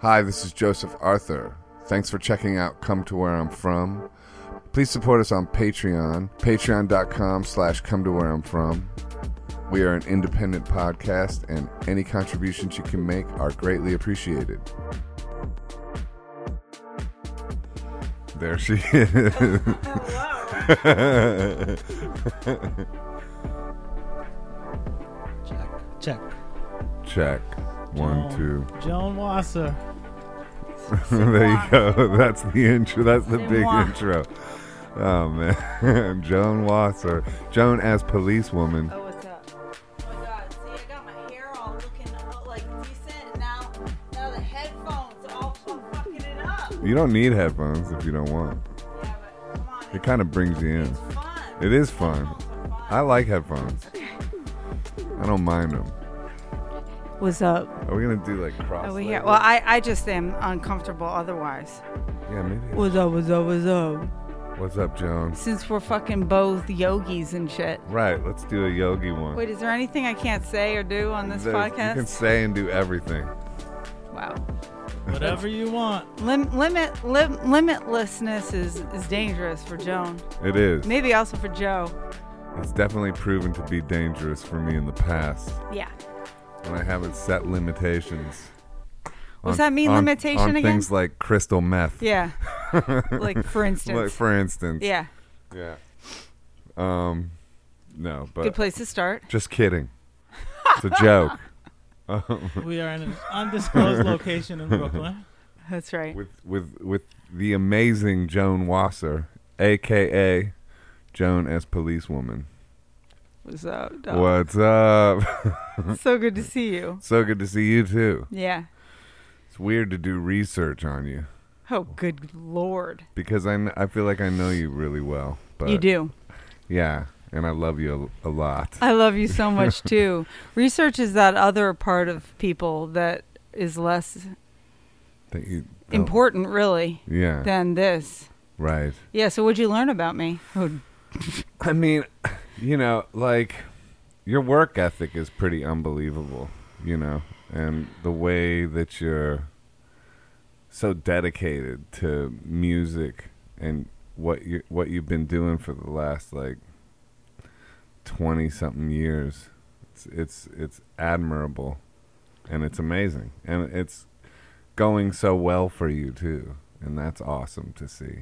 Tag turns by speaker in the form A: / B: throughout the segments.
A: Hi, this is Joseph Arthur. Thanks for checking out Come to Where I'm From. Please support us on Patreon, patreon.com slash come to where I'm from. We are an independent podcast, and any contributions you can make are greatly appreciated. There she is.
B: Check. Check.
A: Check. One, two.
C: Joan Wasser.
A: there you go. That's the intro. That's the
B: C'est
A: big
B: moi.
A: intro. Oh man, Joan Wasser, Joan as policewoman.
B: Oh, what's up?
D: Oh my god, see, I got my hair all looking uh, like decent now. Now the headphones all fu- fucking it up.
A: You don't need headphones if you don't want.
D: Yeah, but come on,
A: It kind of brings you in.
D: it's fun.
A: It is fun.
D: Headphones are
A: I like headphones. I don't mind them.
B: What's up?
A: Are we gonna do like cross?
B: Over here. Well, I, I just am uncomfortable otherwise.
A: yeah, maybe.
B: What's up? What's up? What's up?
A: What's up, Joan?
B: Since we're fucking both yogis and shit.
A: Right. Let's do a yogi one.
B: Wait, is there anything I can't say or do on this
A: There's- You can
B: podcast?
A: say and do everything.
B: Wow.
C: Whatever you want.
B: Lim- limit lim- limitlessness is is dangerous for Joan.
A: It is.
B: Maybe also for Joe.
A: It's definitely proven to be dangerous for me in the past.
B: Yeah.
A: and I haven't set limitations.
B: What's that mean, limitation
A: on
B: again?
A: Things like crystal meth.
B: Yeah. like for instance.
A: Like for instance.
B: yeah.
A: Yeah. Um, no,
B: Good
A: but
B: place to start.
A: just kidding. It's a joke.
C: We are in an undisclosed location in Brooklyn.
B: That's right.
A: With with with the amazing Joan Wasser, aka Joan as policewoman.
B: What's up? Dog?
A: What's up?
B: So good to see you.
A: so good to see you too.
B: Yeah.
A: It's weird to do research on you
B: Oh, good lord.
A: because I, kn- I feel like I know you really well. But
B: you do.
A: Yeah, and I love you a, a lot.
B: I love you so much too. Research is that other part of people that is
A: Oh.
B: less
A: That you don't-
B: important, really,
A: Yeah.
B: than this.
A: right.
B: Yeah. So, what'd you learn about me? Oh,
A: I mean, you know, like your work ethic is pretty unbelievable, you know, and the way that you're so dedicated to music and what you what you've been doing for the last like 20 something years. It's it's it's admirable and it's amazing. And it's going so well for you too, and that's awesome to see.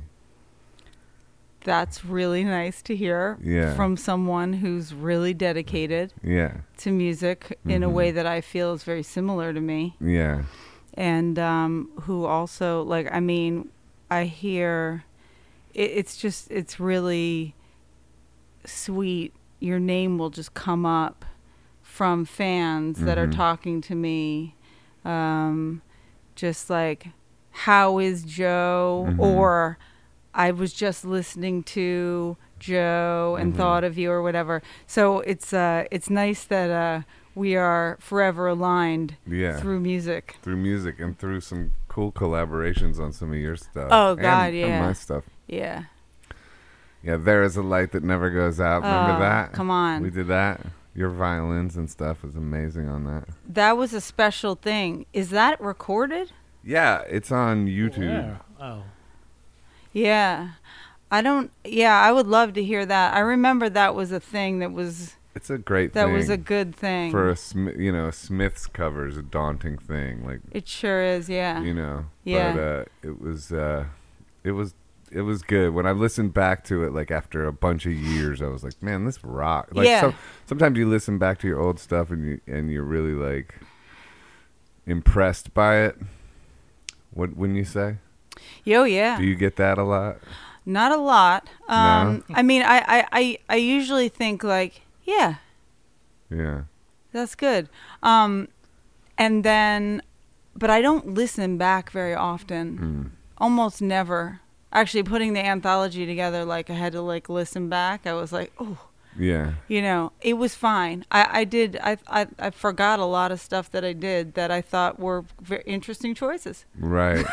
B: that's really nice to hear
A: Yeah.
B: from someone who's really dedicated
A: Yeah.
B: to music in a
A: Mhm.
B: way that I feel is very similar to me.
A: Yeah.
B: and um, who also like i mean i hear it, it's just it's really sweet your name will just come up from fans that are
A: Mhm.
B: talking to me um, just like how is joe
A: Mhm.
B: or i was just listening to joe and
A: Mhm.
B: thought of you or whatever so it's uh it's nice that uh we are forever aligned
A: Yeah.
B: through music
A: through music and through some cool collaborations on some of your stuff.
B: Oh,
A: and-
B: God,
A: And
B: yeah.
A: my stuff.
B: yeah
A: Yeah, there is a light that never goes out. Remember
B: Oh,
A: that?
B: Come on.
A: We did that. Your violins and stuff was amazing on that.
B: that was a special thing. Is that recorded?
A: Yeah, it's on YouTube.
C: Where? Oh.
B: Yeah. I don't yeah, I would love to hear that. I remember that was a thing that was
A: It's a great
B: that
A: thing.
B: was a good thing.
A: for a Smi- you know Smith's cover is a daunting thing. Like
B: it sure is, yeah.
A: you know,
B: Yeah.
A: but uh, it was uh, it was it was good. When I listened back to it, like after a bunch of years, I was like, man, this rock. Like
B: Yeah.
A: some, sometimes you listen back to your old stuff and you and you're really like impressed by it. What wouldn't you say?
B: Yo, yeah.
A: Do you get that a lot?
B: Not a lot.
A: No?
B: Um I mean I, I, I, I usually think like, yeah,
A: Yeah.
B: that's good. Um and then but I don't listen back very often.
A: Mm.
B: almost never actually putting the anthology together like i had to like listen back i was like oh
A: Yeah.
B: you know it was fine i, I did I, I i forgot a lot of stuff that i did that i thought were very interesting choices
A: Right.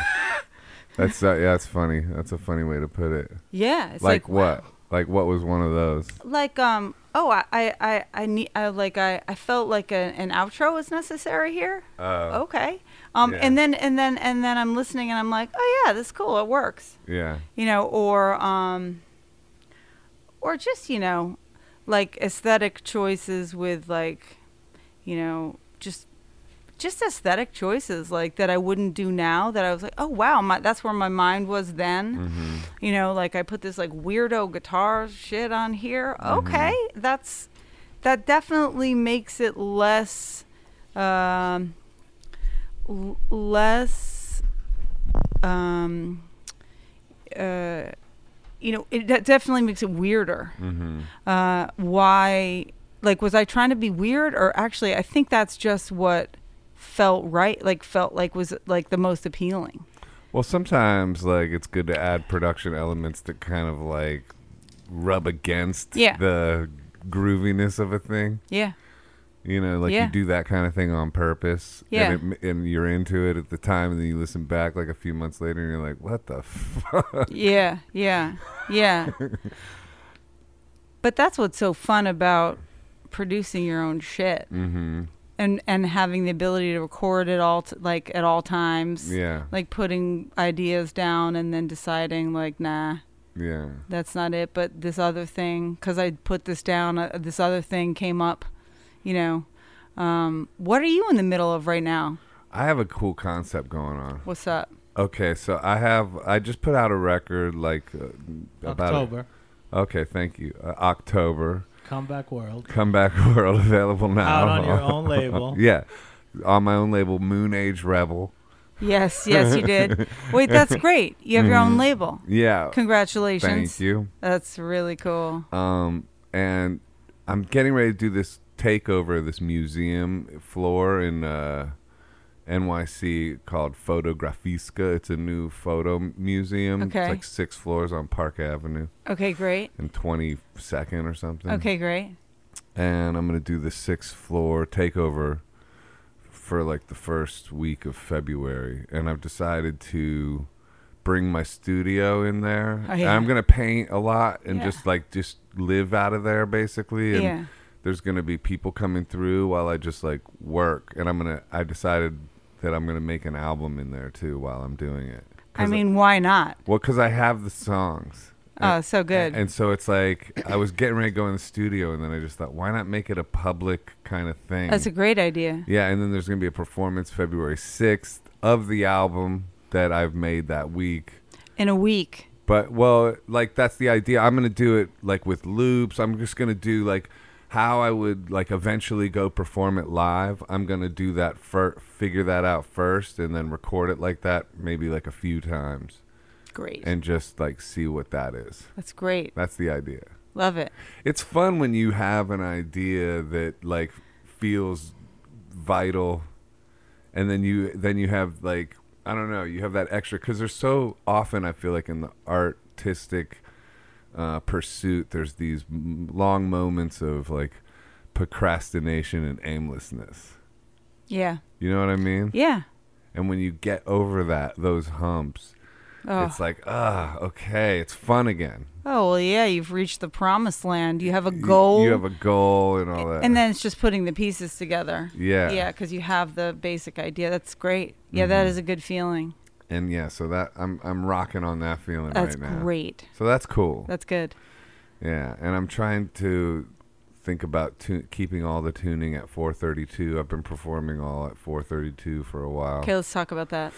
A: that's uh, yeah. That's funny. That's a funny way to put it.
B: yeah it's
A: like,
B: like,
A: what? Like what was one of those?
B: like um oh, I, I, I, I need, I, like, I, I felt like a, an outro was necessary here.
A: Uh,
B: Okay. Um,
A: Yeah.
B: and then, and then, and then I'm listening and I'm like, oh yeah, this is cool. It works.
A: Yeah.
B: You know, or, um, or just, you know, like aesthetic choices with like, you know, just, just aesthetic choices like that I wouldn't do now that I was like, oh wow, my, that's where my mind was then
A: hmm
B: you know like i put this like weirdo guitar shit on here okay that's that definitely makes it less um l- less um uh you know it that definitely makes it weirder
A: hmm
B: uh why like was i trying to be weird or actually i think that's just what felt right like felt like was like the most appealing
A: Well, sometimes like it's good to add production elements that kind of like rub against
B: Yeah.
A: the grooviness of a thing.
B: yeah
A: You know, like
B: Yeah.
A: you do that kind of thing on purpose,
B: Yeah.
A: and, it, and you're into it at the time, and then you listen back like a few months later, and you're like, "What the fuck?"
B: yeah, yeah, yeah. but that's what's so fun about producing your own shit
A: hmm
C: Mm-hmm.
B: and and having the ability to record it all t- like at all times.
A: Yeah,
B: Like putting ideas down and then deciding like, nah,
A: yeah,
B: that's not it. But this other thing, because I put this down, uh, this other thing came up. You know, um, what are you in the middle of right now?
A: I have a cool concept going on.
B: What's up?
A: Okay, so I have I just put out a record like uh, about
C: October.
A: Okay, thank you. Uh, October,
C: Comeback World.
A: Comeback World available now.
C: Out on your own label.
A: yeah, on my own label, Moon Age Rebel.
B: Yes, yes, you did. Wait, that's great. You have your own label.
A: Yeah,
B: Congratulations.
A: Mm-hmm. thank you.
B: That's really cool.
A: Um, and I'm getting ready to do this takeover of this museum floor in uh, NYC called Fotografiska. It's a new photo m- museum.
B: Okay.
A: It's like six floors on Park Avenue
B: Okay, great.
A: and 22nd or something.
B: Okay, great.
A: And I'm going to do the sixth floor takeover for like the first week of February. And I've decided to bring my studio in there.
B: Oh,
A: And
B: yeah.
A: I'm going to paint a lot and
B: Yeah.
A: just like just live out of there basically. And
B: yeah.
A: there's going to be people coming through while I just like work. And I'm going to, I decided that I'm going to make an album in there too while I'm doing it. 'Cause
B: I mean, why not?
A: well, because I have the songs.
B: Oh, so good.
A: And so it's like I was getting ready to go in the studio, and then I just thought, why not make it a public kind of thing?
B: That's a great idea.
A: yeah, and then there's gonna be a performance February sixth of the album that I've made that week.
B: In a week.
A: But well, like that's the idea. I'm gonna do it like with loops. I'm just gonna do like how I would like eventually go perform it live. I'm gonna do that fir- figure that out first, and then record it like that maybe like a few times,
B: Great.
A: and just like see what that is.
B: That's great.
A: That's the idea.
B: Love it.
A: It's fun when you have an idea that like feels vital, and then you then you have like I don't know you have that extra because there's so often I feel like in the artistic uh, pursuit there's these m- long moments of like procrastination and aimlessness.
B: Yeah.
A: You know what I mean?
B: Yeah.
A: And when you get over that those humps,
B: Oh.
A: it's like ah okay, it's fun again.
B: oh, well, yeah. You've reached the promised land. You have a
A: You-
B: goal.
A: You have a goal and all that.
B: and then it's just putting the pieces together.
A: yeah.
B: Yeah, because you have the basic idea. That's great. Yeah, that
A: Mhm.
B: is a good feeling.
A: And yeah, so that I'm I'm rocking on that feeling
B: That's
A: right now.
B: great.
A: So that's cool.
B: That's good.
A: yeah, and I'm trying to think about tu- keeping all the tuning at 4:32. I've been performing all at 4:32 for a while.
B: Okay, let's talk about that.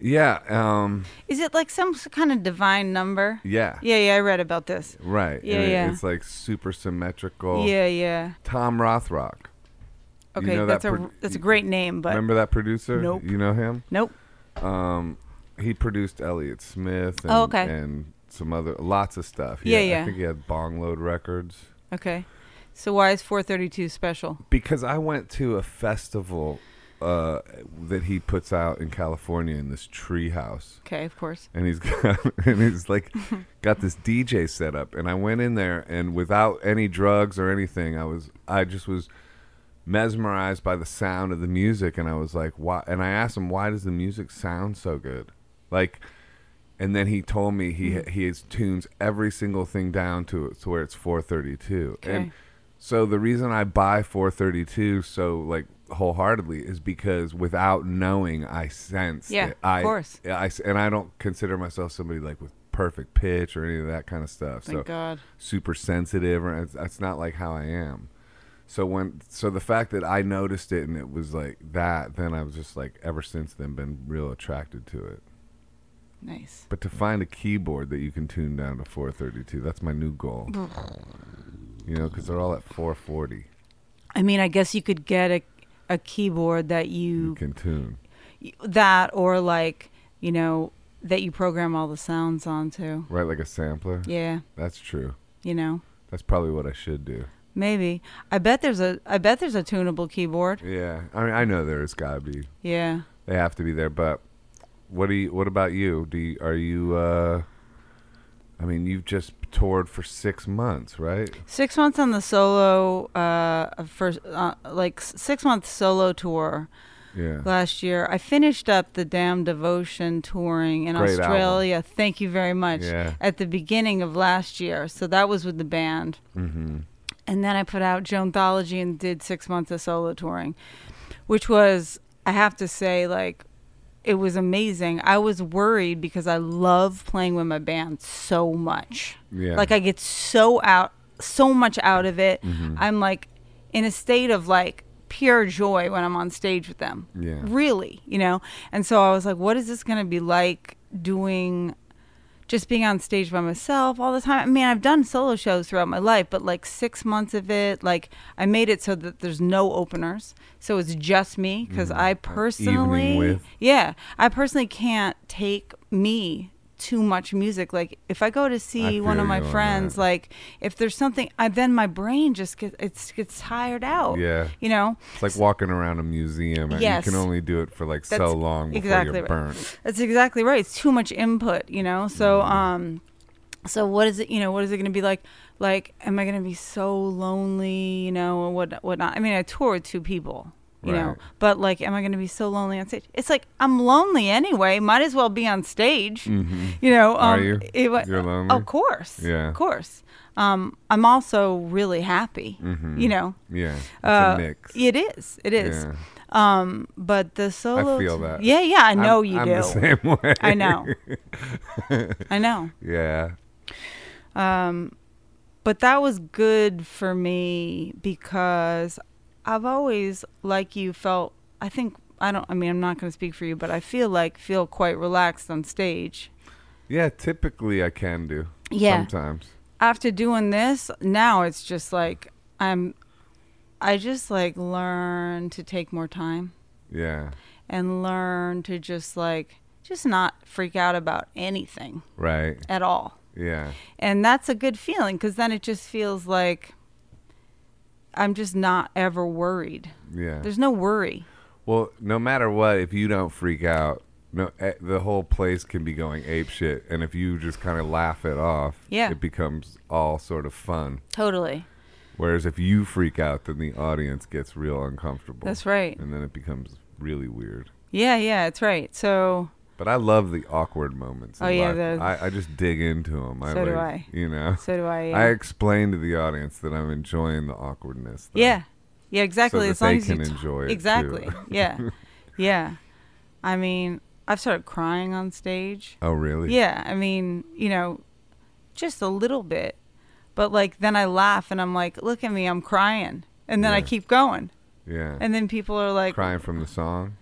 A: Yeah, um
B: Is it like some s- kind of divine number?
A: yeah.
B: Yeah, yeah, I read about this.
A: Right.
B: Yeah,
A: and it-
B: yeah.
A: It's like super symmetrical.
B: Yeah, yeah.
A: Tom Rothrock. You
B: Okay,
A: know that
B: that's a
A: pro-
B: that's a great name, but
A: Remember that producer?
B: Nope.
A: You know him?
B: nope.
A: Um he produced Elliott Smith and,
B: Oh, okay.
A: and some other lots of stuff. He
B: Yeah,
A: had- I
B: yeah.
A: think he had Bongload Records.
B: Okay, so why is 432 special?
A: because I went to a festival uh, that he puts out in California in this tree house,
B: Okay, of course.
A: and he's got, and he's like got this DJ set up, and I went in there, and without any drugs or anything, I was I just was mesmerized by the sound of the music, and I was like, why? And I asked him, why does the music sound so good? Like and then he told me
B: Mm-hmm.
A: he he has tunes every single thing down to it to where it's 432
B: Okay.
A: and so the reason i buy 432 so like wholeheartedly is because without knowing i sense
B: Yeah,
A: it. I,
B: of course.
A: I s- and i don't consider myself somebody like with perfect pitch or any of that kind of stuff
B: Thank
A: so
B: God.
A: super sensitive or it's- that's not like how i am so when so the fact that i noticed it and it was like that then i've just like ever since then been real attracted to it
B: Nice.
A: but to find a keyboard that you can tune down to 432, that's my new goal. you know, because they're all at 440.
B: I mean, I guess you could get a a keyboard that
A: You
B: you
A: can tune.
B: that or like you know that you program all the sounds onto.
A: Right, like a sampler?
B: Yeah,
A: That's true.
B: you know.
A: That's probably what I should do.
B: Maybe. I bet there's a I bet there's a tunable keyboard.
A: Yeah. I mean, I know there's got to be.
B: Yeah.
A: They have to be there, but what do you what about you? Do you, are you uh I mean, you've just toured for 6 months, right?
B: 6 months on the solo uh first uh, like s- 6 month solo tour
A: Yeah.
B: last year. I finished up the Damn Devotion touring in
A: Great album.
B: Australia. Thank you very much.
A: Yeah.
B: At the beginning of last year. So that was with the band.
A: Mhm.
B: And then I put out Joan Thology and did six months of solo touring, which was, I have to say, like, it was amazing. I was worried because I love playing with my band so much.
A: Yeah.
B: Like, I get so out, so much out of it.
A: Mhm.
B: I'm like in a state of like pure joy when I'm on stage with them.
A: Yeah.
B: Really, you know? And so I was like, what is this going to be like doing just being on stage by myself all the time. I mean, I've done solo shows throughout my life, but like six months of it, like I made it so that there's no openers, so it's just me because I personally,
A: Mm-hmm. with.
B: yeah, I personally can't take me too much music. Like if I go to see one
A: feel
B: of my
A: you on
B: friends,
A: that.
B: like if there's something, I then my brain just gets it gets tired out.
A: Yeah.
B: you know.
A: It's like walking around a museum. and
B: Yes.
A: You can only do it for like so
B: That's
A: long before
B: exactly
A: you're
B: right.
A: burnt.
B: That's exactly right. It's too much input, you know. So
A: Mm-hmm.
B: um so what is it, you know, what is it going to be like like am I going to be so lonely, you know, and what what not? I mean, I tour with two people, you know.
A: Right.
B: But like am I going to be so lonely on stage? It's like I'm lonely anyway, might as well be on stage. You know,
A: Mm.
B: um
A: Are you?
B: it wa-
A: Mm-hmm. You're lonely?
B: uh, Of course.
A: Yeah.
B: Of course. Um I'm also really happy,
A: Mhm.
B: you know.
A: Yeah, it's
B: Uh,
A: a mix.
B: It is. It is.
A: Yeah.
B: Um but the solo
A: feel that.
B: Yeah, yeah, I know
A: I'm-
B: you
A: I'm
B: do.
A: the same way.
B: I know. I know.
A: yeah,
B: Um, but that was good for me because I've always, like you, felt. I think I don't. I mean, I'm not going to speak for you, but I feel like feel quite relaxed on stage.
A: yeah. Typically, I can do.
B: Yeah.
A: Sometimes.
B: After doing this, now it's just like I'm. I just like learn to take more time
A: Yeah.
B: and learn to just like just not freak out about anything
A: Right.
B: at all.
A: Yeah.
B: and that's a good feeling because then it just feels like i'm just not ever worried
A: Yeah.
B: there's no worry
A: well, no matter what, if you don't freak out, no, eh, the whole place can be going ape shit, and if you just kind of laugh it off,
B: Yeah.
A: it becomes all sort of fun.
B: totally
A: Whereas if you freak out, then the audience gets real uncomfortable.
B: that's right
A: And then it becomes really weird.
B: yeah yeah it's right so
A: But I love the awkward moments. in
B: Oh, yeah,
A: life.
B: the-
A: I, I just dig into them. I
B: So do
A: like-
B: I.
A: You know,
B: so do i yeah
A: I explain to the audience that I'm enjoying the awkwardness. though,
B: yeah. Yeah,
A: so
B: exactly
A: that
B: as long
A: they
B: as
A: can
B: you t-
A: enjoy it. too.
B: exactly yeah yeah i mean i've started crying on stage
A: Oh, really?
B: yeah i mean you know just a little bit but like then i laugh and i'm like look at me i'm crying and then i
A: Yeah.
B: keep going
A: Yeah.
B: and then people are like
A: Crying from the song.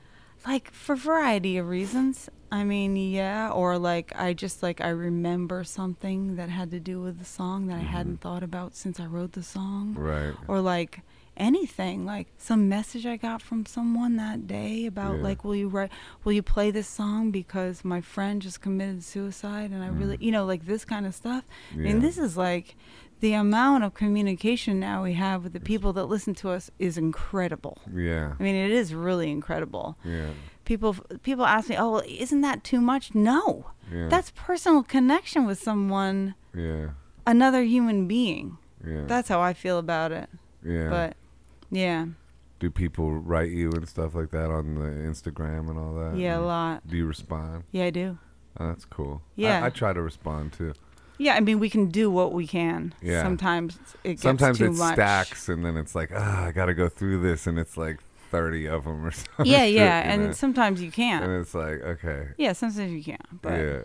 B: like for variety of reasons i mean yeah or like i just like i remember something that had to do with the song that i hadn't
A: Mm-hmm.
B: thought about since i wrote the song
A: Right.
B: or like anything like some message i got from someone that day about
A: Yeah.
B: like will you write will you play this song because my friend just committed suicide and i really you know like this kind of stuff
A: Mm. Yeah.
B: and this is like the amount of communication now we have with the people that listen to us is incredible
A: Yeah.
B: i mean it is really incredible
A: Yeah.
B: people people ask me, "Oh, well, isn't that too much?" No,
A: Yeah.
B: that's personal connection with someone,
A: Yeah.
B: another human being.
A: Yeah.
B: That's how I feel about it.
A: yeah.
B: But yeah,
A: Do people write you and stuff like that on the Instagram and all that?
B: yeah, a lot.
A: Do you respond?
B: Yeah, I do.
A: Oh, that's cool. I-
B: Yeah.
A: I, try to respond too.
B: Yeah, I mean, we can do what we can.
A: Yeah.
B: Sometimes it gets
A: Sometimes
B: too
A: it
B: much.
A: stacks, and then it's like, ah, I got to go through this, and it's like thirty of them or something.
B: Yeah, yeah, and
A: and,
B: sometimes you can't.
A: and it's like, okay,
B: yeah, sometimes you can't. But
A: yeah,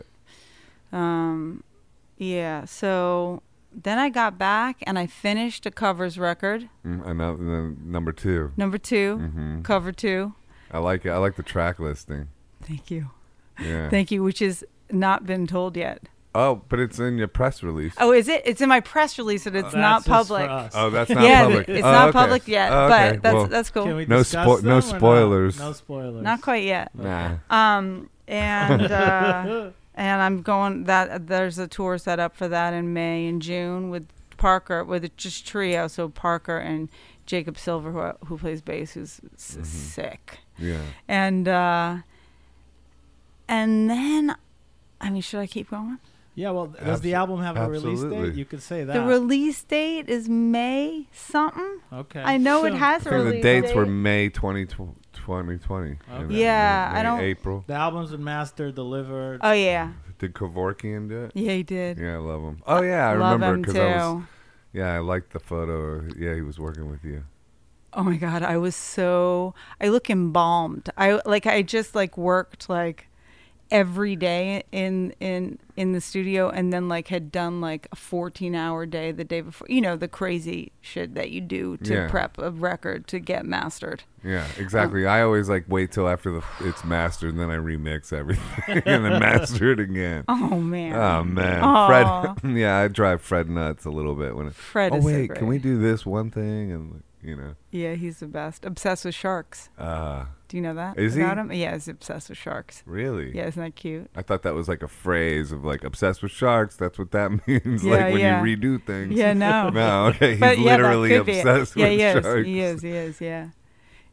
B: Um, yeah. So then I got back and I finished a covers record,
A: Mm, and now- and then number 2
B: number 2
A: Mm-hmm.
B: cover two.
A: I like it. I like the track listing.
B: Thank you,
A: Yeah.
B: thank you, which has not been told yet.
A: oh, but it's in your press release.
B: Oh, is it? It's in my press release that it's not public.
C: uh,
A: Oh, that's not
B: yeah,
A: public.
B: it's
A: Oh,
B: not
A: okay.
B: public yet,
A: Oh,
B: but
A: okay.
B: that's
A: Well,
B: that's cool.
A: No spo- no spoilers.
C: No spoilers.
B: not quite yet.
A: nah.
B: Um, and uh, and I'm going that there's a tour set up for that in May and June with Parker with just trio. So Parker and Jacob Silver, who who plays bass, who's s-
A: Mhm.
B: sick,
A: Yeah.
B: and uh, and then. I mean, should I keep going?
C: Yeah, well, th- does the
A: Abso-
C: album have a release date?
A: absolutely.
C: You could say that.
B: The release date is May something.
C: okay.
B: I know it
C: Sure.
A: I
B: has a
A: think
B: release
A: the dates
B: date.
A: were May 20, 2020.
C: Okay.
B: Yeah, I don't-
A: April.
C: The album's been mastered, delivered.
B: Oh yeah,
A: Did Kevorkian do it?
B: yeah, he did.
A: Yeah, I love him. Oh yeah, I
B: Love
A: remember
B: him
A: because
B: too.
A: I was. Yeah, I liked the photo. Yeah, he was working with you.
B: Oh my god, I was so I look embalmed. I like I just like worked like every day in in in the studio and then like had done like a 14 hour day the day before you know the crazy shit that you do to
A: Yeah.
B: prep a record to get mastered
A: Yeah,
B: Oh.
A: exactly. I always like wait till after the it's mastered, and then I remix everything and then master it again.
B: oh man
A: Oh man,
B: Aw.
A: Fred. yeah, I drive Fred nuts a little bit when. It,
B: fred
A: oh
B: is so
A: wait, can
B: great.
A: we do this one thing? And like, you know,
B: yeah he's the best obsessed with sharks
A: uh,
B: do you know that
A: Is he?
B: about him yeah he's obsessed with sharks
A: really?
B: yeah isn't that cute
A: I thought that was like a phrase of like obsessed with sharks. That's what that means.
B: Yeah,
A: like when
B: yeah.
A: you redo things.
B: yeah no
A: No, okay. He's
B: but yeah, that
A: literally
B: could be it.
A: obsessed
B: yeah,
A: with
B: he is.
A: sharks.
B: He is. He is. Yeah,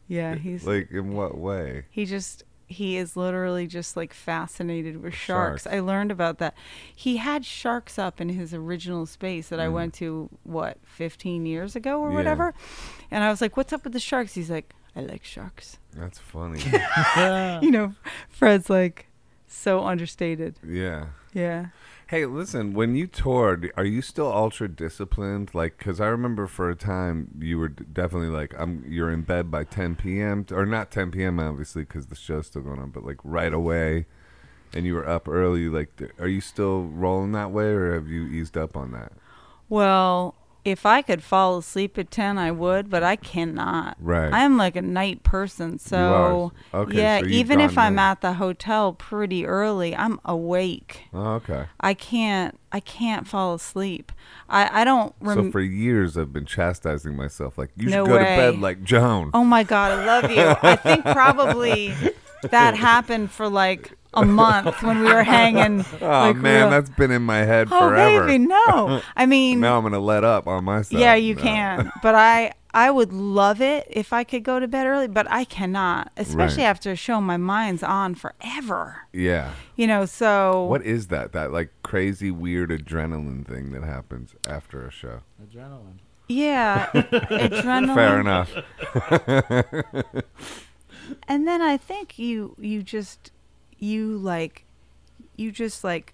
B: yeah. He's
A: Like in what way?
B: he just he is literally just like fascinated with
A: Sharks.
B: sharks. I learned about that. He had sharks up in his original space that I
A: Mm.
B: went to what 15 years ago or
A: Yeah.
B: whatever, and I was like, "What's up with the sharks?" He's like, "I like sharks."
A: That's funny.
C: Yeah.
B: You know, Fred's like so understated.
A: yeah.
B: Yeah.
A: Hey, listen, when you toured, are you still ultra disciplined? Like, because I remember for a time you were d- definitely like, I'm, you're in bed by 10 p.m. t- or not 10 p.m. obviously because the show's still going on, but like right away, and you were up early. Like, th- are you still rolling that way, or have you eased up on that?
B: Well, if I could fall asleep at 10, I would, but I cannot.
A: Right.
B: I'm like a night person, so
A: are. Okay,
B: yeah,
A: so you've
B: even if
A: gone
B: I'm
A: night.
B: at the hotel pretty early, I'm awake.
A: Oh, okay.
B: I can't I can't fall asleep. I I don't
A: so
B: rem-
A: for years, I've been chastising myself. Like, you should
B: No
A: go
B: way.
A: to bed like Joan.
B: Oh my god, I love you. I think probably that happened for like a month when we were hanging.
A: Oh,
B: like, we
A: man,
B: were-
A: that's been in my head
B: oh
A: forever.
B: baby, no. I mean,
A: Now I'm gonna let up on myself.
B: yeah, you
A: No.
B: can, but I I would love it if I could go to bed early, but I cannot, especially
A: Right.
B: after a show. My mind's on forever.
A: Yeah.
B: You know, so
A: What is that? That like crazy weird adrenaline thing that happens after a show.
C: Adrenaline.
B: yeah, adrenaline.
A: Fair enough.
B: and then I think you you just you like you just like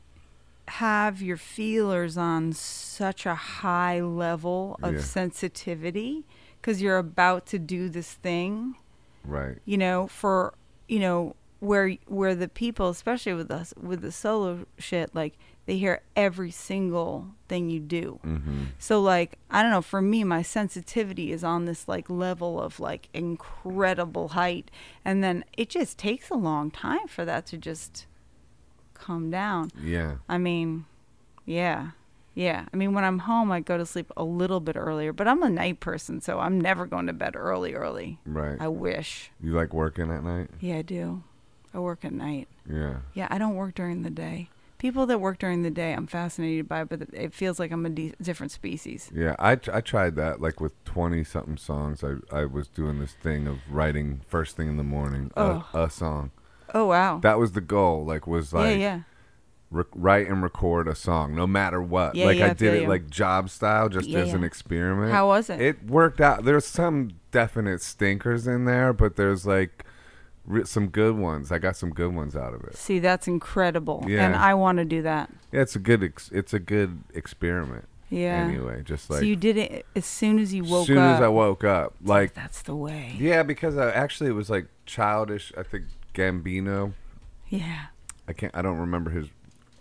B: have your feelers on such a high level of
A: Yeah.
B: sensitivity because you're about to do this thing
A: Right.
B: you know for you know where where the people especially with us with the solo shit like they hear every single thing you do
A: Mm-hmm.
B: so like I don't know, for me my sensitivity is on this like level of like incredible height and then it just takes a long time for that to just come down.
A: Yeah.
B: I mean, yeah. Yeah. I mean when I'm home I go to sleep a little bit earlier, but I'm a night person so I'm never going to bed early early.
A: Right.
B: I wish.
A: you like working at night?
B: Yeah, I do. I work at night.
A: Yeah.
B: Yeah, I don't work during the day. People that work during the day, I'm fascinated by, but it feels like I'm a de- different species.
A: Yeah. I tr- I tried that like with twenty something songs. I I was doing this thing of writing first thing in the morning a,
B: Oh.
A: a song.
B: Oh wow.
A: That was the goal. Like was like
B: yeah, yeah.
A: rec- write and record a song no matter what.
B: Yeah,
A: like
B: yeah,
A: I
B: I feel
A: did it
B: you.
A: like job style just
B: Yeah,
A: as an
B: yeah.
A: experiment.
B: How was it?
A: It worked out. There's some definite stinkers in there, but there's like re- some good ones. I got some good ones out of it.
B: See, that's incredible. And
A: Yeah.
B: I want to do that.
A: Yeah, it's a good ex- it's a good experiment.
B: Yeah.
A: Anyway, just like
B: so you did it as soon as you woke
A: soon
B: up.
A: as I woke up, like
B: that's the way.
A: yeah, because I actually it was like childish. I think Gambino.
B: Yeah.
A: I can't. I don't remember his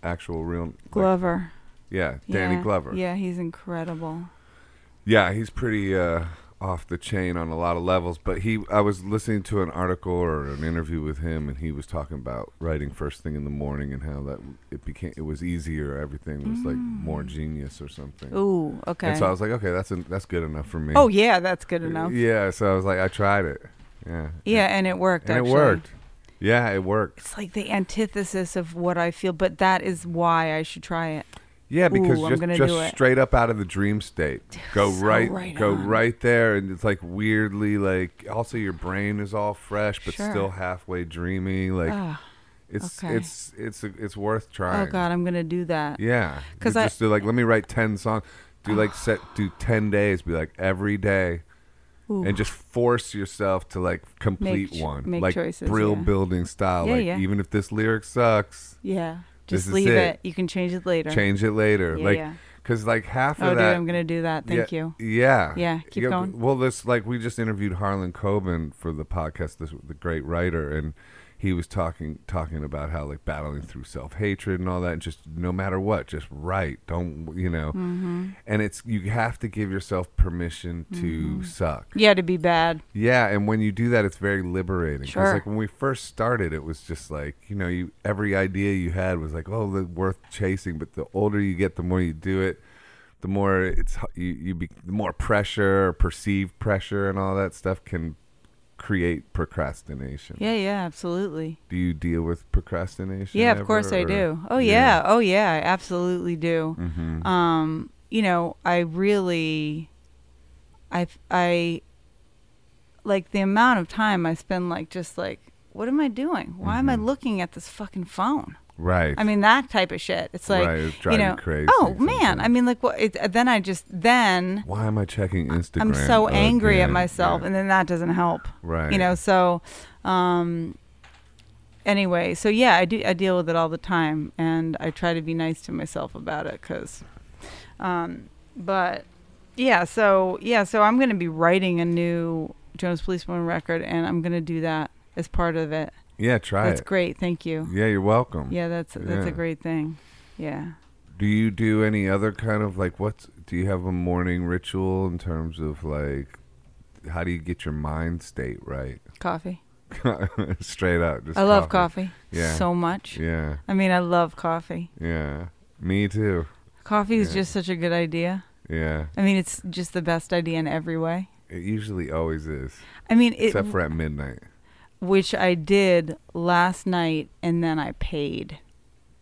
A: actual real like-
B: Glover.
A: yeah, Danny
B: Yeah.
A: Glover.
B: Yeah, he's incredible.
A: Yeah, he's pretty uh, off the chain on a lot of levels. But he, I was listening to an article or an interview with him, and he was talking about writing first thing in the morning and how that it became it was easier. Everything was like more genius or something.
B: Ooh, Mm. okay.
A: And so I was like, okay, that's en- that's good enough for me. Uh,
B: oh yeah, that's good enough. Yeah,
A: Yeah. So I was like, I tried it. Yeah.
B: and it worked.
A: And
B: actually.
A: it worked. Yeah, it worked.
B: It's like the antithesis of what I feel, but that is why I should try it.
A: Yeah, because
B: Ooh, I'm
A: just,
B: gonna
A: just
B: do it.
A: straight up out of the dream state, go
B: so
A: right,
B: right
A: go
B: on.
A: right there, and it's like weirdly like also your brain is all fresh but
B: Sure.
A: still halfway dreamy. Like
B: Ah,
A: it's
B: okay.
A: it's it's it's worth
B: oh
A: trying.
B: God, I'm gonna do that.
A: Yeah,
B: 'Cause
A: because
B: I-
A: just do like let me write ten songs, do like set do ten days, be like every day,
B: Ooh.
A: and just force yourself to like complete
B: ch-
A: one,
B: make
A: like
B: choices,
A: Brill
B: yeah.
A: building style.
B: Yeah,
A: like
B: yeah.
A: even if this lyric sucks,
B: yeah.
A: This
B: Just
A: is
B: leave
A: it.
B: it. You can change it later.
A: change it later.
B: Yeah,
A: like
B: yeah.
A: because like half
B: oh,
A: of
B: dude,
A: that.
B: I'm gonna do that. Thank you.
A: Yeah.
B: Yeah, keep going.
A: Well, this like we just interviewed Harlan Coben for the podcast, this the great writer, and he was talking talking about how like battling through self hatred and all that, and just no matter what, just write. Don't you know?
B: Mm-hmm.
A: And it's you have to give yourself permission to
B: Mm-hmm.
A: suck.
B: Yeah, to be bad.
A: Yeah, and when you do that, it's very liberating. 'Cause,
B: Sure.
A: Like when we first started, it was just like you know, you every idea you had was like, oh, they're worth chasing. But the older you get, the more you do it, the more it's h- you. You be the more pressure, perceived pressure, and all that stuff can create procrastination.
B: Yeah, yeah, absolutely.
A: Do you deal with procrastination?
B: Yeah, of
A: ever,
B: course I
A: or-
B: do. Oh
A: Yeah.
B: yeah. Oh yeah, I absolutely do.
A: Mhm.
B: Um, you know, I really I I like the amount of time I spend like just like what am I doing? Why am I
A: Mm-hmm.
B: looking at this fucking phone?
A: Right.
B: I mean that type of shit. It's like
A: Right, it's
B: you
A: driving
B: know,
A: you crazy
B: oh man.
A: sometimes.
B: I mean, like what? It, then I just then
A: why am I checking Instagram? Oh,
B: I'm so angry at
A: again?
B: myself,
A: Yeah.
B: and then that doesn't help.
A: Right.
B: You know, so um, anyway, so yeah, I do. I deal with it all the time, and I try to be nice to myself about it, cause. Um, but yeah, so yeah, so I'm gonna be writing a new Jones Policeman record, and I'm gonna do that as part of it.
A: yeah, try
B: that's
A: it.
B: great. Thank you.
A: Yeah, you're welcome.
B: Yeah, that's that's a
A: Mm. Yeah.
B: great thing. Yeah.
A: Do you do any other kind of like what's do you have a morning ritual in terms of like how do you get your mind state right?
B: Coffee.
A: Straight up. Just
B: I love coffee
A: Yeah.
B: so much.
A: Yeah.
B: I mean, I love coffee.
A: Yeah. Me too.
B: Coffee is
A: Yeah.
B: just such a good idea.
A: Yeah.
B: I mean, it's just the best idea in every way.
A: It usually always is.
B: I mean, it,
A: except for at midnight.
B: which I did last night, and then I paid.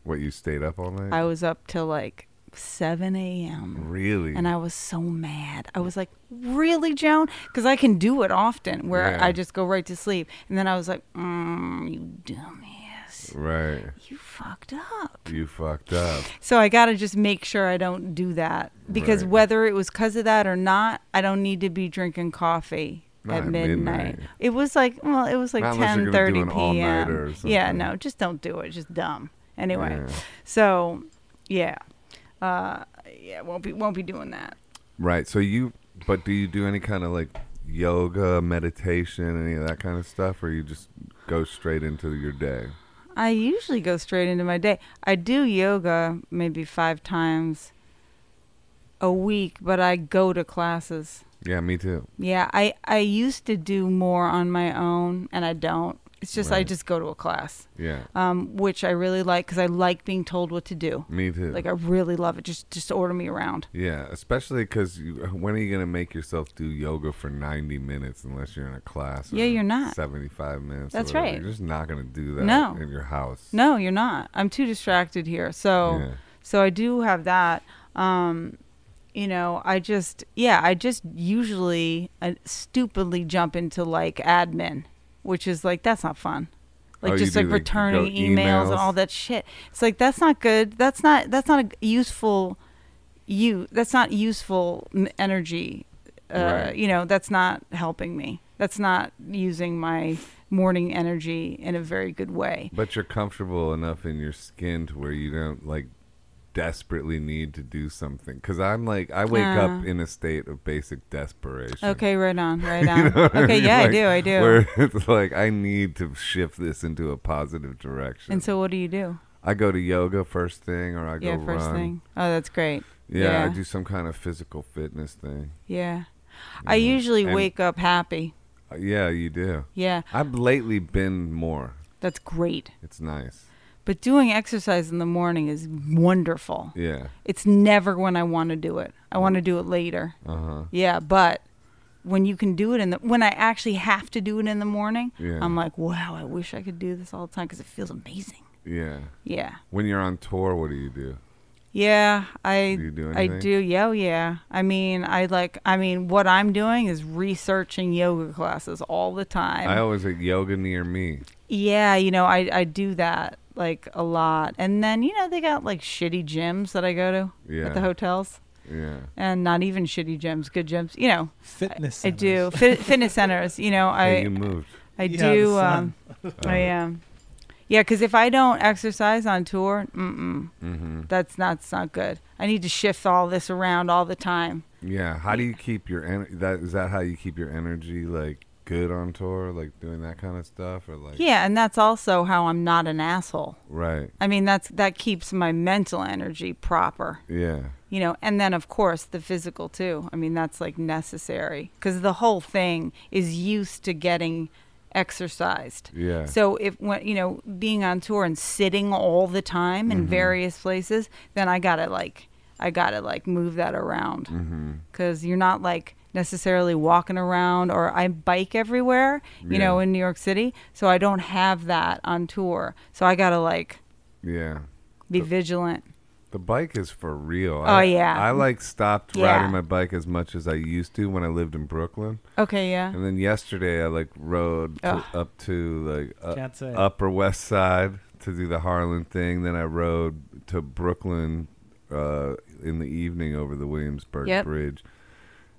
A: What you stayed up all night?
B: I was up till like 7 a.m.
A: really?
B: And I was so mad. I was like, really, Joan? Because I can do it often where
A: Yeah.
B: I just go right to sleep. And then I was like, mm, you dumbass.
A: right.
B: You fucked up.
A: You fucked up.
B: So I got to just make sure I don't do that because
A: Right.
B: whether it was because of that or not, I don't need to be drinking coffee
A: Not
B: at
A: at
B: midnight.
A: midnight.
B: It was like, well, it was like
A: Not unless
B: ten
A: you're gonna
B: thirty
A: do an all-nighter or
B: p.m. Yeah,
A: something.
B: no, just don't do it. Just dumb. Anyway,
A: Yeah.
B: so yeah, uh, yeah, won't be won't be doing that.
A: Right. So you but do you do any kind of like yoga, meditation, any of that kind of stuff or you just go straight into your day?
B: I usually go straight into my day. I do yoga maybe five times a week, but I go to classes.
A: Yeah, me too.
B: Yeah, I I used to do more on my own, and I don't. It's just I
A: Right.
B: just go to a class,
A: Yeah,
B: um, which I really like because I like being told what to do.
A: me too.
B: Like I really love it. Just just order me around.
A: yeah, especially because when are you gonna make yourself do yoga for ninety minutes unless you're in a class?
B: Yeah,
A: or
B: you're not.
A: Seventy-five minutes. or
B: That's
A: whatever.
B: right.
A: You're just not gonna do that.
B: No.
A: in your house.
B: No, you're not. I'm too distracted here. So
A: Yeah.
B: so I do have that. Um, you know, I just yeah, I just usually uh, stupidly jump into like admin, which is like that's not fun. Like
A: Oh, you
B: just
A: do,
B: like
A: like, you go
B: returning emails and
A: emails?
B: all that shit. It's like that's not good. That's not that's not a g- useful you. That's not useful m- energy. Uh,
A: Right.
B: You know, that's not helping me. That's not using my morning energy in a very good way.
A: But you're comfortable enough in your skin to where you don't like desperately need to do something. Because I'm like, I wake
B: Ah.
A: up in a state of basic desperation.
B: Okay, right on, right
A: You
B: on.
A: know what I
B: okay,
A: mean?
B: yeah,
A: Like,
B: I do, I do.
A: Where it's like I need to shift this into a positive direction.
B: and so, what do you do?
A: I go to yoga first thing, or I go
B: yeah, first
A: run.
B: thing. Oh, that's great.
A: Yeah, I
B: Yeah.
A: do some kind of physical fitness thing.
B: Yeah, I
A: Yeah.
B: usually
A: And-
B: wake up happy.
A: Uh, Yeah, you do.
B: Yeah,
A: I've lately been more.
B: that's great.
A: It's nice.
B: But doing exercise in the morning is wonderful.
A: Yeah.
B: It's never when I want to do it. I want to do it later.
A: Uh huh.
B: Yeah, but when you can do it in the when I actually have to do it in the morning,
A: Yeah.
B: I'm like, wow, I wish I could do this all the time because it feels amazing.
A: Yeah.
B: Yeah,
A: When you're on tour, what do you do?
B: yeah, I
A: Do you do
B: I
A: anything?
B: do. Yeah, oh, yeah. I mean, I like. I mean, what I'm doing is researching yoga classes all the time.
A: I always like yoga near me.
B: Yeah, you know, I I do that like a lot. And then, you know, they got like shitty gyms that I go to
A: Yeah.
B: at the hotels.
A: Yeah.
B: And not even shitty gyms, good gyms. You know,
C: Fitness.
B: I do
C: centers.
B: fit, fitness centers. You know,
A: Hey,
B: I
A: you Oh. moved.
B: I
C: Yeah, the
B: do.
C: sun.
B: Um, I am. Yeah, because if I don't exercise on tour, mm-mm,
A: Mm-hmm.
B: that's not that's not good. I need to shift all this around all the time.
A: Yeah. How do you keep your energy? That is that how you keep your energy like good on tour, like doing that kind of stuff, or like
B: Yeah, and that's also how I'm not an asshole.
A: right?
B: I mean, that's that keeps my mental energy proper.
A: Yeah.
B: you know and then of course the physical too i mean that's like necessary because the whole thing is used to getting exercised
A: Yeah.
B: so if when you know being on tour and sitting all the time in various places then i gotta like i gotta like move that around
A: mm-hmm.
B: because you're not like necessarily walking around or I bike everywhere, you
A: Yeah.
B: know, in New York City. So I don't have that on tour. So I got to like
A: Yeah.
B: be vigilant.
A: The bike is for real. Oh
B: yeah.
A: I like stopped
B: Yeah.
A: riding my bike as much as I used to when I lived in Brooklyn,
B: Okay, yeah.
A: and then yesterday I like rode to,
B: Uh-huh. Ugh.
A: up to like uh,
C: Can't say.
A: Upper West Side to do the Harlan thing. Then I rode to Brooklyn uh, in the evening over the Williamsburg
B: Yep.
A: Bridge.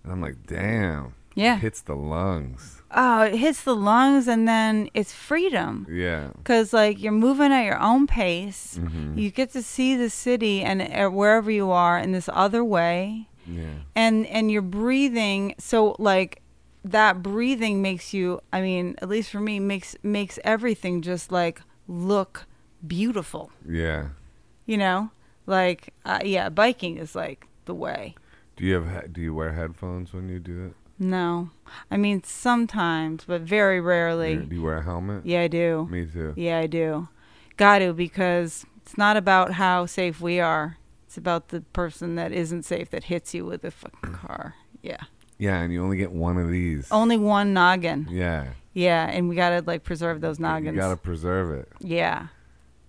A: And I'm like, damn,
B: Yeah.
A: hits the lungs.
B: oh, it hits the lungs and then it's freedom.
A: Yeah.
B: Because, like, you're moving at your own pace.
A: Mhm.
B: You get to see the city and uh, wherever you are in this other way.
A: Yeah.
B: And, and you're breathing. So, like, that breathing makes you, I mean, at least for me, makes, makes everything just like look beautiful,
A: Yeah.
B: you know? Like, uh, yeah, biking is like the way.
A: Do you have he- do you wear headphones when you do it?
B: No. I mean, sometimes, but very rarely.
A: Do you, do you wear a helmet?
B: Yeah, I do.
A: Me too.
B: Yeah, I do. Got to because it's not about how safe we are. It's about the person that isn't safe that hits you with a fucking car. Yeah.
A: Yeah, and you only get one of these.
B: Only one noggin.
A: Yeah.
B: Yeah, and we got to like preserve those
A: You
B: noggins.
A: gotta preserve it.
B: yeah.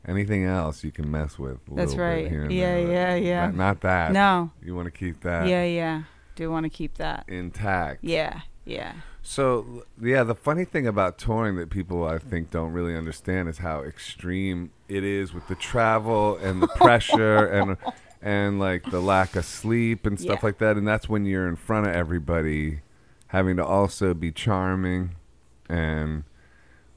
A: Anything else you can mess with. a
B: That's
A: little bit
B: right.
A: here and
B: Yeah,
A: there.
B: yeah, yeah.
A: Not, not that.
B: No.
A: You want to keep that
B: yeah, yeah. Do want to keep that.
A: intact.
B: Yeah, yeah.
A: So l- yeah, the funny thing about touring that people I think don't really understand is how extreme it is with the travel and the pressure and and like the lack of sleep and stuff
B: Yeah.
A: like that. And that's when you're in front of everybody, having to also be charming, and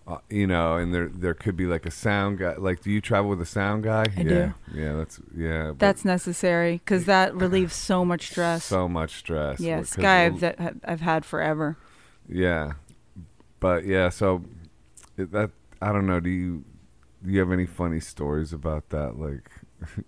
A: uh, you know, and there there could be like a sound guy. Like, do you travel with a sound guy?
B: I
A: yeah,
B: do.
A: yeah, that's yeah. but
B: That's necessary cuz that relieves so much stress.
A: So much stress.
B: yeah,
A: because the-
B: sky I've, that I've had forever.
A: Yeah, but yeah. So it, that I don't know. Do you do you have any funny stories about that? Like,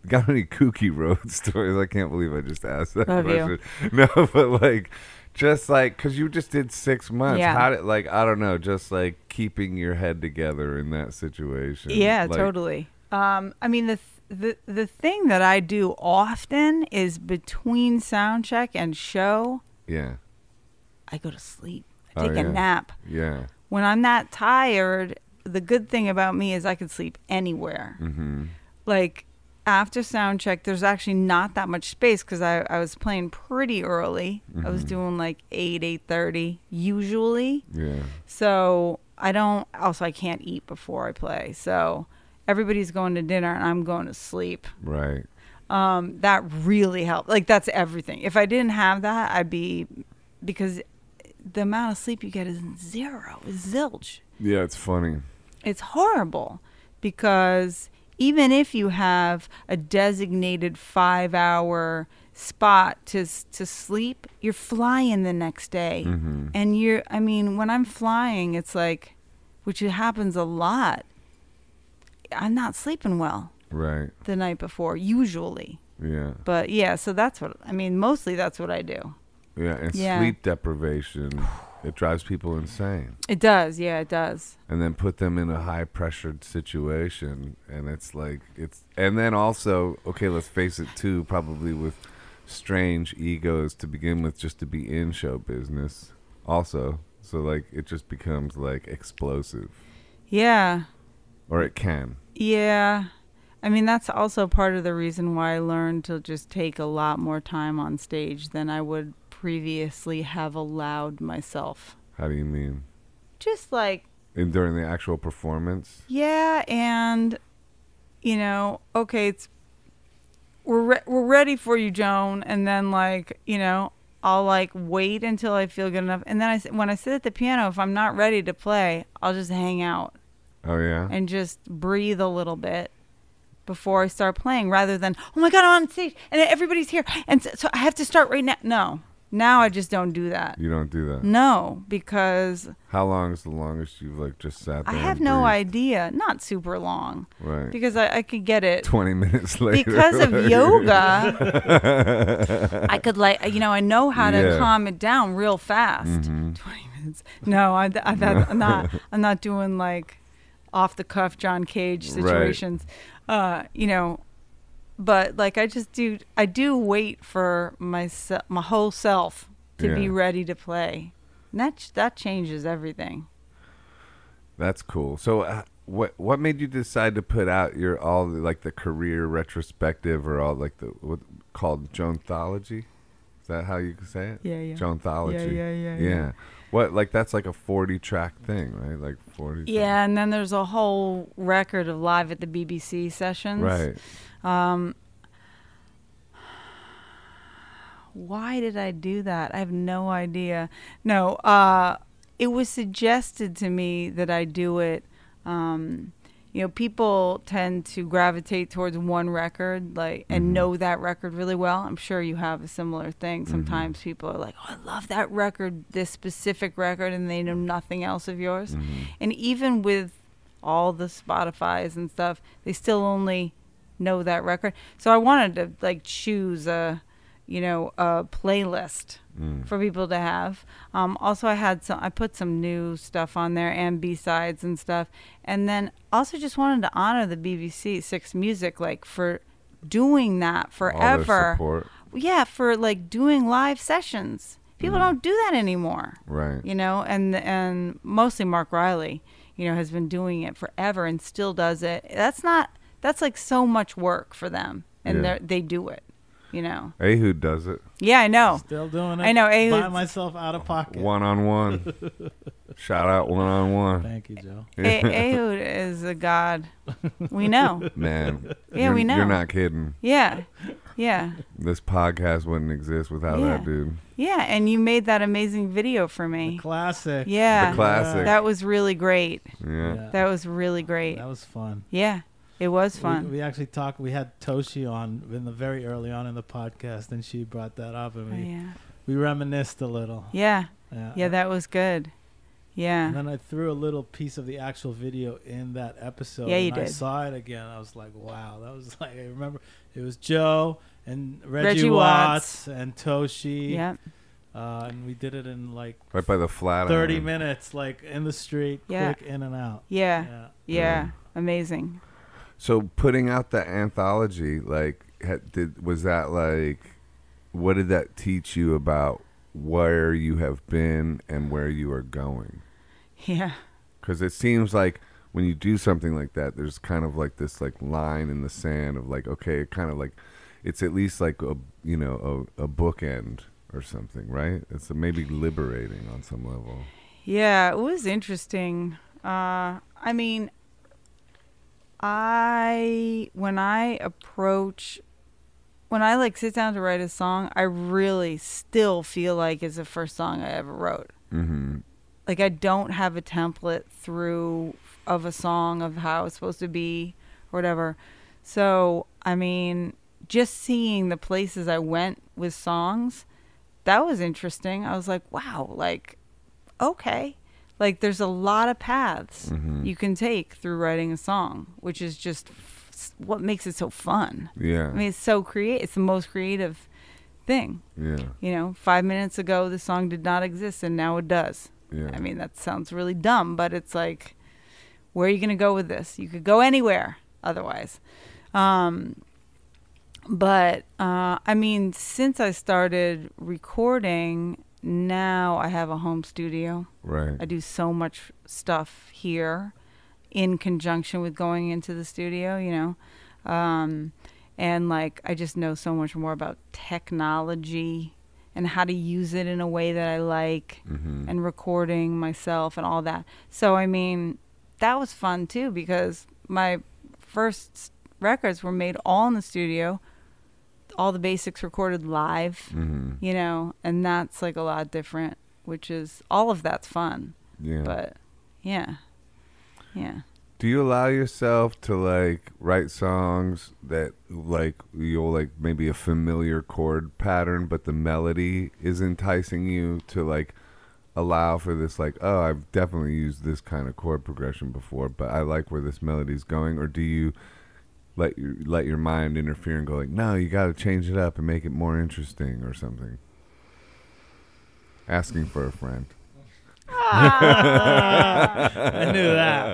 A: got any kooky road stories? I can't believe I just asked that
B: Love
A: question.
B: you.
A: No, but like, just like because you just did six months.
B: Yeah.
A: How did like I don't know? Just like keeping your head together in that situation.
B: Yeah,
A: Like,
B: totally. Um, I mean, the, th- the the thing that I do often is between sound check and show,
A: Yeah,
B: I go to sleep. I
A: Oh,
B: take
A: yeah.
B: a nap.
A: yeah.
B: When I'm that tired, the good thing about me is I can sleep anywhere.
A: Mm-hmm.
B: Like after sound check, there's actually not that much space because I, I was playing pretty early. I was
A: Mhm.
B: doing like eight eight thirty usually.
A: Yeah.
B: So I don't. Also, I can't eat before I play. So everybody's going to dinner and I'm going to sleep.
A: Right.
B: Um, that really helped. Like that's everything. If I didn't have that, I'd be because the amount of sleep you get is zero, is zilch.
A: Yeah, it's funny.
B: it's horrible because even if you have a designated five hour spot to s- to sleep, you're flying the next day,
A: Mhm.
B: and you're. I mean, when I'm flying, it's like, which it happens a lot. I'm not sleeping well
A: Right.
B: the night before usually,
A: Yeah.
B: but yeah. So that's what I mean. Mostly that's what I do.
A: Yeah. And
B: Yeah.
A: sleep deprivation, it drives people insane.
B: It does, yeah, it does.
A: And then put them in a high pressured situation. And it's like, it's, and then also, okay, let's face it too, probably with strange egos to begin with, just to be in show business also. So, like, it just becomes like explosive,
B: Yeah.
A: or it can.
B: Yeah. I mean, that's also part of the reason why I learned to just take a lot more time on stage than I would previously have allowed myself.
A: How do you mean?
B: Just like,
A: And during the actual performance?
B: yeah, and, you know, okay, it's, we're, re- we're ready for you, Joan. And then, like, you know, I'll like wait until I feel good enough. And then I, s- when I sit at the piano, if I'm not ready to play, I'll just hang out.
A: Oh, yeah?
B: and just breathe a little bit before I start playing rather than, oh my God, I'm on stage and everybody's here. And so, so I have to start right now. No, now I just don't do that.
A: You don't do that.
B: No, because
A: How long is the longest you've, like, just sat
B: I
A: there?
B: have
A: and
B: no
A: breathed?
B: idea. Not super long
A: Right.
B: because I, I could get it.
A: 20 minutes later.
B: Because of yoga, I could like you know I know how to
A: Yeah.
B: calm it down real fast.
A: Mhm.
B: Twenty minutes. No, I, I, that, I'm not. I'm not doing like off the cuff John Cage
A: Right.
B: situations. Uh, you know, but like I just do. I do wait for myself, my whole self, to be
A: Yeah.
B: ready to play. And that ch- that changes everything.
A: That's cool. So, uh, what what made you decide to put out your all the, like the career retrospective or all like the what called Jonthology? Is that how you could say it?
B: Yeah, yeah.
A: Jonthology.
B: Yeah, yeah, yeah,
A: Yeah.
B: yeah.
A: What like that's like a forty track thing, right? Like forty.
B: Yeah, and then there's a whole record of live at the BBC sessions.
A: Right.
B: Um, why did I do that? I have no idea. No, uh, it was suggested to me that I do it. Um, you know, people tend to gravitate towards one record, like, and know that record really well. I'm sure you have a similar thing. Sometimes people are like, "Oh, I love that record, this specific record," and they know nothing else of yours.
A: Mm-hmm.
B: And even with all the Spotify's and stuff, they still only know that record. So I wanted to like choose a, you know, a playlist
A: Mm.
B: for people to have. Um, also, I had some. I put some new stuff on there and B sides and stuff. And then also just wanted to honor the BBC Six Music like for doing that
A: All their
B: forever.
A: support.
B: Yeah, for like doing live sessions.
A: Mm.
B: People don't do that anymore
A: Right.
B: you know and and mostly mark riley you know has been doing it forever and still does it that's not that's like so much work for them and
A: Yeah.
B: they're they do it you know
A: Ehud does it
B: yeah i know
C: Still doing it.
B: Oh. I know, eh,
C: Buy
B: it's-
C: myself out of pocket.
A: one on one. Shout out one on one,
C: Thank you, Joe.
B: A- Ehud is a god we know
A: man.
B: Yeah,
A: you're-
B: we know.
A: You're not kidding.
B: yeah yeah
A: This podcast wouldn't exist without
B: Yeah.
A: that dude.
B: yeah and you made that amazing video for me
C: Classic.
B: yeah
A: The classic.
B: that was really great
A: yeah.
C: Yeah.
B: that was really great
C: That was fun.
B: yeah it was
C: We-
B: fun
C: We, actually talked. We had Toshi on in the very early on in the podcast, and she brought that up, and
B: Oh,
C: we
B: yeah
C: we reminisced a little.
B: yeah
C: Yeah.
B: yeah that uh, was good yeah
C: And then I threw a little piece of the actual video in that episode.
B: Yeah, you
C: and I
B: did.
C: saw it again. I was like, wow, that was like I remember it was Joe and Reggie,
B: Reggie
C: Watts, and Toshi.
B: yeah
C: Uh, and we did it in like
A: Right by the flat.
C: 30
A: iron.
C: minutes, like in the street,
B: Yeah.
C: quick in and out.
B: yeah
C: Yeah.
B: Yeah,
A: Yeah.
B: amazing.
A: So putting out the anthology, like, ha- did was that like, what did that teach you about where you have been and where you are going?
B: Yeah,
A: Because it seems like when you do something like that, there's kind of like this like line in the sand of like, okay, it kind of like, it's at least like a you know a, a bookend or something, right? It's maybe liberating on some level.
B: yeah, it was interesting. Uh, I mean, I when I approach, when I like sit down to write a song, I really still feel like it's the first song I ever wrote.
A: Mm-hmm.
B: like I don't have a template through of a song of how it's supposed to be or whatever. So, I mean, just seeing the places I went with songs, that was interesting. I was like, wow, like okay. Like there's a lot of paths
A: Mhm.
B: you can take through writing a song, which is just f- what makes it so fun.
A: Yeah.
B: I mean, it's so creative. It's the most creative thing.
A: yeah.
B: You know, five minutes ago, the song did not exist, and now it does.
A: Yeah.
B: I mean, that sounds really dumb, but it's like, where are you going to go with this? You could go anywhere otherwise. Um, but uh, I mean, since I started recording, now I have a home studio.
A: right.
B: I do so much stuff here in conjunction with going into the studio, you know. Um, and like I just know so much more about technology and how to use it in a way that I like
A: mm-hmm.
B: and recording myself and all that. So I mean, that was fun too because my first s- records were made all in the studio. All the basics recorded live,
A: mm-hmm.
B: you know, and that's like a lot different, which is all of that's fun
A: Yeah.
B: but yeah yeah
A: Do you allow yourself to like write songs that like you'll like maybe a familiar chord pattern, but the melody is enticing you to like allow for this like oh I've definitely used this kind of chord progression before, but I like where this melody's going, or do you let your let your mind interfere and go like no you got to change it up and make it more interesting or something? Asking for a friend.
C: I knew that.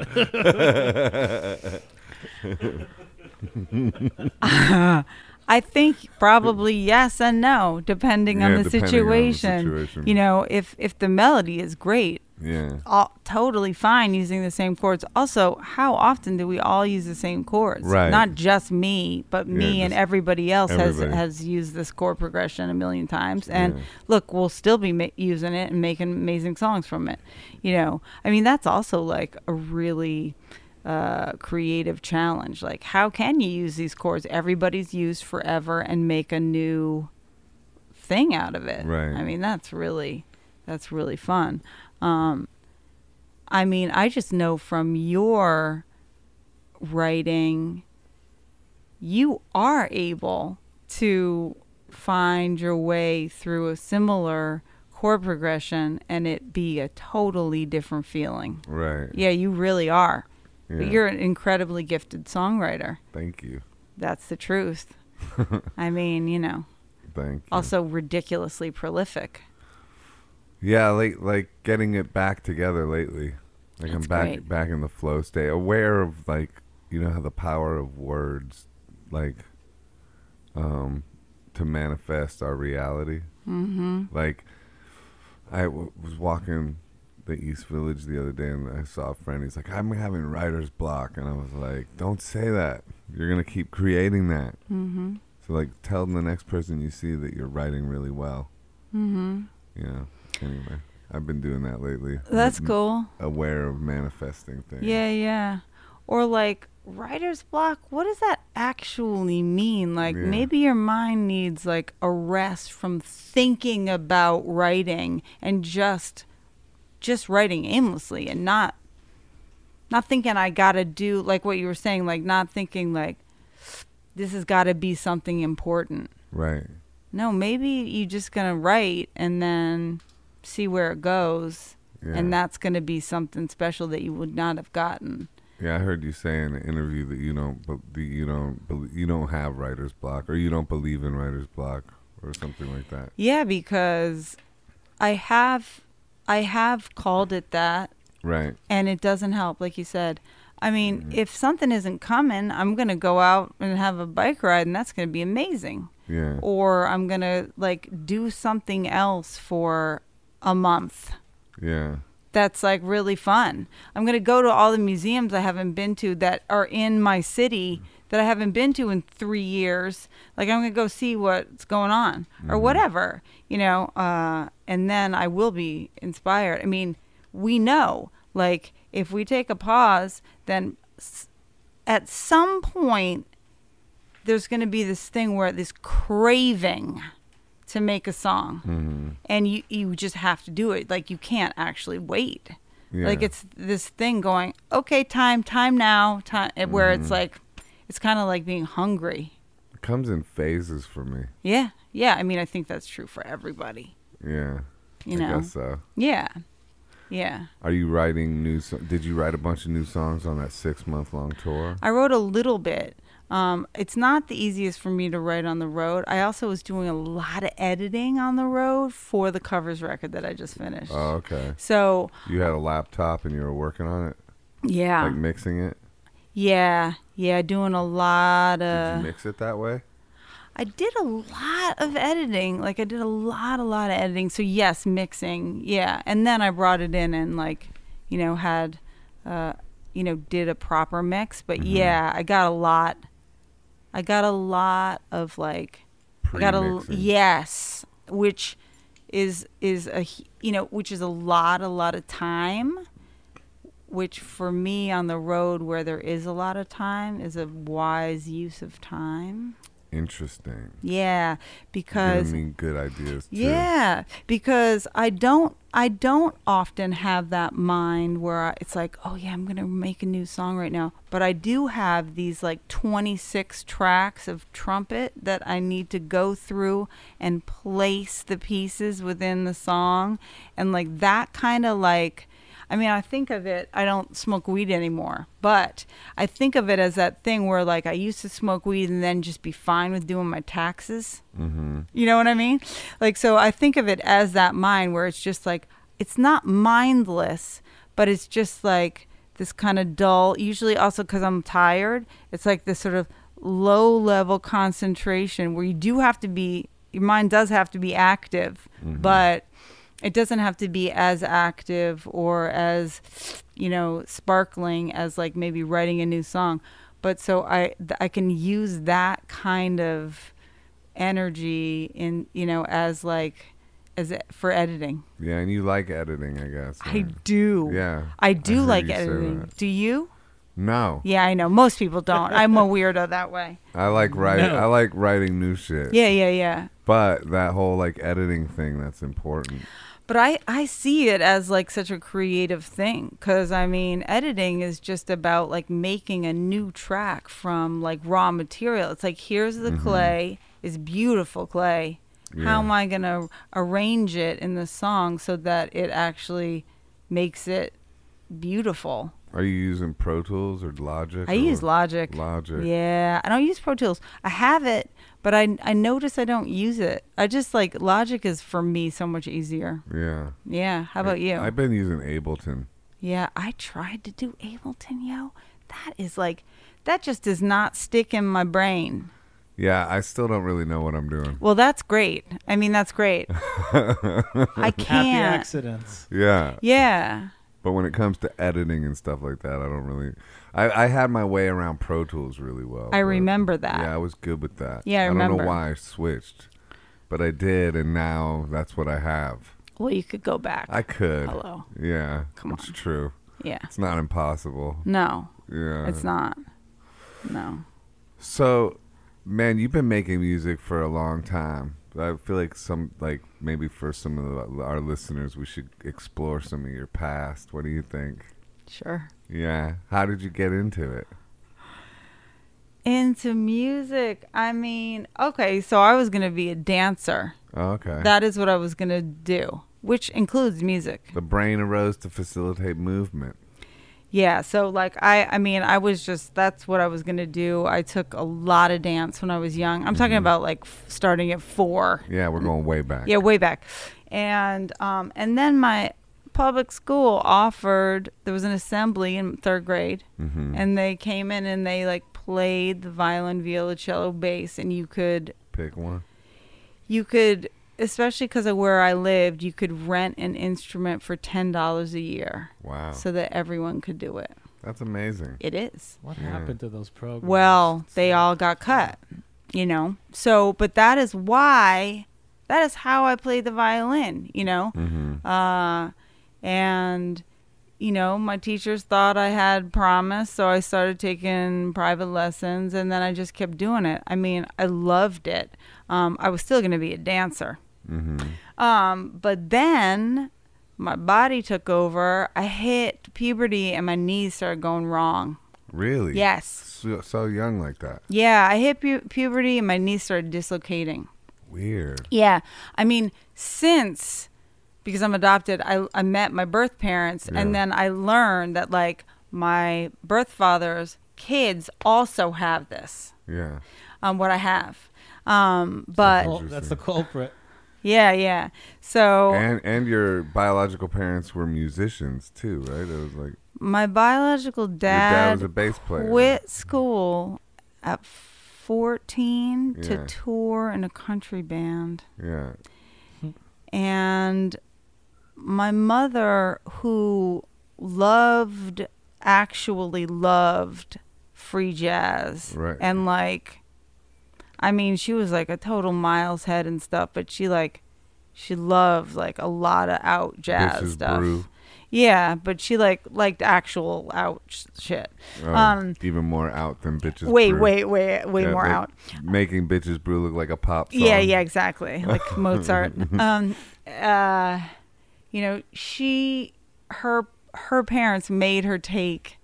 B: i think probably yes and no depending on
A: Yeah,
B: the
A: depending on the
B: situation
A: situation.
B: you know if if the melody is great
A: Yeah.
B: all totally fine using the same chords also how often do we all use the same chords
A: Right.
B: not just me but
A: Yeah,
B: me and
A: just
B: everybody else
A: everybody.
B: has has used this chord progression a million times and
A: Yeah.
B: look we'll still be ma- using it and making amazing songs from it you know i mean that's also like a really uh, creative challenge. Like, how can you use these chords everybody's used forever and make a new thing out of it?
A: Right.
B: I mean, that's really that's really fun. Um, I mean, I just know from your writing, you are able to find your way through a similar chord progression and it be a totally different feeling.
A: Right.
B: Yeah, you really are.
A: Yeah.
B: You're an incredibly gifted songwriter.
A: Thank you.
B: That's the truth. I mean, you know,
A: Thank you.
B: also ridiculously prolific.
A: Yeah, like like getting it back together lately. Like I'm
B: That's
A: back
B: great.
A: back in the flow state, aware of like you know how the power of words, like, um, to manifest our reality.
B: Mm-hmm.
A: Like, I w- was walking the East Village the other day, and I saw a friend. He's like, "I'm having writer's block," and I was like, "Don't say that. You're gonna keep creating that."
B: Mm-hmm.
A: So like, tell the next person you see that you're writing really well.
B: Mm-hmm.
A: You know. Anyway, I've been doing that lately.
B: That's
A: M-
B: cool.
A: aware of manifesting things.
B: Yeah, yeah. Or like writer's block, what does that actually mean? Like
A: Yeah.
B: maybe your mind needs like a rest from thinking about writing and just just writing aimlessly and not not thinking I got to do like what you were saying, like not thinking like this has got to be something important.
A: Right.
B: No, maybe you're just going to write and then see where it goes.
A: Yeah.
B: And that's going to be something special that you would not have gotten.
A: yeah, I heard you say in an interview that you don't, be- that you don't, bel- you don't have writer's block, or you don't believe in writer's block, or something like that.
B: Yeah, because I have I have called it that
A: Right.
B: and it doesn't help like you said. I mean, if something isn't coming, I'm going to go out and have a bike ride and that's going to be amazing.
A: Yeah.
B: Or I'm going to like do something else for a month.
A: Yeah.
B: That's like really fun. I'm going to go to all the museums I haven't been to that are in my city that I haven't been to in 3 years. Like I'm going to go see what's going on or whatever, you know, uh and then I will be inspired. I mean, we know like if we take a pause, then s- at some point there's going to be this thing where this craving to make a song
A: mm-hmm,
B: and you you just have to do it like you can't actually wait
A: Yeah.
B: like it's this thing going okay time time now time where
A: Mm-hmm.
B: it's like it's kind of like being hungry
A: It comes in phases for me.
B: yeah yeah i mean i think that's true for everybody
A: Yeah.
B: you
A: I
B: know
A: guess so.
B: yeah yeah
A: Are you writing new? So- Did you write a bunch of new songs on that six month long tour?
B: I wrote a little bit. Um, it's not the easiest for me to write on the road. I also was doing a lot of editing on the road for the covers record that I just finished.
A: Oh, okay.
B: so
A: You had a laptop and you were working on it,
B: yeah,
A: like mixing it.
B: yeah, yeah, doing a lot
A: Did you
B: of.
A: mix it that way?
B: I did a lot of editing. Like I did a lot, a lot of editing. So yes, mixing. Yeah, and then I brought it in and like, you know, had, uh, you know, did a proper mix. But yeah, I got a lot. I got a lot of like. I got a
A: Pre-mixing.
B: yes, which is is a h- you know which is a lot a lot of time. Which for me on the road where there is a lot of time is a wise use of time.
A: Interesting.
B: Yeah,
A: I
B: because
A: mean, good ideas too.
B: yeah, because I don't I don't often have that mind where I, it's like, oh yeah, I'm going to make a new song right now, but I do have these like 26 tracks of trumpet that I need to go through and place the pieces within the song and like that kind of like I mean, I think of it, I don't smoke weed anymore, but I think of it as that thing where, like, I used to smoke weed and then just be fine with doing my taxes. Mm-hmm. You know what I mean? Like, so I think of it as that mind where it's just like, it's not mindless, but it's just like this kind of dull, usually also because I'm tired, it's like this sort of low level concentration where you do have to be, your mind does have to be active,
A: mm-hmm.
B: but it doesn't have to be as active or as you know sparkling as like maybe writing a new song but so i th- i can use that kind of energy in you know as like as e- for editing
A: Yeah, and you like editing, I guess.
B: i
A: right?
B: do
A: Yeah.
B: i do
A: heard
B: like
A: you say
B: editing
A: that.
B: do you
A: No,
B: yeah i know most people don't i'm a weirdo that way
A: I like writing.
C: No.
A: I like writing new shit.
B: yeah yeah yeah
A: But that whole like editing thing, that's important.
B: But I, I see it as like such a creative thing because I mean, editing is just about like making a new track from like raw material. It's like, here's the clay, it's beautiful clay.
A: Yeah.
B: How am I going to arrange it in the song so that it actually makes it beautiful?
A: Are you using Pro Tools or Logic?
B: I use
A: or-
B: Logic.
A: Logic.
B: Yeah, I don't use Pro Tools. I have it, but I, I notice I don't use it. I just like Logic is for me so much easier.
A: Yeah.
B: Yeah. How about you?
A: I've been using Ableton.
B: Yeah, I tried to do Ableton, yo. That is like, that just does not stick in my brain.
A: Yeah, I still don't really know what I'm doing.
B: Well, that's great. I mean, that's great. I
C: Happy
B: can't.
C: accidents.
A: Yeah.
B: Yeah.
A: But when it comes to editing and stuff like that, I don't really. I, I had my way around Pro Tools really well.
B: I
A: but-
B: remember that.
A: Yeah, I was good with that.
B: Yeah, I
A: don't know
B: remember.
A: why I switched, but I did, and now that's what I have.
B: Well, you could go back.
A: I could.
B: Hello.
A: Yeah.
B: Come
A: it's
B: on.
A: true.
B: Yeah.
A: It's not impossible.
B: No,
A: Yeah.
B: it's not. No.
A: So, man, you've been making music for a long time. I feel like some, like maybe for some of the, our listeners, we should explore some of your past. What do you think?
B: Sure.
A: Yeah. How did you get into it?
B: Into music. I mean, okay, so I was going to be a dancer.
A: Oh, okay.
B: That is what I was going to do, which includes music.
A: the brain arose to facilitate movement.
B: Yeah, so like I I mean, I was just that's what I was going to do. I took a lot of dance when I was young. I'm talking about like f- starting at 4.
A: Yeah, we're going way back.
B: Yeah, way Mm-hmm. back. And um and then my public school offered there was an assembly in 3rd grade
A: Mm-hmm.
B: and they came in and they like played the violin, viola, cello, bass and you could
A: Pick one.
B: you could especially cuz of where I lived, you could rent an instrument for $10 a year
A: Wow.
B: so that everyone could do it.
A: That's amazing.
B: Oh. It is.
C: What
A: Yeah.
C: happened to those programs?
B: Well, they all got cut, you know. So, but that is why, that Mm-hmm. is how I played the violin, you know.
A: Mm-hmm.
B: Uh, and you know, my teachers thought I had promise, so I started taking private lessons and then I just kept doing it. I mean, I loved it. Um, I was still going to be a dancer.
A: Mm-hmm.
B: Um, but then my body took over. I hit puberty and my knees started going wrong.
A: Really?
B: Yes.
A: So, so young like that.
B: Yeah, I hit pu- puberty and my knees started dislocating.
A: Weird.
B: Yeah. I mean, since because I'm adopted, I I met my birth parents and
A: Yeah.
B: then I learned that like my birth father's kids also have this.
A: Yeah.
B: Um what I have. Um but
A: Uh-huh.
C: Well, that's the culprit.
B: yeah, yeah. So
A: And and your biological parents were musicians too, right? It was like
B: my biological
A: your dad
B: dad,
A: was a bass player.
B: quit school at 14
A: Yeah.
B: to tour in a country band.
A: Yeah.
B: and my mother who loved actually loved free jazz
A: Right.
B: and like i mean she was like a total miles head and stuff but she like she loved like a lot of out jazz
A: Bitches
B: stuff
A: brew.
B: yeah but she like liked actual out sh- shit
A: Oh,
B: Um,
A: even more out than bitches.
B: wait
A: brew.
B: wait wait way
A: Yeah,
B: more
A: like
B: out
A: Making bitches brew look like a pop song. Mm-hmm.
B: Yeah, yeah, exactly. Like Mozart. Um, uh, you know, she, her, her parents made her take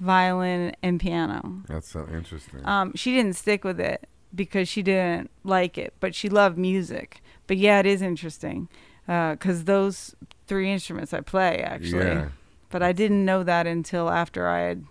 B: violin and piano.
A: That's so interesting.
B: Um, she didn't stick with it because she didn't like it, but she loved music. But yeah, it is interesting because those three instruments I play actually.
A: Yeah.
B: But I didn't know that until after I had,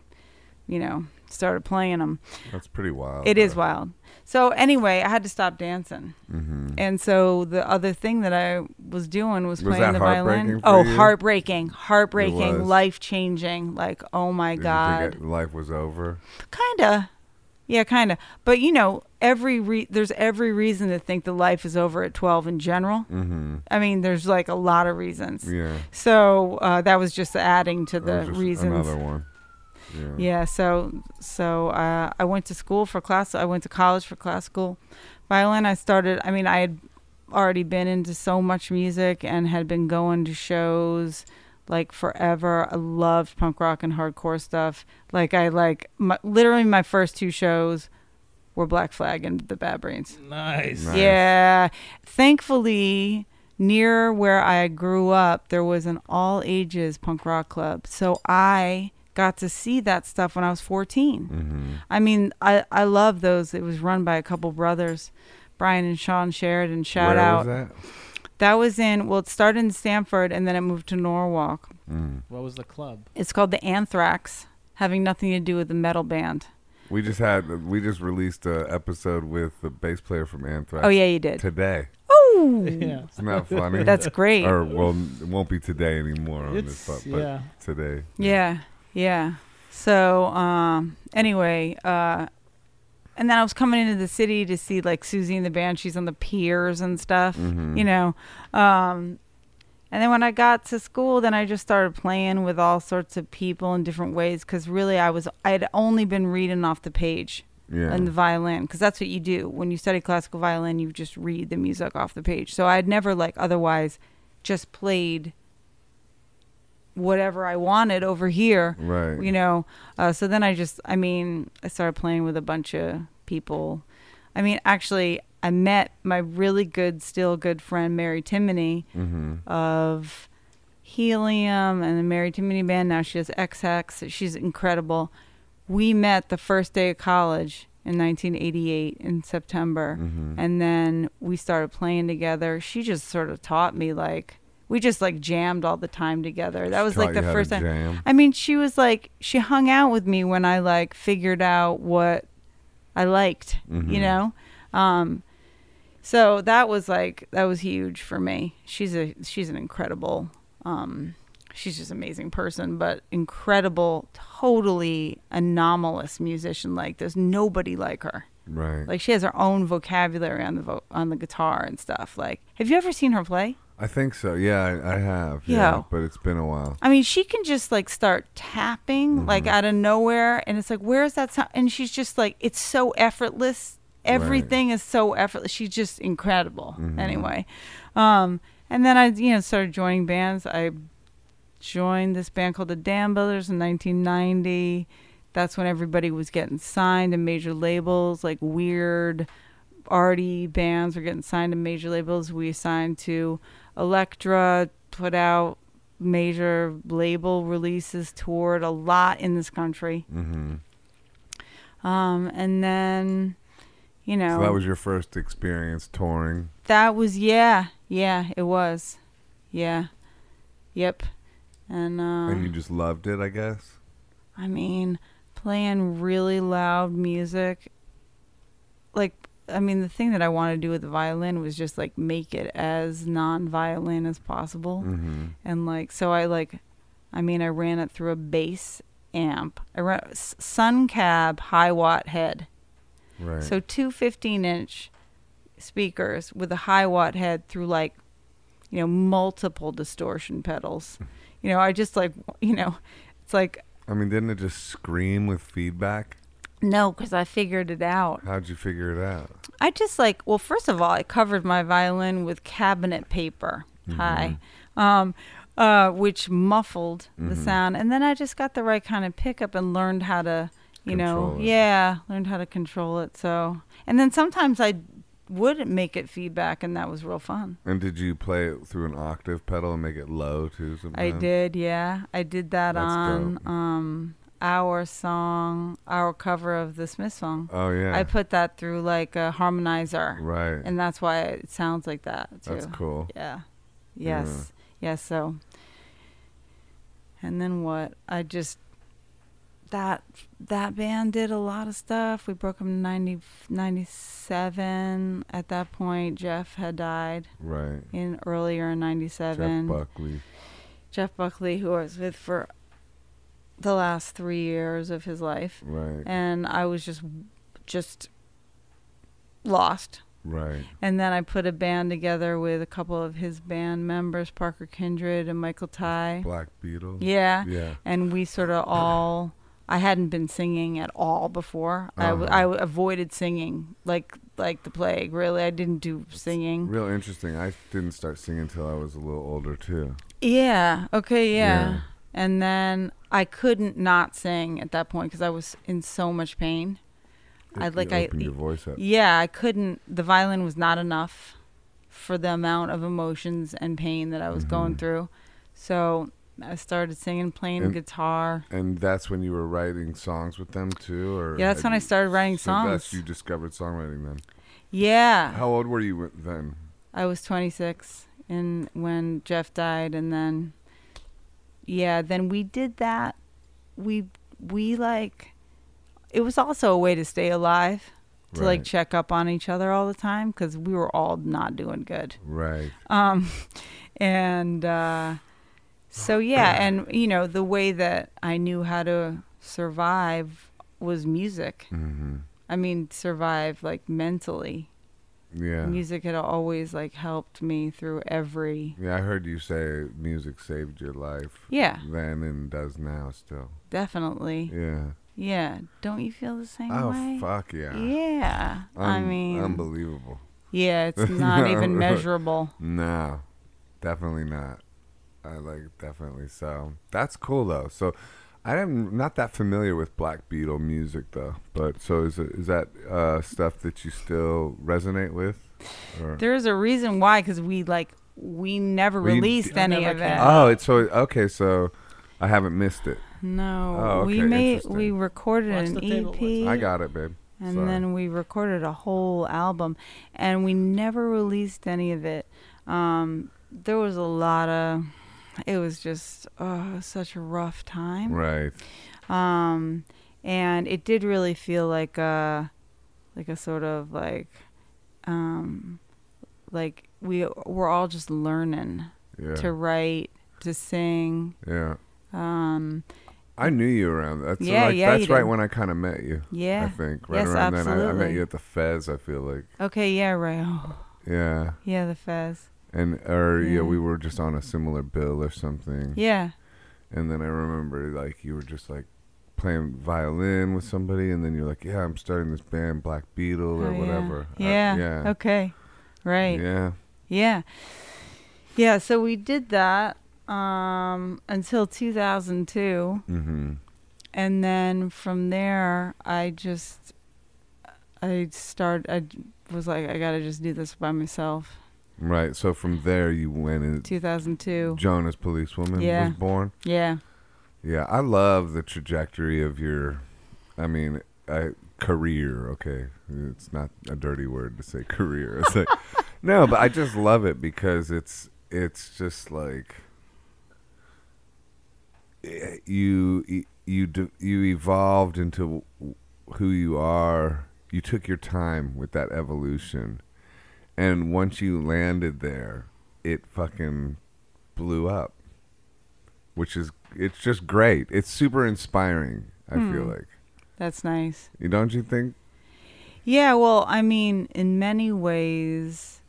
B: you know, started playing them.
A: That's pretty wild.
B: It is wild. So anyway, I had to stop dancing.
A: Mm-hmm.
B: And so the other thing that I was doing was,
A: Was
B: playing
A: that
B: the violin.
A: heartbreaking for
B: Oh,
A: you?
B: heartbreaking, heartbreaking,
A: was.
B: life changing. Like, oh my god,
A: life was over.
B: kinda, yeah, kinda. But you know, every re- there's every reason to think that life is over at 12 in general.
A: Mm-hmm.
B: I mean, there's like a lot of reasons.
A: Yeah.
B: So uh, that was just adding to
A: That
B: the
A: was just
B: reasons.
A: Another one. Yeah.
B: Yeah, so so uh, I went to school for class. I went to college for classical violin. I started. I mean, I had already been into so much music and had been going to shows like forever. I loved punk rock and hardcore stuff. Like I like my, literally my first two shows were Black Flag and the Bad Brains.
C: Nice.
A: Nice.
B: Yeah, thankfully. Near where I grew up, there was an all ages punk rock club. So I got to see that stuff when I was 14.
A: Mm-hmm.
B: I mean, I, I love those. It was run by a couple brothers, Brian and Sean Sheridan. Shout
A: Where
B: out.
A: Was
B: That was in, well, it started in Stanford and then it moved to Norwalk.
A: that? Mm.
C: What was the club?
B: It's called the Anthrax, having nothing to do with the metal band.
A: We just had we just released a episode with the bass player from Anthrax.
B: Oh, yeah, you did.
A: Today.
B: Oh,
C: Yeah.
A: Isn't that funny?
B: that's great.
A: Or well, it won't be today anymore on this,
C: It's
A: but, but
C: yeah.
A: today.
B: Yeah, yeah. So um, anyway, uh, and then I was coming into the city to see like Susie and the Banshees on the piers and stuff,
A: Mhm.
B: you know. Um, and then when I got to school, then I just started playing with all sorts of people in different ways because really I was I had only been reading off the page
A: Yeah.
B: on the violin because that's what you do when you study classical violin. You just read the music off the page. So I'd never like otherwise just played whatever I wanted over here
A: right.
B: you know uh, so then i just i mean i started playing with a bunch of people i mean actually i met my really good still good friend mary timony
A: mm-hmm.
B: of helium and the mary timony band now she does xx she's incredible we met the first day of college in 1988 in september
A: Mm-hmm.
B: and then we started playing together she just sort of taught me like we just like jammed all the time together that was like the first time
A: Jam.
B: I mean, she was like she hung out with me when I like figured out what I liked,
A: Mhm.
B: you know. Um so that was like that was huge for me. She's a she's an incredible um she's just an amazing person, but incredible, totally anomalous musician like there's nobody like her.
A: Right.
B: Like she has her own vocabulary on the vo- on the guitar and stuff. Like have you ever seen her play?
A: I think so. Yeah, I, I have. Yeah.
B: Yo.
A: But it's been a while.
B: I mean, she can just like start tapping like out of nowhere, and it's like, where is that sound? And she's just like, it's so effortless. Everything is so effortless. She's just incredible.
A: Mhm.
B: Anyway, um, and then I, you know, started joining bands. I joined this band called the Dam Brothers in 1990. That's when everybody was getting signed to major labels, like weird arty bands were getting signed to major labels. We signed to Elektra, put out major label releases, toured a lot in this country.
A: Mm-hmm.
B: Um, and then, you know,
A: So that was your first experience touring.
B: that was yeah, yeah, it was, yeah, yep, and um,
A: and you just loved it, I guess.
B: I mean, playing really loud music. Like, I mean, the thing that I wanted to do with the violin was just like make it as non-violin as possible.
A: Mm-hmm.
B: and like so i like i mean i ran it through a bass amp i ran S- sun cab high watt head
A: Right.
B: so two 15 inch speakers with a high watt head through like you know multiple distortion pedals you know i just like you know it's like
A: I mean, didn't it just scream with feedback?
B: no because i figured it out
A: How'd you figure it out?
B: I just like well, first of all, I covered my violin with cabinet paper. Hi,
A: Mm-hmm.
B: um, uh, which muffled the sound, and then I just got the right kind of pickup and learned how to, you know,
A: Control it.
B: yeah, learned how to control it. So, and then sometimes I would make it feedback, and that was real fun.
A: Mm-hmm. And did you play it through an octave pedal and make it low too?
B: I
A: sometimes?
B: did, yeah, I did that
A: That's
B: on
A: dope.
B: um, our song, our cover of the Smith song.
A: Oh yeah.
B: I put that through like a harmonizer.
A: right.
B: and that's why it sounds like that too.
A: That's cool.
B: Yeah.
A: Yeah.
B: Yes. Yes. So. And then what? I just that that band did a lot of stuff. We broke up in 90, 97. At that point, Jeff had died
A: Right.
B: in earlier in ninety seven.
A: Jeff Buckley.
B: Jeff Buckley, who I was with for the last three years of his life,
A: Right.
B: and I was just just lost.
A: right.
B: And then I put a band together with a couple of his band members, Parker Kindred and Michael Ty.
A: Black Beetle.
B: Yeah.
A: Yeah.
B: And we sort of all, I hadn't been singing at all before. I w I
A: Uh-huh.
B: I, avoided singing like like the plague, really. I didn't do singing.
A: Real interesting. I didn't start singing until I was a little older too.
B: Yeah. Okay. Yeah.
A: Yeah.
B: And then I couldn't not sing at that point because I was in so much pain. I
A: If
B: like
A: you
B: I
A: open your voice up.
B: Yeah, I couldn't. The violin was not enough for the amount of emotions and pain that I was going
A: Mhm.
B: through. So I started singing, playing
A: And-
B: guitar.
A: And that's when you were writing songs with them too, or
B: Yeah, that's
A: had
B: when I
A: you-
B: started writing
A: so
B: songs. Uh,
A: That's you discovered songwriting then.
B: Yeah,
A: How old were you when- then?
B: I was 26, and when Jeff died, and then yeah, then we did that. We we like it was also a way to stay alive to like
A: Right.
B: check up on each other all the time because we were all not doing good.
A: Right.
B: um and uh so yeah and you know the way that i knew how to survive was music
A: hmm
B: i mean survive like mentally
A: Yeah.
B: music had always like helped me through every
A: Yeah, I heard you say music saved your life
B: yeah
A: then and does now still.
B: definitely
A: Yeah.
B: yeah don't you feel the same
A: Oh
B: way
A: fuck yeah.
B: yeah i
A: Un-
B: mean
A: unbelievable.
B: yeah it's not even measurable
A: No, definitely not. I like definitely so. That's cool though. So, I am not that familiar with Black Beetle music though. But so is it, is that uh, stuff that you still resonate with? Or?
B: there's a reason why because we like we never
A: Well, you d-
B: released
C: I
B: any
C: never
B: of
C: came
B: it
A: Oh, it's so okay. So I haven't missed it.
B: No,
A: Oh,
B: we
A: okay,
B: made
A: interesting.
B: we recorded
C: Watch
B: an
C: the table, watch the
B: EP
A: I got it, babe.
B: and
A: Sorry.
B: then we recorded a whole album and we never released any of it. Um there was a lot of it was just oh, such a rough time.
A: Right.
B: Um and it did really feel like a like a sort of like um like we were all just learning
A: Yeah.
B: to write, to sing.
A: yeah.
B: Um
A: I knew you around. That's
B: Yeah,
A: like,
B: yeah,
A: That's
B: you
A: right
B: did.
A: when I kind of met you.
B: yeah.
A: I think right
B: Yes,
A: around then. I, I met
B: absolutely.
A: you at the Fez. I feel like.
B: Okay, yeah, right. Oh,
A: Yeah.
B: yeah, the Fez.
A: and or yeah.
B: Yeah.
A: we were just on a similar bill or something
B: Yeah,
A: and then i remember like you were just like playing violin with somebody and then you're like yeah i'm starting this band black beetle or
B: Oh, yeah.
A: whatever I-
B: yeah. Oh,
A: yeah
B: Okay, right. Yeah.
A: yeah
B: yeah, So we did that, um, until 2002.
A: Mm-hmm.
B: and then from there i just i start i j- was like i gotta just do this by myself
A: Right. So from there, you went and
B: 2002
A: Jonas Policewoman
B: Yeah.
A: was born.
B: yeah
A: Yeah, I love the trajectory of your, I mean, I, career. Okay, it's not a dirty word to say career. It's like, no, but I just love it because it's it's just like eh, you you d- you evolved into who you are. You took your time with that evolution, and once you landed there, it fucking blew up which is it's just great. It's super inspiring. I feel
B: Hmm.
A: like
B: that's nice
A: you don't you think?
B: yeah well i mean in many ways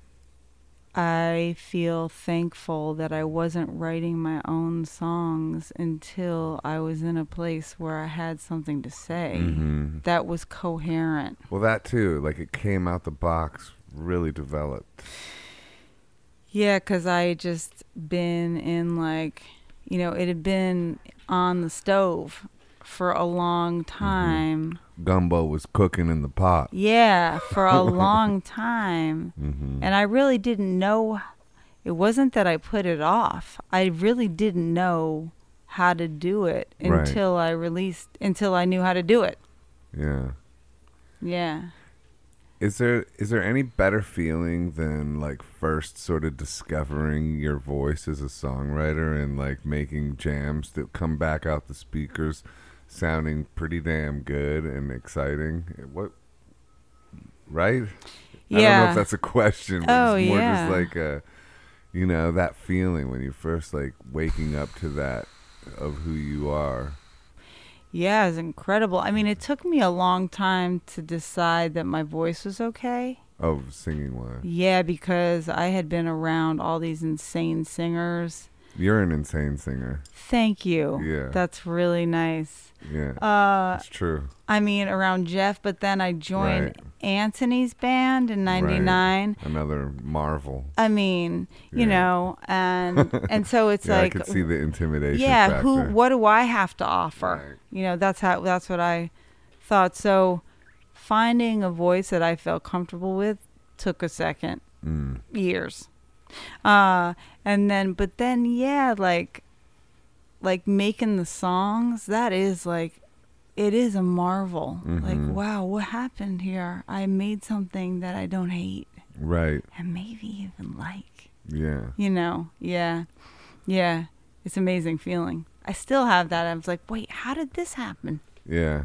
B: i feel thankful that i wasn't writing my own songs until i was in a place where i had something to say
A: Mm-hmm.
B: that was coherent
A: Well, that too. Like it came out the box, really developed.
B: Yeah, 'cause I had just been in like, you know, it had been on the stove for a long time.
A: Gumbo was cooking in the pot.
B: Yeah, for a long time.
A: Mm-hmm.
B: And I really didn't know. It wasn't that I put it off, I really didn't know how to do it
A: Right.
B: until I released, until I knew how to do it.
A: yeah.
B: Yeah.
A: Is there is there any better feeling than like first sort of discovering your voice as a songwriter and like making jams that come back out the speakers sounding pretty damn good and exciting? What right? I don't know
B: Yeah.
A: if that's a question, but
B: Oh,
A: it's more
B: yeah.
A: just like uh you know, that feeling when you're first like waking up to that of who you are.
B: Yeah, it's incredible. I mean, it took me a long time to decide that my voice was okay.
A: Of singing wise.
B: Yeah, because I had been around all these insane singers.
A: You're an insane singer.
B: Thank you.
A: Yeah.
B: That's really nice.
A: Yeah.
B: Uh,
A: it's true.
B: I mean, around Jeff, but then I joined
A: Right.
B: Anthony's band in
A: Right.
B: '99.
A: Another marvel.
B: I mean,
A: Yeah.
B: you know, and and so it's
A: yeah,
B: like,
A: I could see the intimidation.
B: yeah,
A: factor.
B: who? What do I have to offer?
A: Right.
B: You know, that's how. That's what I thought. So, finding a voice that I felt comfortable with took a second.
A: Mm.
B: years. Uh and then but then yeah, like like making the songs, that is like it is a marvel.
A: Mhm.
B: Like, wow, what happened here? I made something that I don't hate
A: Right.
B: and maybe even like.
A: Yeah.
B: You know, yeah. Yeah. It's amazing feeling. I still have that. I was like, wait, how did this happen?
A: Yeah.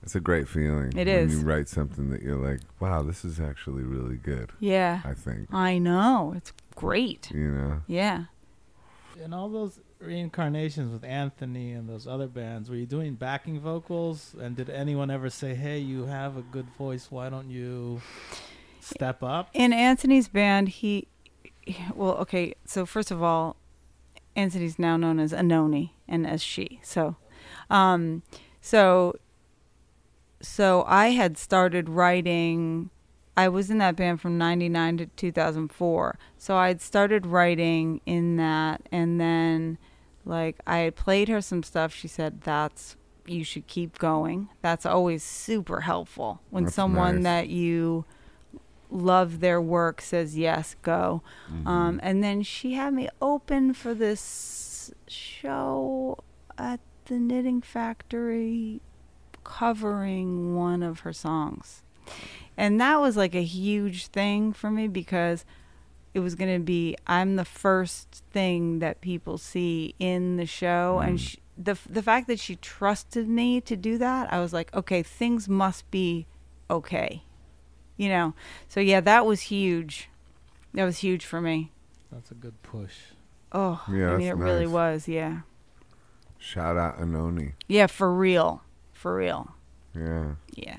A: It's a great feeling. when
B: It is.
A: You write something that you're like, wow, this is actually really good.
B: Yeah.
A: I think.
B: I know. It's great.
A: You know.
B: Yeah.
C: In all those reincarnations with Anthony and those other bands, were you doing backing vocals? And did anyone ever say, "Hey, you have a good voice. Why don't you step up?"
B: in Anthony's band, he well, okay. So first of all, Anthony's now known as Anoni and as she. So, um, so, so I had started writing. I was in that band from '99 to 2004. So I had started writing in that, and then like I had played her some stuff. She said that's you should keep going. That's always super helpful when
A: That's
B: someone
A: nice.
B: that you love their work says yes go
A: Mm-hmm.
B: um, and then she had me open for this show at the knitting factory covering one of her songs and that was like a huge thing for me because it was going to be i'm the first thing that people see in the show and
A: Mm.
B: she, the, f- the fact that she trusted me to do that i was like okay things must be okay you know so yeah that was huge that was huge for me
C: That's a good push.
B: oh
A: Yeah,
B: i mean it
A: that's
B: really
A: nice.
B: was yeah
A: Shout out Anoni.
B: yeah for real for real
A: Yeah.
B: yeah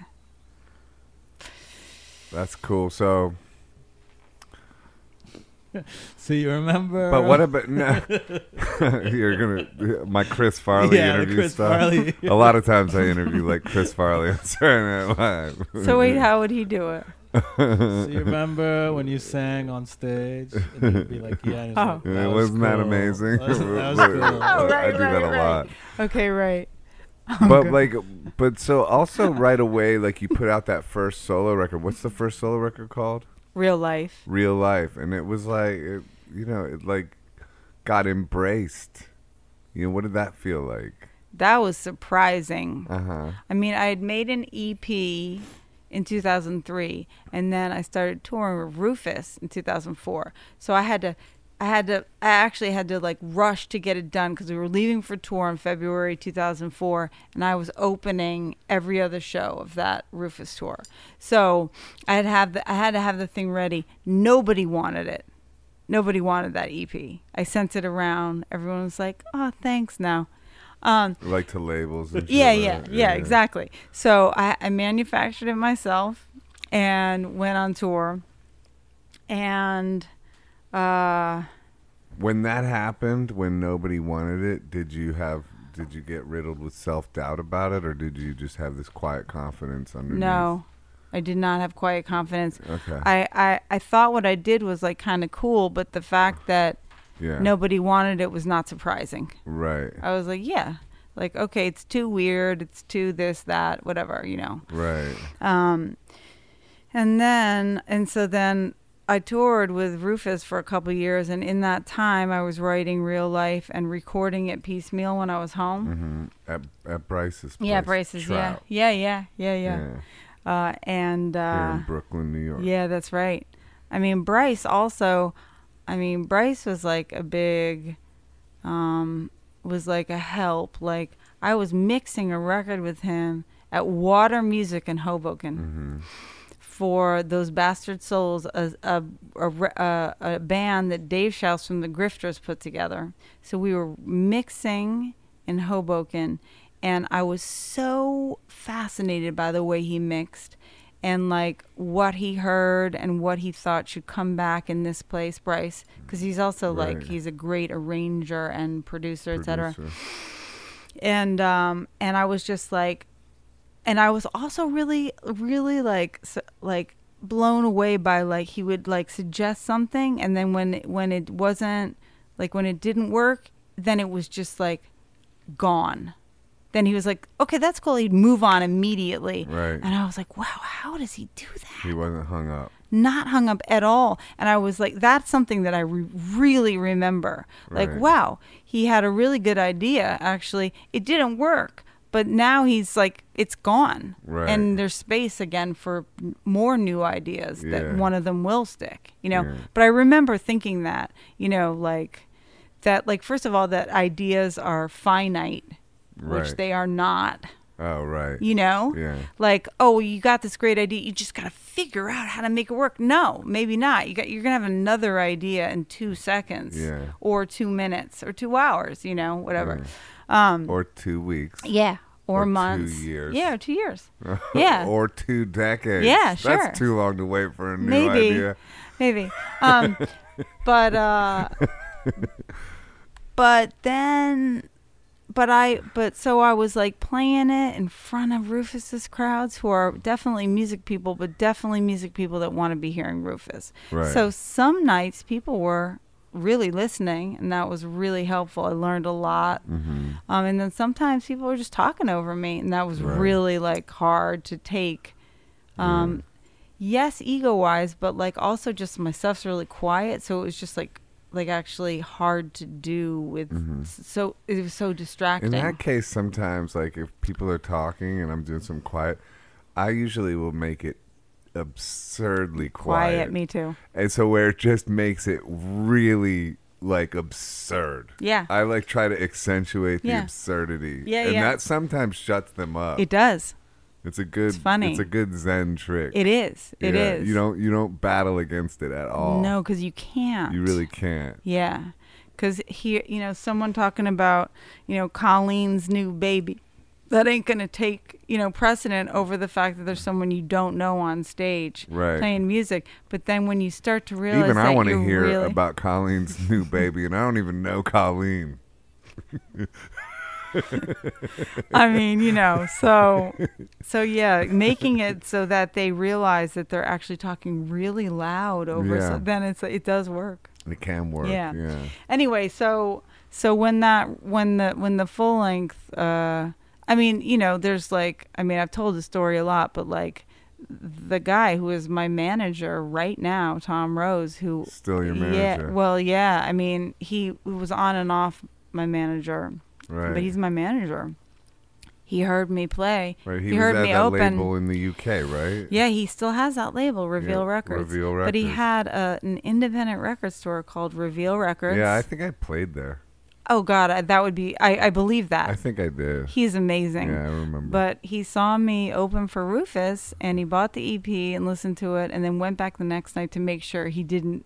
A: That's cool. So,
C: So you remember?
A: but what about no? you're gonna my Chris Farley
C: yeah, the
A: interview
C: Chris
A: stuff.
C: Farley.
A: A lot of times I interview like Chris Farley on Saturday Night Live.
B: so wait how would he do it
C: So you remember when you sang on stage? And you'd be like, yeah. and it's
B: Oh.
C: like,
A: It
C: that was
A: wasn't that
C: cool.
A: amazing? uh,
C: That was, that was cool.
B: Oh, right,
A: I do that
B: right,
A: a
B: right.
A: lot.
B: Okay, right.
A: but like but so also right away like you put out that first solo record what's the first solo record called
B: Real life.
A: real life and it was like it, you know it like got embraced you know what did that feel like
B: That was surprising.
A: uh-huh
B: I mean, I had made an EP in 2003, and then I started touring with Rufus in 2004. So I had to, I had to, I actually had to like rush to get it done because we were leaving for tour in February 2004, and I was opening every other show of that Rufus tour. So I had to have, the, I had to have the thing ready. Nobody wanted it. Nobody wanted that EP. I sent it around. Everyone was like, "Oh, thanks." Now, um,
A: like to labels and shit,
B: yeah,
A: right?
B: yeah, yeah, exactly. So I, I manufactured it myself and went on tour. And uh,
A: when that happened when nobody wanted it did you have did you get riddled with self-doubt about it or did you just have this quiet confidence underneath
B: no, I did not have quiet confidence.
A: okay
B: I, I, I thought what I did was like kind of cool, but the fact that
A: yeah
B: nobody wanted it was not surprising.
A: right
B: I was like, yeah, like, okay, it's too weird, it's too this, that, whatever, you know.
A: right
B: Um, and then, and so then I toured with Rufus for a couple years, and in that time, I was writing real life and recording it piecemeal when I was home.
A: hmm at, at bryce's place,
B: Yeah, braces. Yeah,
A: Trout.
B: yeah, yeah, yeah, yeah. Uh, and
A: here
B: uh,
A: in Brooklyn, New York.
B: yeah, that's right. I mean, Bryce also, I mean, Bryce was like a big, um, was like a help. Like, I was mixing a record with him at Water Music in Hoboken
A: hmm
B: for those bastard souls a, a, a, re- a, a band that dave schaus from the grifters put together so we were mixing in hoboken and i was so fascinated by the way he mixed and like what he heard and what he thought should come back in this place bryce because he's also like
A: Right.
B: he's a great arranger and producer etc and um and I was just like and I was also really really like s like blown away by like he would like suggest something and then when when it wasn't like when it didn't work then it was just like gone then he was like okay that's cool he'd move on immediately
A: Right.
B: and I was like wow how does he do that
A: He wasn't hung up.
B: not hung up at all. And I was like, that's something that I re- really remember. Like,
A: Right.
B: wow, he had a really good idea, actually. It didn't work, but now he's like, it's gone.
A: Right.
B: And there's space again for n- more new ideas
A: Yeah.
B: that one of them will stick, you know?
A: Yeah.
B: But I remember thinking that, you know, like, that, like, first of all, that ideas are finite, which
A: Right.
B: they are not,
A: Oh, right.
B: you know?
A: Yeah.
B: like oh you got this great idea you just got to figure out how to make it work no maybe not you got you're going to have another idea in 2 seconds
A: Yeah.
B: or 2 minutes or 2 hours you know whatever um
A: Mm. Or two weeks.
B: yeah or,
A: or two
B: months
A: years.
B: yeah or 2 years yeah
A: or two decades.
B: Yeah, sure.
A: That's too long to wait for a new
B: maybe
A: idea.
B: maybe um but uh but then but i but so i was like playing it in front of rufus's crowds who are definitely music people but definitely music people that want to be hearing rufus
A: Right.
B: so some nights people were really listening and that was really helpful i learned a lot
A: Mm-hmm.
B: um, and then sometimes people were just talking over me, and that was
A: Right.
B: really like hard to take. Um, Yes, ego wise, but like also just my stuff's really quiet, so it was just like like actually hard to do with.
A: Mhm.
B: s- So it was so
A: In
B: distracting.
A: that case, sometimes, like, if people are talking and I'm doing some quiet, I usually will make it absurdly
B: quiet,
A: quiet.
B: me too.
A: And so where it just makes it really, like, absurd.
B: Yeah,
A: I, like, try to accentuate
B: Yeah.
A: the absurdity.
B: Yeah,
A: and
B: yeah.
A: that sometimes shuts them up.
B: it does.
A: It's a good.
B: It's funny.
A: It's a good Zen trick.
B: It is. It is.
A: Yeah, You don't. You don't battle against it at all.
B: No, because you can't.
A: You really can't.
B: Yeah. Because here, you know, someone talking about, you know, Colleen's new baby. That ain't going to take, you know, precedent over the fact that there's someone you don't know on stage
A: Right.
B: playing music. But then when you start to realize
A: even I
B: want
A: want
B: to
A: to hear about Colleen's new baby, and I don't even know Colleen.
B: I mean, you know, so so yeah, making it so that they realize that they're actually talking really loud over
A: Yeah.
B: so then it's it does work.
A: It can work.
B: Yeah.
A: yeah.
B: Anyway, so so when that when the when the full length uh I mean, you know, there's like I mean, I've told the story a lot, but like the guy who is my manager right now, Tom Rose, who
A: Still your
B: Yeah,
A: manager.
B: well, yeah. I mean, he was on and off my manager,
A: right.
B: but he's my manager. He heard me play.
A: right.
B: he
A: was
B: heard
A: at
B: me
A: that
B: open.
A: label in the UK, right?
B: Yeah, he still has that label, Reveal
A: Yeah,
B: Records.
A: Reveal
B: But he
A: Records.
B: had a, an independent record store called Reveal Records.
A: Yeah, I think I played there.
B: oh God, I, that would be. I, I believe that
A: I think I did.
B: Uh, he's amazing.
A: Yeah, I remember.
B: But he saw me open for Rufus, and he bought the EP and listened to it, and then went back the next night to make sure he didn't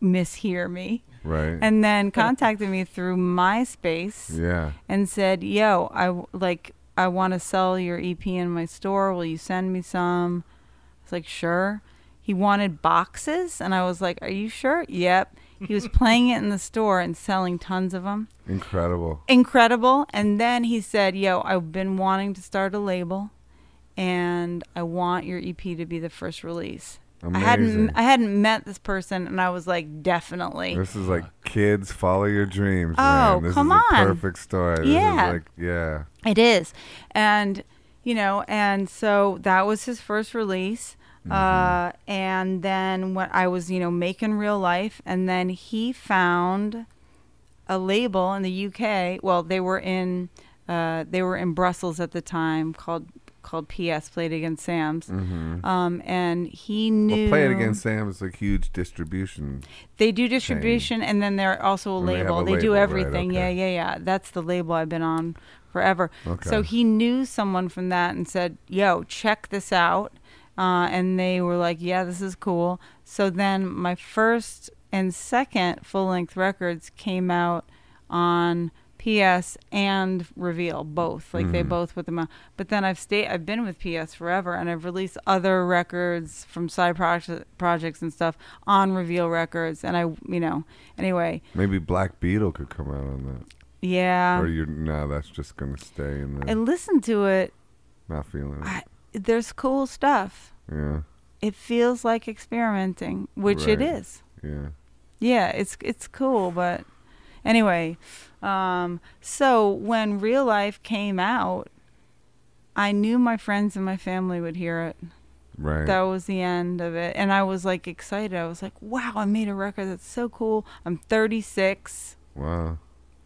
B: mishear me.
A: right.
B: and then contacted me through MySpace
A: yeah.
B: and said, "Yo, I w- like I want to sell your EP in my store. Will you send me some?" I was like, "Sure." He wanted boxes, and I was like, "Are you sure?" Yep. He was playing it in the store and selling tons of them.
A: Incredible.
B: Incredible. And then he said, "Yo, I've been wanting to start a label, and I want your EP to be the first release."
A: Amazing.
B: I hadn't I hadn't met this person, and I was like, "Definitely."
A: This is like kids follow your dreams.
B: Oh,
A: man. This
B: come
A: is a
B: on.
A: Perfect story.
B: Yeah.
A: This is like, yeah.
B: It is. And, you know, and so that was his first release.
A: Mm-hmm.
B: Uh, and then what I was, you know, making real life. And then he found a label in the UK. Well, they were in, uh, they were in Brussels at the time called, called PS played against Sam's.
A: Mm-hmm.
B: Um, and he knew
A: Well, play it against Sam is a huge distribution.
B: they do distribution and then they're also a
A: And they have
B: label.
A: a
B: They, do
A: label, right,
B: everything.
A: okay.
B: Yeah, yeah, yeah. That's the label I've been on forever.
A: Okay.
B: So he knew someone from that and said, "Yo, check this out." Uh, and they were like, "Yeah, this is cool." So then my first and second full-length records came out on PS and Reveal, both. Like they
A: Mhm.
B: both with them out. But then I've stayed. I've been with PS forever, and I've released other records from side proje- projects and stuff on Reveal Records. And I, you know, anyway,
A: Maybe Black Beetle could come out on that.
B: yeah.
A: or you're, no, that's just going to stay in
B: I
A: there.
B: listened to it.
A: Not feeling it.
B: I- There's cool stuff.
A: Yeah.
B: It feels like experimenting, which it
A: Right.
B: is.
A: Yeah.
B: Yeah, it's it's cool, but anyway, um, so when real life came out, I knew my friends and my family would hear it.
A: Right.
B: That was the end of it, and I was like excited. I was like, "Wow, I made a record that's so cool." I'm 36,
A: wow.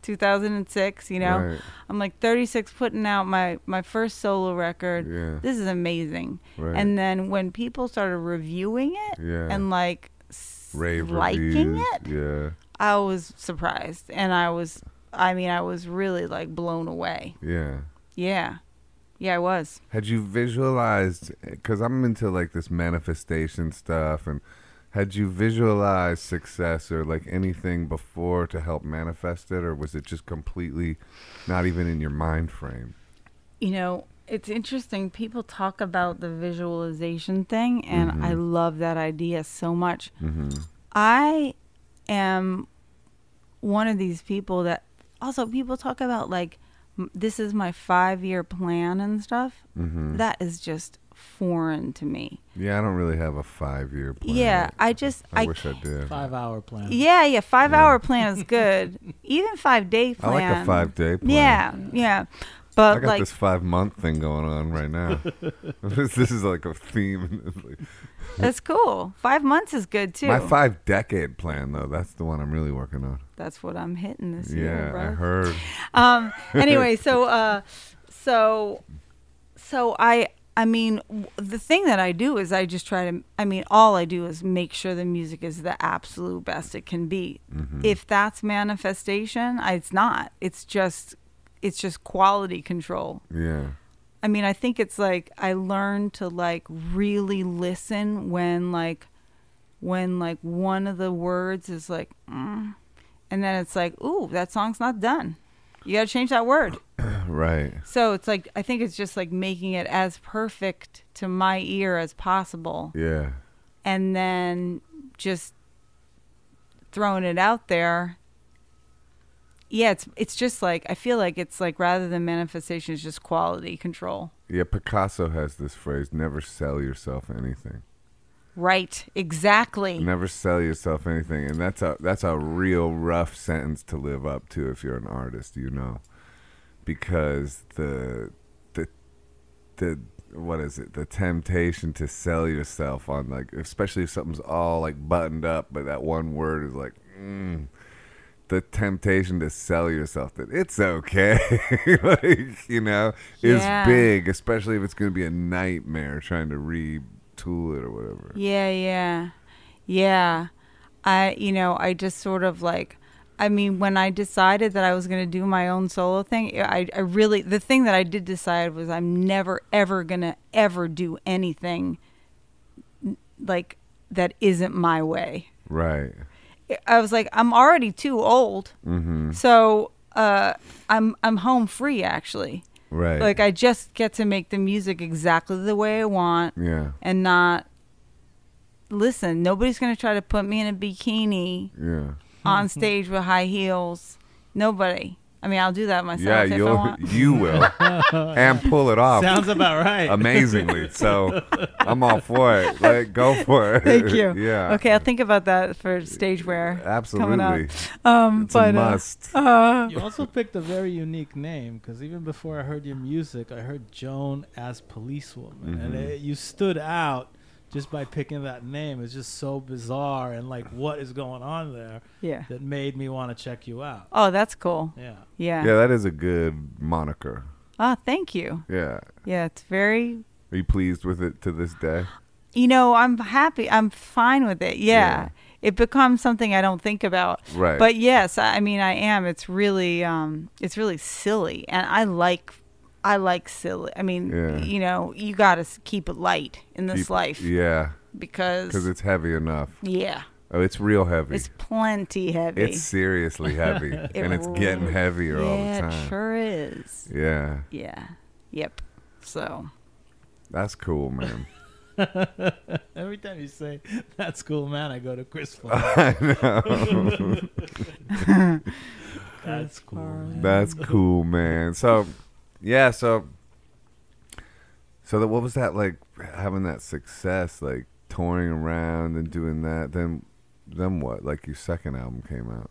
B: 2006. You know,
A: Right.
B: I'm like 36, putting out my my first solo record.
A: Yeah.
B: This is amazing.
A: Right.
B: And then when people started reviewing it
A: yeah.
B: and like s-
A: Rave
B: liking
A: reviews.
B: it,
A: Yeah.
B: I was surprised and I was I mean I was really like blown away.
A: Yeah.
B: Yeah. Yeah, I was.
A: Had you visualized? Because I'm into like this manifestation stuff, and had you visualized success or like anything before to help manifest it, or was it just completely not even in your mind frame?
B: You know, it's interesting people talk about the visualization thing and I
A: Mhm.
B: love that idea so much.
A: Mm-hmm.
B: I am one of these people that also people talk about like m- this is my 5-year plan and stuff.
A: Mm-hmm.
B: That is just foreign to me.
A: yeah, I don't really have a five-year plan.
B: Yeah, I just
A: I,
B: I
A: wish I did.
C: Five hour plan.
B: Yeah, yeah. Five
A: Yeah.
B: hour plan is good. Even five day
A: I
B: plan.
A: like a five-day plan.
B: Yeah, yeah.
A: I
B: But
A: got
B: like,
A: this five-month thing going on right now. this, this is like a theme.
B: that's cool. Five months is good too.
A: My five-decade plan, though, that's the one I'm really working on.
B: that's what I'm hitting this year,
A: Yeah,
B: bro.
A: I heard.
B: um anyway so uh so so i i mean w- the thing that i do is i just try to i mean all i do is make sure the music is the absolute best it can be
A: Mm-hmm.
B: if that's manifestation I, it's not it's just it's just quality control
A: Yeah.
B: I mean, I think it's like I learned to like really listen when like when like one of the words is like mm, and then it's like, "Ooh, that song's not done." You got to change that word.
A: Right.
B: So it's like I think it's just like making it as perfect to my ear as possible
A: Yeah.
B: and then just throwing it out there yeah, it's it's just like I feel like it's like rather than manifestation, it's just quality control.
A: Yeah, Picasso has this phrase: "Never sell yourself anything.
B: Right. Exactly.
A: Never sell yourself anything." And that's a that's a real rough sentence to live up to if you're an artist, you know, because the the the what is it? The temptation to sell yourself on like, especially if something's all like buttoned up, but that one word is like. Mm, the temptation to sell yourself that it's okay, like, you know,
B: Yeah.
A: is big, especially if it's going to be a nightmare trying to retool it or whatever.
B: Yeah, yeah. Yeah. I you know, I just sort of like I mean, when I decided that I was going to do my own solo thing, I, I really, the thing that I did decide was I'm never, ever going to ever do anything n- like that isn't my way.
A: Right.
B: I was like, I'm already too old.
A: Mm-hmm.
B: So uh, I'm, I'm home free actually.
A: Right.
B: Like, I just get to make the music exactly the way I want
A: yeah.
B: and not listen nobody's going to try to put me in a bikini
A: Yeah.
B: on stage with high heels nobody i mean i'll do that myself
A: Yeah,
B: if i
A: you'll
B: want
A: you will and pull it off
C: Sounds about right.
A: amazingly. So I'm all for it. Like go for it.
B: thank you
A: yeah.
B: okay i'll think about that for stage wear coming up.
A: Absolutely.
B: um
A: It's
B: but
A: a
B: uh,
A: must.
B: uh,
C: You also picked a very unique name because even before I heard your music, I heard Joan as Policewoman, and
A: Mhm.
C: it, you stood out just by picking that name. It's just so bizarre and like what is going on there
B: yeah
C: that made me want to check you out.
B: oh that's cool
C: Yeah,
B: yeah.
A: yeah, that is a good moniker.
B: oh thank you
A: Yeah.
B: yeah it's very
A: Are you pleased with it to this day?
B: you know i'm happy i'm fine with it yeah.
A: Yeah.
B: it becomes something i don't think about
A: Right.
B: But yes, I I mean I am. It's really um it's really silly and I like I like silly. I mean,
A: Yeah.
B: you know, you got to keep it light in this
A: Keep-
B: life
A: Yeah,
B: because
A: because it's heavy enough.
B: yeah,
A: Oh, it's real heavy.
B: it's plenty heavy.
A: It's seriously heavy, and it's getting
B: really-
A: heavier
B: yeah,
A: all the time.
B: it sure is.
A: Yeah,
B: Yeah. Yep. So,
A: that's cool, man.
C: every time you say that's cool, man, I go to Chris. Farley.
A: I know.
C: that's cool. Man.
A: That's cool, man. So, yeah, so, so that what was that like having that success, like touring around and doing that? Then, then what? Like your second album came out.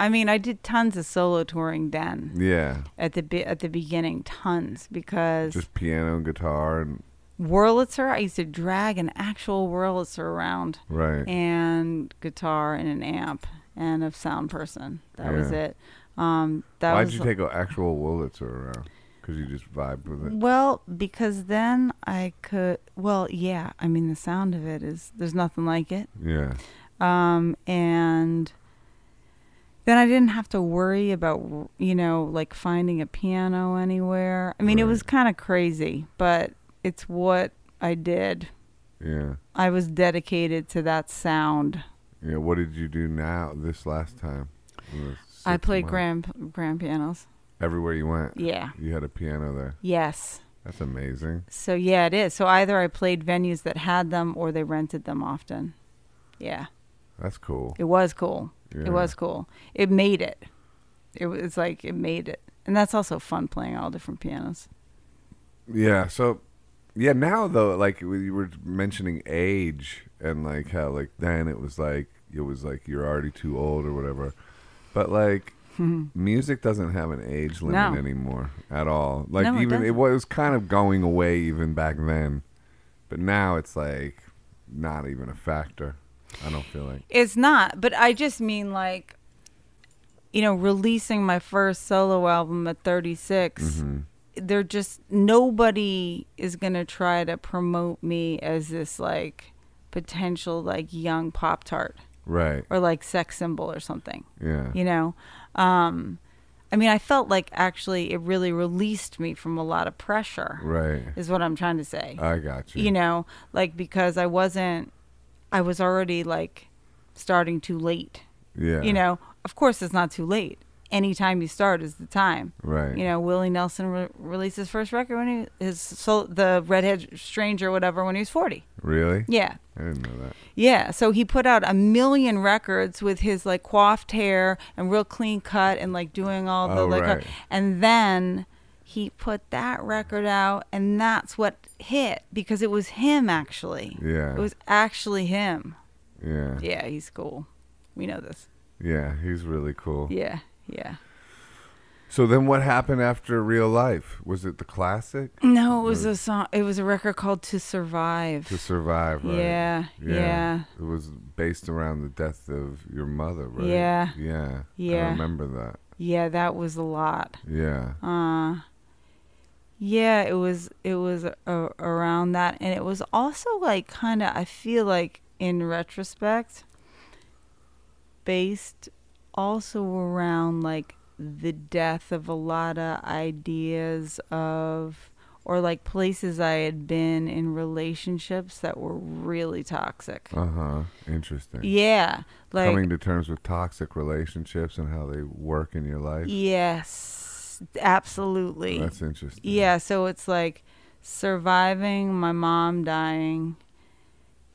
B: I mean, I did tons of solo touring then
A: Yeah,
B: at the be- at the beginning, tons because
A: just piano and guitar and
B: Wurlitzer, I used to drag an actual Wurlitzer around
A: right.
B: and guitar and an amp and a sound person. That was
A: Yeah.
B: it. Um, that
A: Why'd
B: was
A: you take an actual Wurlitzer around? Because you just vibed with it.
B: well because then I could. Well, yeah. I mean, the sound of it is there's nothing like it.
A: Yeah.
B: Um, and then I didn't have to worry about you know like finding a piano anywhere. I mean, it
A: Right.
B: was kind of crazy, but it's what I did.
A: Yeah.
B: I was dedicated to that sound.
A: Yeah. What did you do now this last time? In the
B: I
A: six
B: played
A: months?
B: grand grand pianos.
A: Everywhere you went,
B: Yeah.
A: you had a piano there.
B: Yes.
A: That's amazing.
B: So yeah, it is. So either I played venues that had them or they rented them often. Yeah,
A: That's cool.
B: it was cool.
A: Yeah.
B: It was cool. It made it. It was like it made it, and that's also fun playing all different pianos.
A: Yeah. So, yeah. Now though, like we- you were mentioning age and like how like then it was like it was like you're already too old or whatever, but like. Music doesn't have an age limit
B: No.
A: anymore at all. Like
B: No, it
A: even it
B: doesn't.
A: was kind of going away even back then, but now it's like not even a factor. I don't feel like
B: It's not, but I just mean like, you know, releasing my first solo album at 36.
A: Mhm.
B: They're just nobody is gonna try to promote me as this like potential like young pop tart
A: right.
B: or like sex symbol or something.
A: Yeah.
B: you know um i mean i felt like actually it really released me from a lot of pressure
A: Right.
B: is what i'm trying to say
A: I got you.
B: you know like because i wasn't i was already like starting too late
A: Yeah.
B: you know of course it's not too late anytime you start is the time.
A: Right.
B: You know, Willie Nelson re- released his first record when he his soul, the Redhead Stranger whatever when he was 40.
A: Really?
B: Yeah.
A: I didn't know that.
B: Yeah, so he put out a million records with his like coiffed hair and real clean cut and like doing all the
A: Oh,
B: like,
A: right.
B: and then he put that record out and that's what hit because it was him actually.
A: Yeah.
B: It was actually him.
A: yeah. yeah.
B: Yeah, he's cool. We know this.
A: He's really cool.
B: Yeah, yeah.
A: So then, what happened after Real Life? Was it the classic
B: No, it was a song. It was a record called "To Survive."
A: to survive? Right?
B: Yeah, yeah,
A: It was based around the death of your mother, right?
B: Yeah.
A: Yeah. I
B: Yeah.
A: remember that.
B: yeah. That was a lot.
A: Yeah.
B: Uh, yeah, it was it was a, around that, and it was also like kind of I feel like in retrospect, based also around like the death of a lot of ideas of or like places I had been in relationships that were really toxic.
A: Uh huh. Interesting.
B: Uh-huh. Yeah, like
A: Coming to terms with toxic relationships and how they work in your life.
B: yes, absolutely.
A: That's interesting.
B: Yeah, so it's like surviving my mom dying.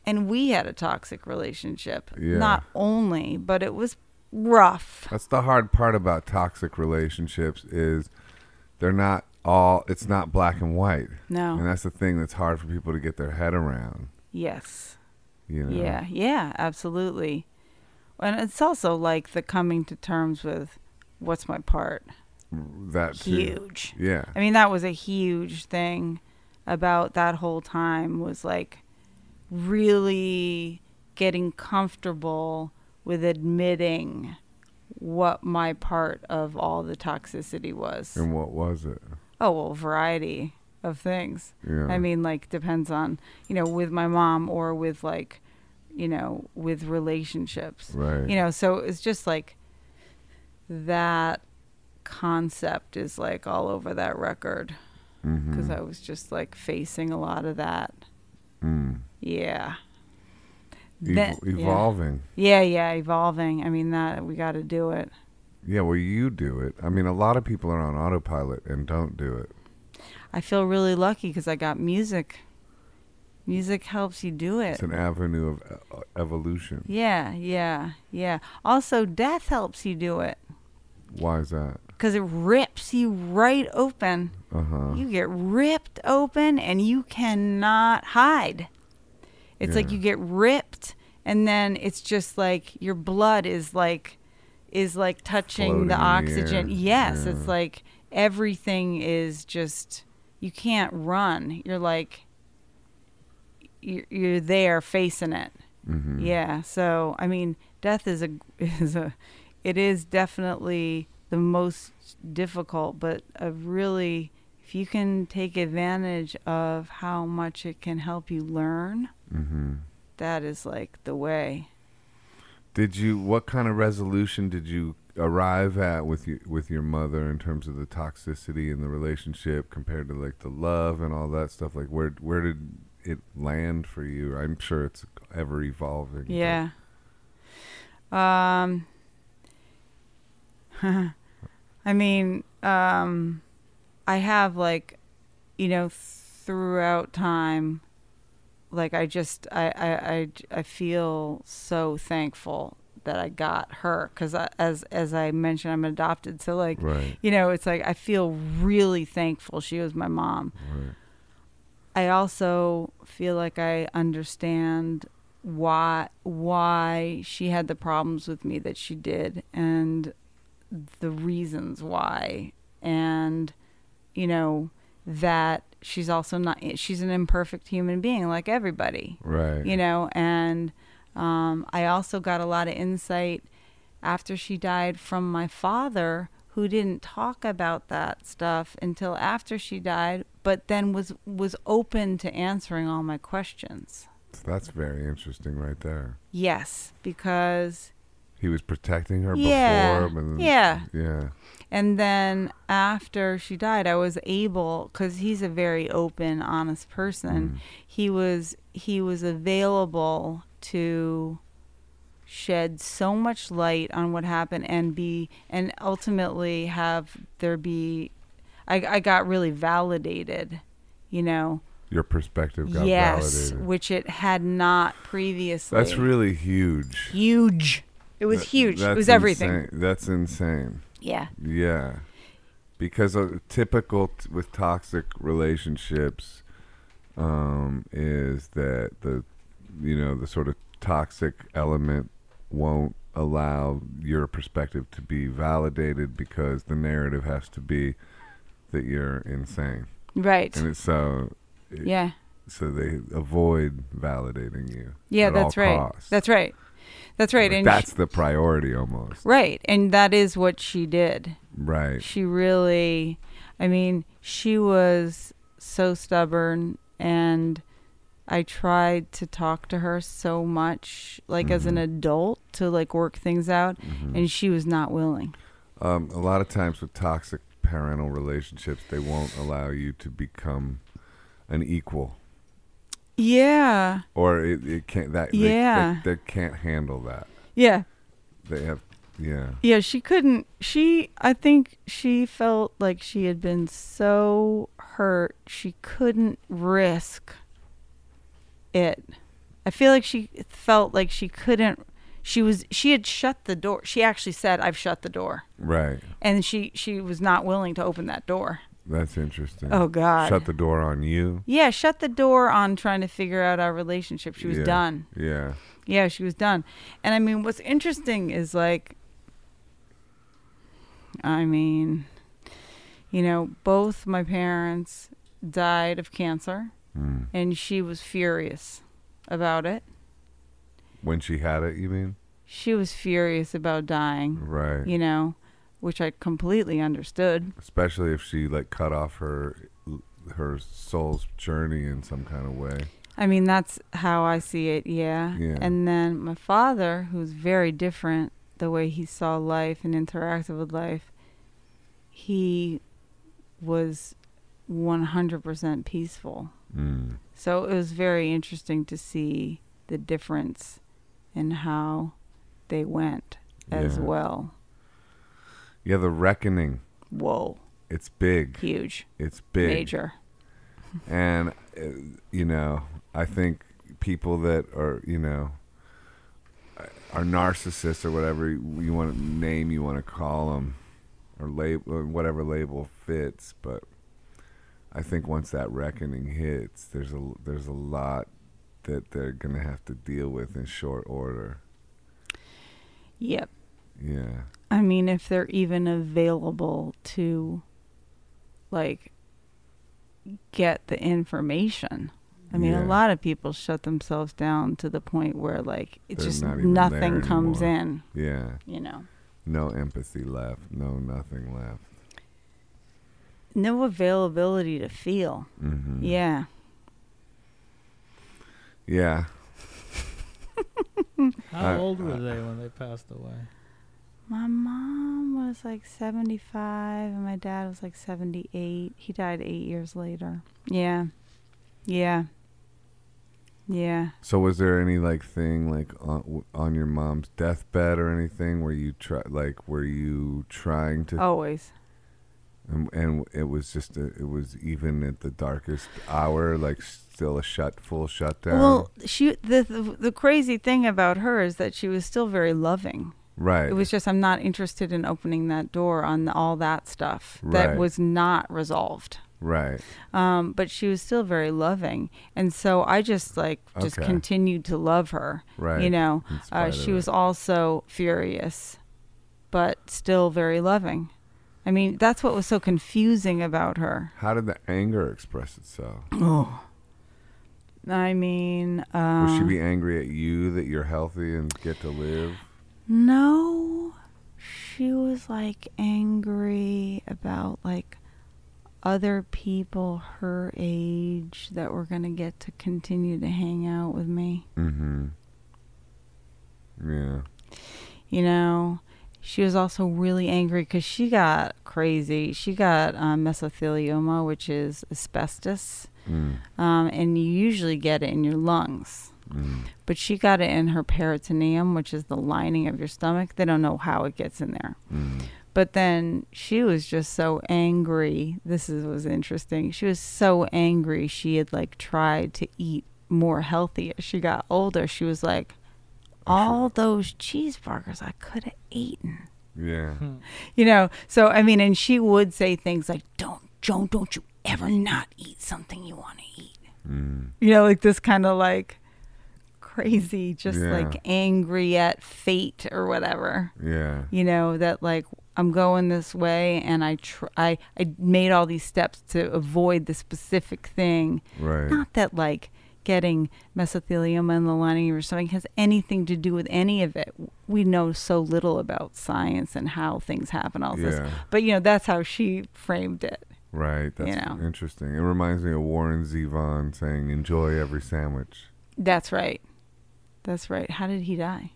B: And we had a toxic relationship.
A: Yeah.
B: Not only, but it was rough.
A: That's the hard part about toxic relationships is they're not all. It's not black and white,
B: No.
A: and that's the thing that's hard for people to get their head around.
B: yes.
A: You know.
B: Yeah. Yeah, absolutely. And it's also like the coming to terms with what's my part.
A: That too.
B: Huge.
A: Yeah.
B: I mean, that was a huge thing about that whole time was like really getting comfortable with admitting what my part of all the toxicity was.
A: And what was it?
B: Oh, well, variety of things.
A: Yeah.
B: I mean, like, depends on, you know, with my mom or with like, you know, with relationships
A: Right.
B: you know so it's just like that concept is like all over that record
A: Mm-hmm.
B: because i was just like facing a lot of that
A: Mm.
B: yeah
A: Ev-
B: That- yeah.
A: evolving.
B: yeah yeah evolving i mean that we got to do it
A: Yeah. Well, you do it. I mean, a lot of people are on autopilot and don't do it.
B: i feel really lucky because i got music music helps you do it
A: It's an avenue of uh, evolution.
B: yeah yeah yeah also death helps you do it
A: Why is that?
B: because it rips you right open
A: Uh huh.
B: You get ripped open and you cannot hide. It's like
A: Yeah.
B: you get ripped and then it's just like your blood is like is like touching
A: Floating in the
B: the oxygen.
A: air.
B: yes, it's
A: Yeah.
B: like everything is just you can't run. You're like you're, you're there facing it.
A: Mm-hmm.
B: Yeah. So I mean, death is a is a it is definitely the most difficult, but a really if you can take advantage of how much it can help you learn,
A: Mm-hmm.
B: that is like the way.
A: Did you? What kind of resolution did you arrive at with your with your mother in terms of the toxicity in the relationship compared to like the love and all that stuff? Like where where did it land for you? I'm sure it's ever evolving. but-
B: Yeah. Um I mean, um I have like you know throughout time like I just I I I, j- I feel so thankful that I got her cuz as as I mentioned I'm adopted so like
A: Right.
B: you know it's like I feel really thankful she was my mom.
A: Right.
B: I also feel like I understand why why she had the problems with me that she did and the reasons why and you know that she's also not she's an imperfect human being like everybody
A: Right.
B: you know and um, i also got a lot of insight after she died from my father who didn't talk about that stuff until after she died but then was was open to answering all my questions
A: So that's very interesting, right there.
B: yes because
A: He was protecting her
B: Yeah.
A: before, but then,
B: Yeah.
A: yeah,
B: and then after she died i was able because he's a very open honest
A: Mm-hmm. mm.
B: person he was he was available to shed so much light on what happened and be and ultimately have there be I, I got really validated, you know.
A: Your perspective got
B: yes,
A: validated.
B: which it had not previously.
A: That's really huge.
B: huge. It was
A: That-
B: huge. It
A: that's
B: was everything.
A: insane. That's insane.
B: Yeah.
A: Yeah. Because a typical t- with toxic relationships um, is that the you know the sort of toxic element won't allow your perspective to be validated because the narrative has to be that you're insane.
B: Right.
A: And it's so it-
B: Yeah.
A: so they avoid validating you.
B: Yeah,
A: at
B: that's
A: all
B: right.
A: costs.
B: That's right. That's right.
A: Like,
B: and
A: that's
B: she-
A: the priority almost.
B: right. And that is what she did.
A: Right.
B: She really I mean, she was so stubborn and I tried to talk to her so much like as an
A: Mhm.
B: adult to like work things out
A: Mhm.
B: and she was not willing.
A: Um, a lot of times with toxic parental relationships, they won't allow you to become an equal,
B: Yeah.
A: or it, it can't that they-
B: Yeah.
A: they, they, can't handle that.
B: Yeah.
A: They have yeah
B: Yeah, she couldn't. She, I think she felt like she had been so hurt, she couldn't risk it. I feel like she felt like she couldn't. She was, she had shut the door. She actually said, I've shut the door.
A: right.
B: And she, she was not willing to open that door.
A: That's interesting.
B: Oh, God.
A: Shut the door on you.
B: yeah, shut the door on trying to figure out our relationship. She was
A: Yeah.
B: done.
A: Yeah,
B: Yeah, she was done. And I mean, what's interesting is like, I mean, you know, both my parents died of cancer,
A: Mm.
B: and she was furious about it.
A: when she had it, you mean
B: She was furious about dying,
A: right?
B: you know, which I completely understood.
A: Especially if she like cut off her her soul's journey in some kind of way.
B: I mean, that's how I see it, yeah.
A: Yeah.
B: And then my father, who's very different the way he saw life and interacted with life, he was 100% peaceful.
A: Mm.
B: So it was very interesting to see the difference in how they went as
A: Yeah.
B: well.
A: Yeah, the reckoning.
B: Whoa,
A: It's big.
B: huge,
A: It's big.
B: major.
A: and uh, you know i think people that are you know are narcissists or whatever you want to name you want to call them or label whatever label fits but i think once that reckoning hits there's a there's a lot that they're going to have to deal with in short order
B: Yep.
A: yeah
B: I mean, if they're even available to, like, get the information. I mean,
A: Yeah.
B: a lot of people shut themselves down to the point where, like, it's
A: They're
B: just
A: not even there
B: nothing comes
A: anymore. yeah
B: in, you know.
A: no empathy left no nothing left
B: No availability to feel.
A: hmm
B: Yeah.
A: yeah
C: How
A: Uh,
C: old were they when they passed away?
B: My mom was like 75 and my dad was like 78. He died eight years later. Yeah. Yeah. Yeah.
A: So was there any like thing like on, w- on your mom's deathbed or anything where you try like were you trying to
B: Always.
A: and, and it was just a, it was even at the darkest hour like still a shut full shutdown
B: Well, she the, the the crazy thing about her is that she was still very loving.
A: right
B: It was just I'm not interested in opening that door on all that stuff
A: Right.
B: that was not resolved.
A: right
B: Um, but she was still very loving, and so I just like just
A: Okay.
B: continued to love her.
A: right
B: You know,
A: In
B: uh,
A: spite of
B: she
A: it.
B: was also furious, but still very loving. I mean, that's what was so confusing about her.
A: how did the anger express itself
B: Oh. I mean, um,
A: would she be angry at you that you're healthy and get to live
B: No, she was like angry about like other people her age that were gonna get to continue to hang out with me.
A: mm-hmm yeah
B: You know, she was also really angry because she got crazy. She got um, mesothelioma, which is asbestos,
A: mm.
B: um, and you usually get it in your lungs.
A: mm,
B: But she got it in her peritoneum, which is the lining of your stomach. They don't know how it gets in there.
A: mm.
B: But then she was just so angry. This is, was interesting. She was so angry. She had like tried to eat more healthy as she got older. She was like, all those cheeseburgers I could have eaten
A: Yeah.
B: you know so i mean and she would say things like don't joan don't you ever not eat something you want to eat
A: Mm.
B: you know like this kind of like crazy just
A: Yeah.
B: like angry at fate or whatever
A: Yeah.
B: you know that like i'm going this way and i tr- I, I made all these steps to avoid the specific thing
A: Right.
B: not that like getting mesothelioma in the lining or something has anything to do with any of it. We know so little about science and how things happen, all
A: Yeah.
B: this. But you know, that's how she framed it.
A: Right. That's
B: know.
A: interesting. It reminds me of Warren Zevon saying, "Enjoy every sandwich."
B: That's right. That's right. How did he die?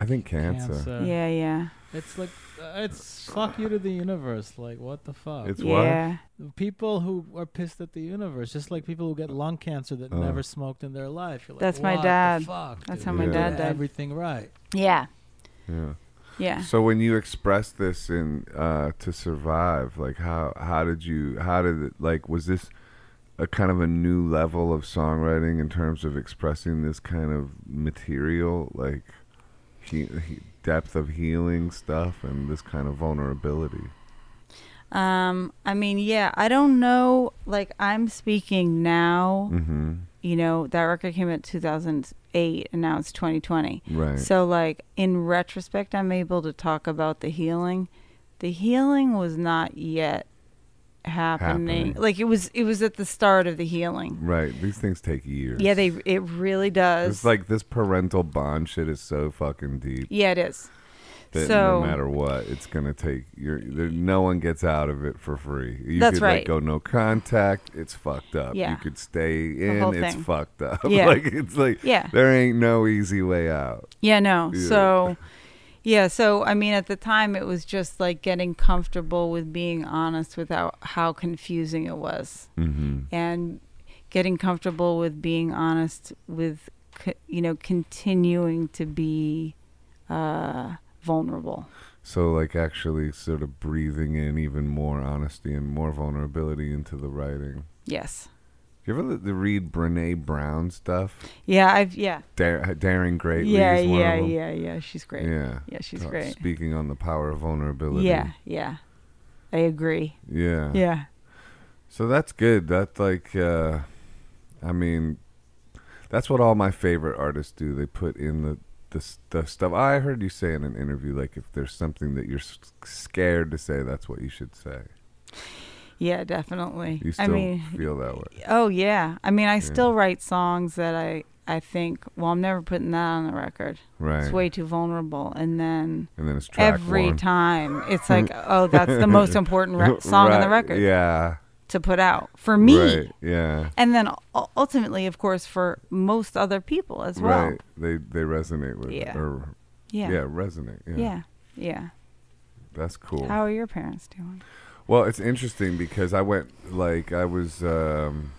A: I think cancer.
C: Cancer.
B: Yeah, yeah.
C: It's like uh, it's fuck you to the universe. Like what the fuck?
A: It's what?
B: yeah.
C: people who are pissed at the universe, just like people who get lung cancer that
A: Oh.
C: never smoked in their life. You're like,
B: That's my
C: "What the
B: dad.
C: fuck,
B: That's
C: dude?
B: how
A: my
C: You did
A: dad
B: died."
C: Everything right.
B: Yeah.
A: Yeah.
B: Yeah.
A: So when you express this in uh, to survive, like how how did you how did it like was this a kind of a new level of songwriting in terms of expressing this kind of material like he, he, depth of healing stuff and this kind of vulnerability?
B: Um, I mean, yeah, I don't know. Like, I'm speaking now.
A: Mm-hmm.
B: You know, that record came out 2008, and now it's 2020.
A: Right.
B: So, like, in retrospect, I'm able to talk about the healing. The healing was not yet happening.
A: Happening.
B: Like, it was, it was at the start of the healing.
A: right. These things take years.
B: Yeah, they, it really does.
A: It's like this parental bond shit is so fucking deep
B: yeah, it is.
A: that
B: So-
A: no matter what, it's gonna take. You're, there, no one gets out of it for free. You
B: That's
A: could
B: right.
A: like go no contact. It's fucked up.
B: Yeah.
A: You could stay in.
B: whole
A: It's
B: thing.
A: fucked up.
B: Yeah.
A: like it's like
B: Yeah.
A: there ain't no easy way out.
B: Yeah, no.
A: Yeah.
B: So, yeah, so I mean, at the time, it was just like getting comfortable with being honest without how confusing it was,
A: Mm-hmm.
B: and getting comfortable with being honest with, co- you know, continuing to be uh, vulnerable.
A: So like actually sort of breathing in even more honesty and more vulnerability into the writing.
B: Yes.
A: You ever li- read Brene Brown stuff?
B: Yeah, I've yeah.
A: Dare, Daring Greatly
B: yeah,
A: is one
B: yeah,
A: of them.
B: yeah, yeah. She's great. Yeah,
A: Yeah.
B: she's
A: Talk-
B: great.
A: Uh, Speaking on the power of vulnerability.
B: Yeah, yeah. I agree.
A: Yeah.
B: Yeah.
A: So that's good. That's like, uh, I mean, that's what all my favorite artists do. They put in the the, s- the stuff. I heard you say in an interview, like if there's something that you're s- scared to say, that's what you should say.
B: Yeah, definitely.
A: You still
B: I mean,
A: feel that way.
B: Oh yeah. I mean, I
A: Yeah.
B: still write songs that I I think, well, I'm never putting that on the record.
A: Right.
B: It's way too vulnerable. And then
A: and then it's track
B: every
A: one.
B: time it's like, oh, that's the most important re- song on the
A: Right,
B: record
A: Yeah.
B: to put out for me.
A: Right. Yeah.
B: And then u- ultimately, of course, for most other people as well.
A: Right. They they resonate with
B: Yeah.
A: or yeah,
B: Yeah. Yeah.
A: resonate. Yeah.
B: Yeah.
A: That's cool.
B: How are your parents doing?
A: Well, it's interesting because I went like I was um,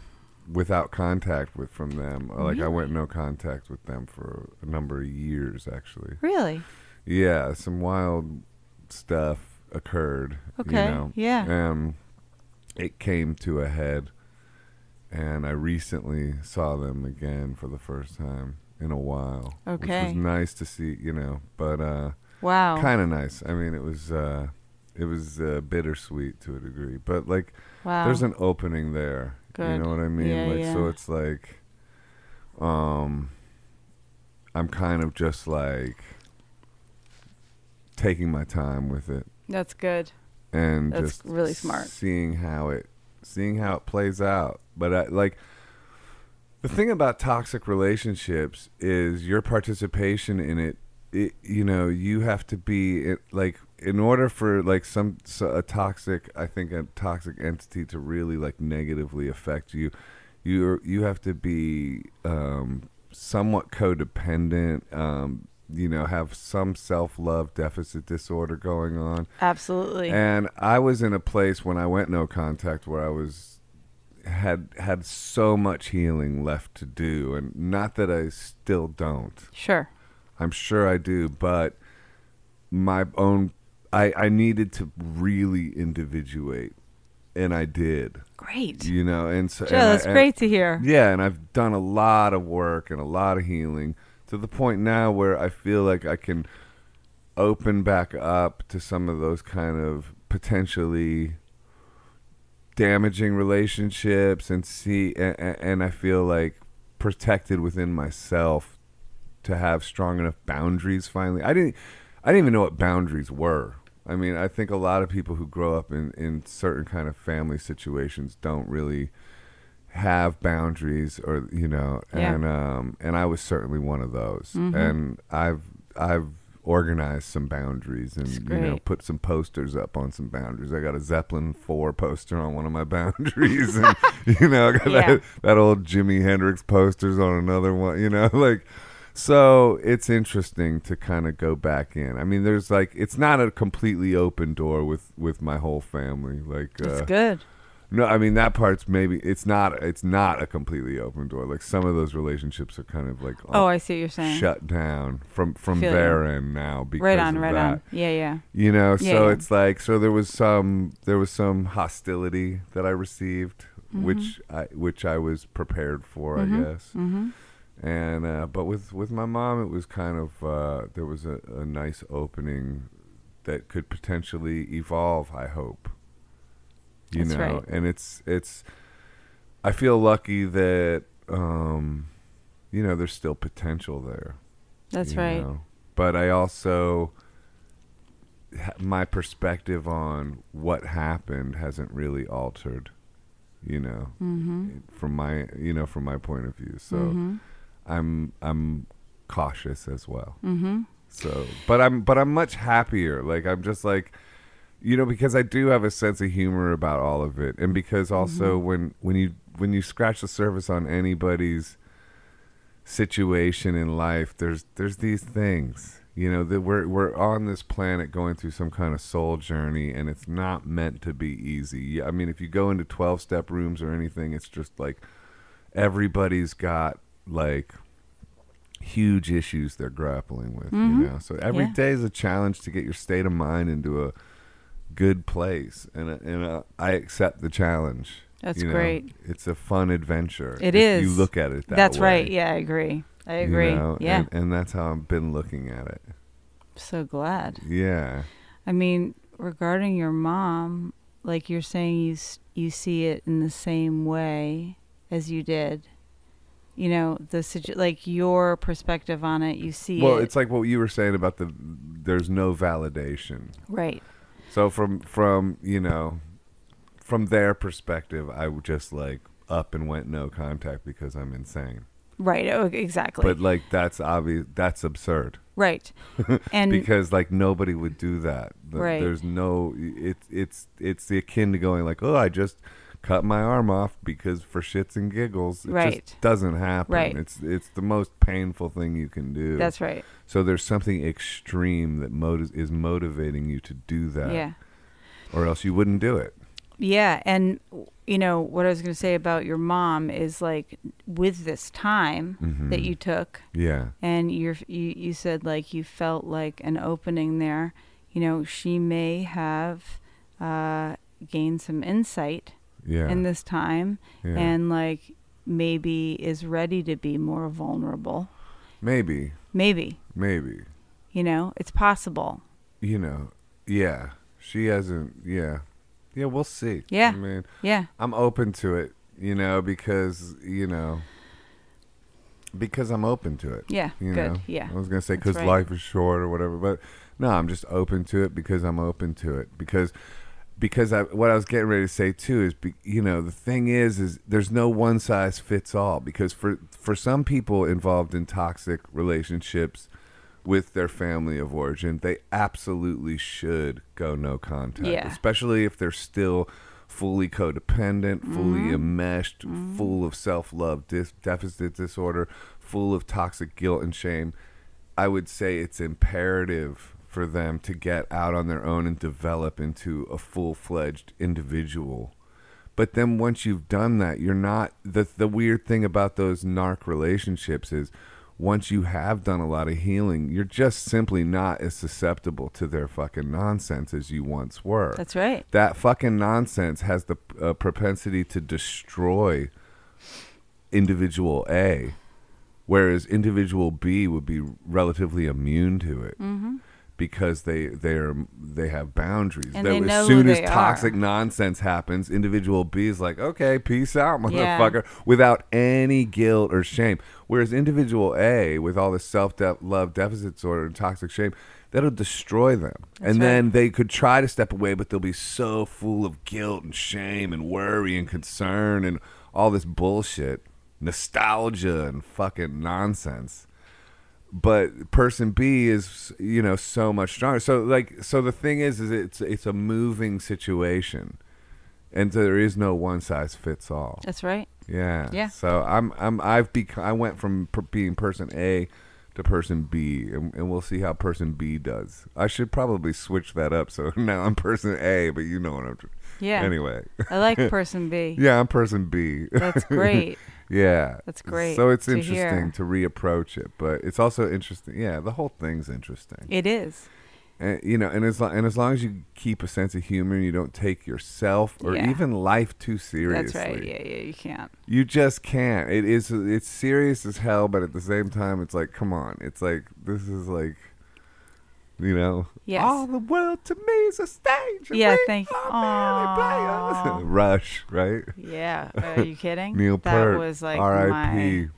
A: without contact with from them. Like I went no contact with them for a number of years, actually.
B: Really?
A: Yeah, some wild stuff occurred.
B: Okay.
A: You know?
B: Yeah.
A: Um, it came to a head, and I recently saw them again for the first time in a while. Which
B: Okay.
A: was nice to see, you know, but uh,
B: Wow.
A: kind of nice. I mean, it was uh, it was uh, bittersweet to a degree, but like
B: wow.
A: there's an opening there. You
B: Good.
A: know what I mean?
B: Yeah,
A: like so
B: yeah.
A: it's like um I'm kind of just like taking my time with it
B: that's good.
A: and
B: That's
A: just
B: really smart.
A: seeing how it seeing how it plays out. But I like the thing about toxic relationships is your participation in it. It you know you have to be it, like in order for like some so a toxic I think a toxic entity to really like negatively affect you, you you have to be um, somewhat codependent. Um, you know, have some self love deficit disorder going on.
B: Absolutely.
A: And I was in a place when I went no contact where I was had had so much healing left to do, and not that I still don't.
B: Sure.
A: I'm sure I do, but my own I I needed to really individuate, and I did.
B: Great.
A: You know, and so
B: Joe,
A: and I-
B: that's
A: and-
B: great to hear.
A: yeah, and I've done a lot of work and a lot of healing to the point now where I feel like I can open back up to some of those kind of potentially damaging relationships and see and, and I feel like protected within myself to have strong enough boundaries finally. I didn't I didn't even know what boundaries were. I mean, I think a lot of people who grow up in, in certain kind of family situations don't really have boundaries or you know
B: Yeah.
A: and um and I was certainly one of those
B: Mhm.
A: and I've I've organized some boundaries and
B: That's
A: you know
B: great.
A: put some posters up on some boundaries I got a Zeppelin 4 poster on one of my boundaries and you know I got
B: Yeah.
A: that, that old Jimi Hendrix posters on another one you know like so it's interesting to kind of go back in I mean there's like it's not a completely open door with with my whole family like
B: That's
A: uh,
B: good.
A: no, I mean that part's maybe it's not it's not a completely open door. Like some of those relationships are kind of like
B: Oh,
A: all
B: I see what you're saying.
A: shut down from from
B: Feel you.
A: their end now because
B: right on,
A: of
B: right
A: that.
B: on. Yeah, yeah.
A: You know,
B: Yeah,
A: so
B: yeah.
A: it's like so there was some there was some hostility that I received, which I which I was prepared for, I guess.
B: Mm-hmm.
A: And uh, but with with my mom, it was kind of uh, there was a, a nice opening that could potentially evolve. I hope. You
B: That's
A: know,
B: right.
A: and it's it's. I feel lucky that um, you know there's still potential there.
B: That's
A: you
B: right.
A: know. But I also ha- my perspective on what happened hasn't really altered. You know, eh,
B: Mm-hmm.
A: from my you know from my point of view. So.
B: mm-hmm.
A: I'm I'm cautious as well.
B: Mm-hmm.
A: So, but I'm but I'm much happier. Like I'm just like you know because I do have a sense of humor about all of it and because also when when you when you scratch the surface on anybody's situation in life there's there's these things you know that we're we're on this planet going through some kind of soul journey and it's not meant to be easy Yeah, i mean if you go into 12 step rooms or anything it's just like everybody's got like huge issues they're grappling with
B: Mhm.
A: you know so every day
B: Yeah.
A: is a challenge to get your state of mind into a good place and and uh, i accept the challenge
B: That's
A: you know?
B: great.
A: it's a fun adventure
B: It
A: if you
B: is.
A: look at it that
B: That's
A: way.
B: right. Yeah, I agree. I
A: You
B: agree.
A: know,
B: yeah.
A: And, and that's how I've been looking at it.
B: so glad.
A: Yeah.
B: I mean, regarding your mom, like you're saying, you s- you see it in the same way as you did. You know, the situ- like your perspective on it, you see
A: Well,
B: it
A: it's like what you were saying about the there's no validation.
B: right.
A: So from from you know, from their perspective, I would just like up and went no contact because I'm insane.
B: Right. Oh, exactly.
A: But like that's obvious. That's absurd
B: right. And
A: because like nobody would do that. Th-
B: Right.
A: There's no. It's it's it's akin to going like oh I just cut my arm off because for shits and giggles it
B: Right.
A: just doesn't happen
B: Right.
A: it's it's the most painful thing you can do
B: that's right.
A: So there's something extreme that motiv- is motivating you to do that,
B: Yeah.
A: or else you wouldn't do it.
B: Yeah, and you know what I was going to say about your mom is like with this time that
A: Mhm.
B: you took
A: Yeah,
B: and you're, you you said like you felt like an opening there. You know, she may have uh, gained some insight
A: yeah,
B: in this time,
A: yeah.
B: and like maybe is ready to be more vulnerable.
A: maybe,
B: Maybe
A: maybe,
B: you know it's possible.
A: you know, yeah. She hasn't, yeah, yeah. We'll see.
B: Yeah.
A: I mean,
B: Yeah,
A: I'm open to it, you know, because you know, because I'm open to it.
B: yeah,
A: You
B: good.
A: know?
B: Yeah,
A: I was gonna say
B: That's
A: because
B: right.
A: life is short or whatever, but no, I'm just open to it because I'm open to it because because I what I was getting ready to say too is be, you know the thing is is there's no one size fits all because for for some people involved in toxic relationships with their family of origin they absolutely should go no contact
B: Yeah.
A: especially if they're still fully codependent fully enmeshed full of self-love dis- deficit disorder full of toxic guilt and shame I would say it's imperative for them to get out on their own and develop into a full fledged individual But then once you've done that, you're not the the weird thing about those narc relationships is once you have done a lot of healing, you're just simply not as susceptible to their fucking nonsense as you once were.
B: That's right.
A: that fucking nonsense has the uh, propensity to destroy individual A, whereas individual B would be relatively immune to it
B: Mm-hmm.
A: because they they are they have boundaries.
B: And
A: That
B: they know
A: as
B: who
A: soon as
B: they
A: toxic
B: are.
A: nonsense happens, individual B is like, okay, peace out,
B: Yeah.
A: motherfucker, without any guilt or shame. Whereas individual A, with all this self de- love deficit disorder and toxic shame, that'll destroy them. and
B: right.
A: then they could try to step away, but they'll be so full of guilt and shame and worry and concern and all this bullshit, nostalgia and fucking nonsense but person B is you know so much stronger. So like so the thing is is it's it's a moving situation. And so there is no one size fits all.
B: That's right.
A: Yeah.
B: Yeah.
A: So I'm I'm I've become I went from per- being person A to person B and, and we'll see how person B does. I should probably switch that up so now I'm person A, but you know what I'm tr-
B: Yeah.
A: Anyway.
B: I like person B.
A: Yeah, I'm person B.
B: That's great.
A: Yeah.
B: That's great
A: So it's
B: to
A: interesting
B: hear.
A: to reapproach it, but it's also interesting. Yeah, the whole thing's interesting.
B: It is.
A: And, you know, and as lo- and as long as you keep a sense of humor and you don't take yourself or
B: Yeah.
A: even life too seriously.
B: That's right. Yeah, yeah, you can't.
A: You just can't. It is it's serious as hell, but at the same time it's like, come on. It's like this is like you know,
B: Yes.
A: all the world to me is a stage. and
B: Yeah,
A: we
B: thank-
A: are merely players.
B: Aw.
A: Rush, right?
B: Yeah. Are you kidding?
A: Neil
B: that
A: Peart,
B: was like
A: R.I.P.
B: my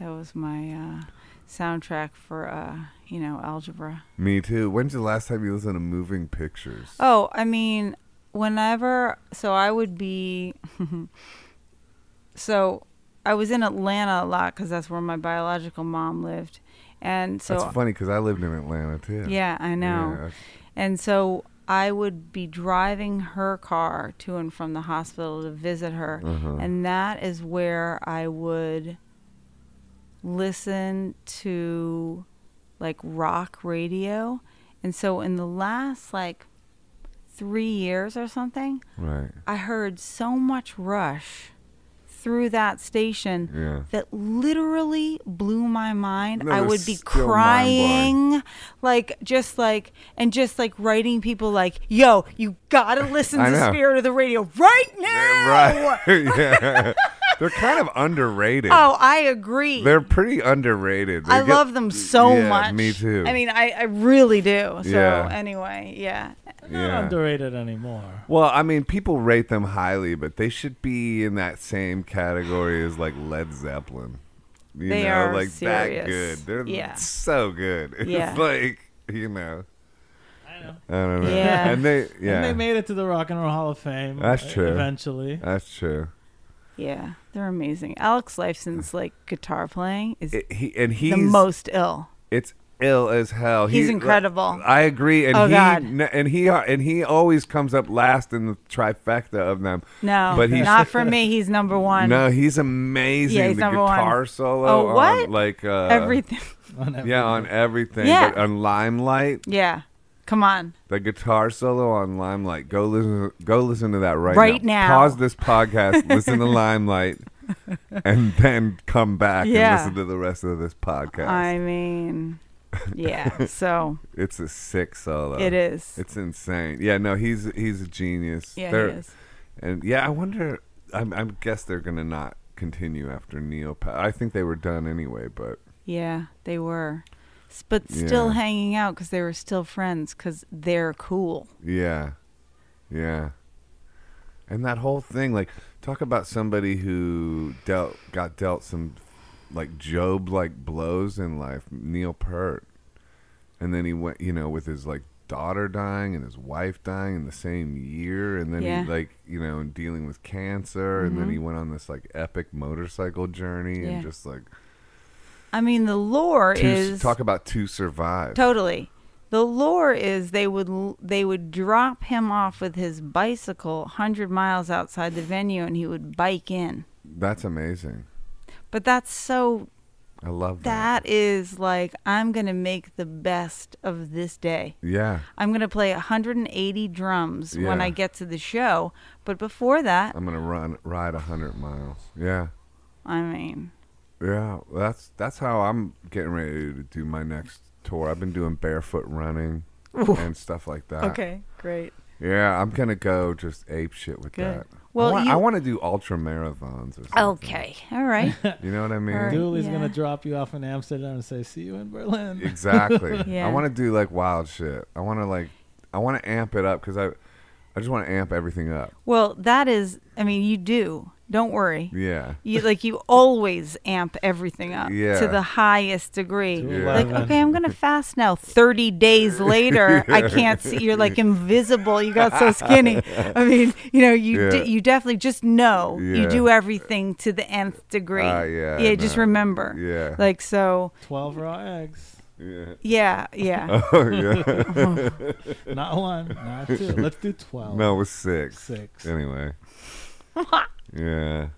B: that was my uh, soundtrack for uh, you know, algebra.
A: Me too. When's the last time you listened to Moving Pictures?
B: Oh, I mean, whenever so I would be so I was in Atlanta a lot cuz that's where my biological mom lived. And so
A: That's funny because I lived in Atlanta too.
B: yeah, I know.
A: Yeah.
B: And so I would be driving her car to and from the hospital to visit her.
A: Uh-huh.
B: And that is where I would listen to like rock radio. And so in the last like three years or something,
A: Right.
B: I heard so much rush through that station
A: Yeah.
B: that literally blew my mind.
A: No,
B: I
A: that's
B: would be
A: still mind-blowing.
B: crying, like just like and just like writing people like, "Yo, you gotta listen
A: I
B: to
A: know.
B: Spirit of the Radio right now."
A: Right. yeah. They're kind of underrated.
B: Oh, I agree.
A: They're pretty underrated. They
B: I
A: get-
B: love them so
A: yeah,
B: much.
A: Me too.
B: I mean, I, I really do. So
A: Yeah.
B: anyway, yeah.
A: Yeah.
C: Not underrated anymore.
A: well, I mean, people rate them highly, but they should be in that same category as like Led Zeppelin. You
B: They
A: know,
B: are
A: like that
B: serious.
A: good. They're
B: Yeah.
A: so good. It's
B: Yeah.
A: like you know.
C: I know.
A: I don't know.
B: Yeah.
A: And they yeah.
C: And they made it to the Rock and Roll Hall of Fame.
A: That's
C: uh,
A: true.
C: Eventually.
A: That's true.
B: Yeah. They're amazing. Alex Lifeson's like guitar playing is
A: It, he and he's
B: the most ill.
A: It's ill as hell.
B: He's
A: He-
B: incredible.
A: I agree, and
B: Oh,
A: he
B: God.
A: n- and he and he always comes up last in the trifecta of them.
B: No,
A: But he's-
B: not for me. He's number one.
A: No, he's amazing.
B: Yeah, he's
A: the
B: number one.
A: guitar solo.
B: Oh, what?
A: On, like uh,
B: Everything.
C: On every-
A: Yeah, on everything.
B: Yeah.
A: But on Limelight,
B: Yeah. Come on.
A: the guitar solo on Limelight. Go listen. Go listen to that right,
B: Right now.
A: Pause this podcast. listen to Limelight, and then come back
B: Yeah.
A: and listen to the rest of this podcast.
B: I mean, yeah. So
A: It's a sick solo.
B: it is.
A: Uh, It's insane. Yeah, no, he's he's a genius.
B: Yeah,
A: They're-
B: it is.
A: And yeah, I wonder. I, I guess they're gonna not continue after Neopet. I think they were done anyway. But
B: Yeah, they were. S- But still
A: Yeah.
B: hanging out because they were still friends because they're cool.
A: yeah, yeah. And that whole thing, like, talk about somebody who dealt got dealt some like Job like blows in life. Neil Peart, and then he went, you know, with his like daughter dying and his wife dying in the same year and then
B: Yeah. Mm-hmm.
A: he like you know and dealing with cancer and then he went on this like epic motorcycle journey
B: Yeah.
A: and just like
B: I mean, the lore
A: to s-
B: is
A: talk about to survive.
B: totally. The lore is they would l- they would drop him off with his bicycle 100 miles outside the venue and he would bike in.
A: That's amazing.
B: But that's so
A: I love that.
B: That is like I'm gonna make the best of this day.
A: Yeah.
B: I'm gonna play 180 drums when
A: Yeah.
B: I get to the show, but before that,
A: I'm gonna run ride a hundred miles. Yeah.
B: I mean,
A: Yeah. That's that's how I'm getting ready to do my next tour. I've been doing barefoot running and stuff like that.
B: okay, great.
A: Yeah, I'm gonna go just ape shit with
B: Good.
A: that.
B: Well,
A: I want,
B: you-
A: I want to do ultra marathons or something.
B: Okay, all right.
A: You know what I mean?
B: All right.
C: Dooley's
B: Yeah.
C: gonna drop you off in Amsterdam and say, "See you in Berlin."
A: Exactly.
B: Yeah.
A: I want to do like wild shit. I want to like, I want to amp it up because I, I just want to amp everything up.
B: Well, that is. I mean, you do. Don't worry.
A: Yeah.
B: You like you always amp everything up
A: Yeah.
B: to the highest degree.
C: To
A: Yeah.
B: Like,
C: 11.
B: okay, I'm gonna fast now. Thirty days later, I can't see. You're like invisible. You got so skinny. I mean, you know, you
A: Yeah.
B: d- you definitely just know you
A: Yeah.
B: do everything to the nth degree.
A: Ah, yeah,
B: yeah.
A: I
B: Just
A: know.
B: remember.
A: Yeah.
B: Like so.
C: Twelve raw eggs,
A: yeah.
B: Yeah. Yeah.
A: Oh yeah.
C: not one, not two. Let's do twelve.
A: no, it was six.
C: six.
A: Anyway. yeah.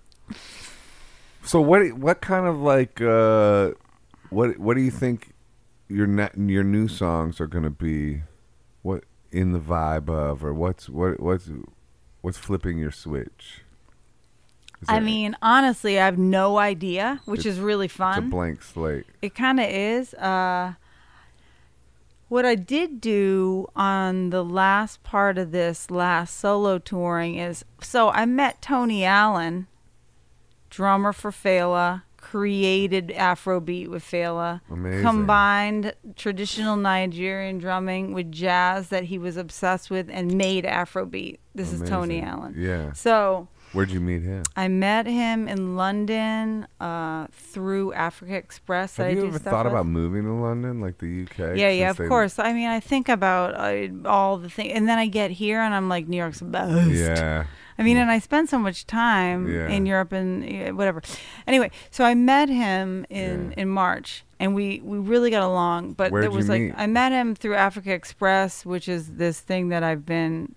A: So what? What kind of like? uh What What do you think your ne- your new songs are going to be? What in the vibe of, or what's what what's what's flipping your switch? Is
B: I
A: there-
B: mean, honestly, I have no idea, which
A: It's-
B: is really fun.
A: It's a blank slate.
B: It kind of is. Uh, what I did do on the last part of this last solo touring is so I met Tony Allen, drummer for Fela, created Afrobeat with Fela,
A: Amazing.
B: combined traditional Nigerian drumming with jazz that he was obsessed with and made Afrobeat. This is Tony
A: Amazing.
B: Allen.
A: Yeah.
B: So.
A: Where'd you meet him?
B: I met him in London uh, through Africa Express. that
A: Have
B: I
A: you
B: do
A: ever
B: stuff
A: thought
B: with.
A: about moving to London, like the UK?
B: Yeah, yeah,
A: since
B: of
A: they-
B: course. I mean, I think about uh, all the things, and then I get here and I'm like, New York's the best.
A: Yeah.
B: I mean, and I spend so much time
A: Mm. Yeah.
B: in Europe and uh, whatever. Anyway, so I met him in
A: Yeah.
B: in March, and we we really got along. But
A: Where'd
B: there was
A: you
B: like
A: meet?
B: I met him through Africa Express, which is this thing that I've been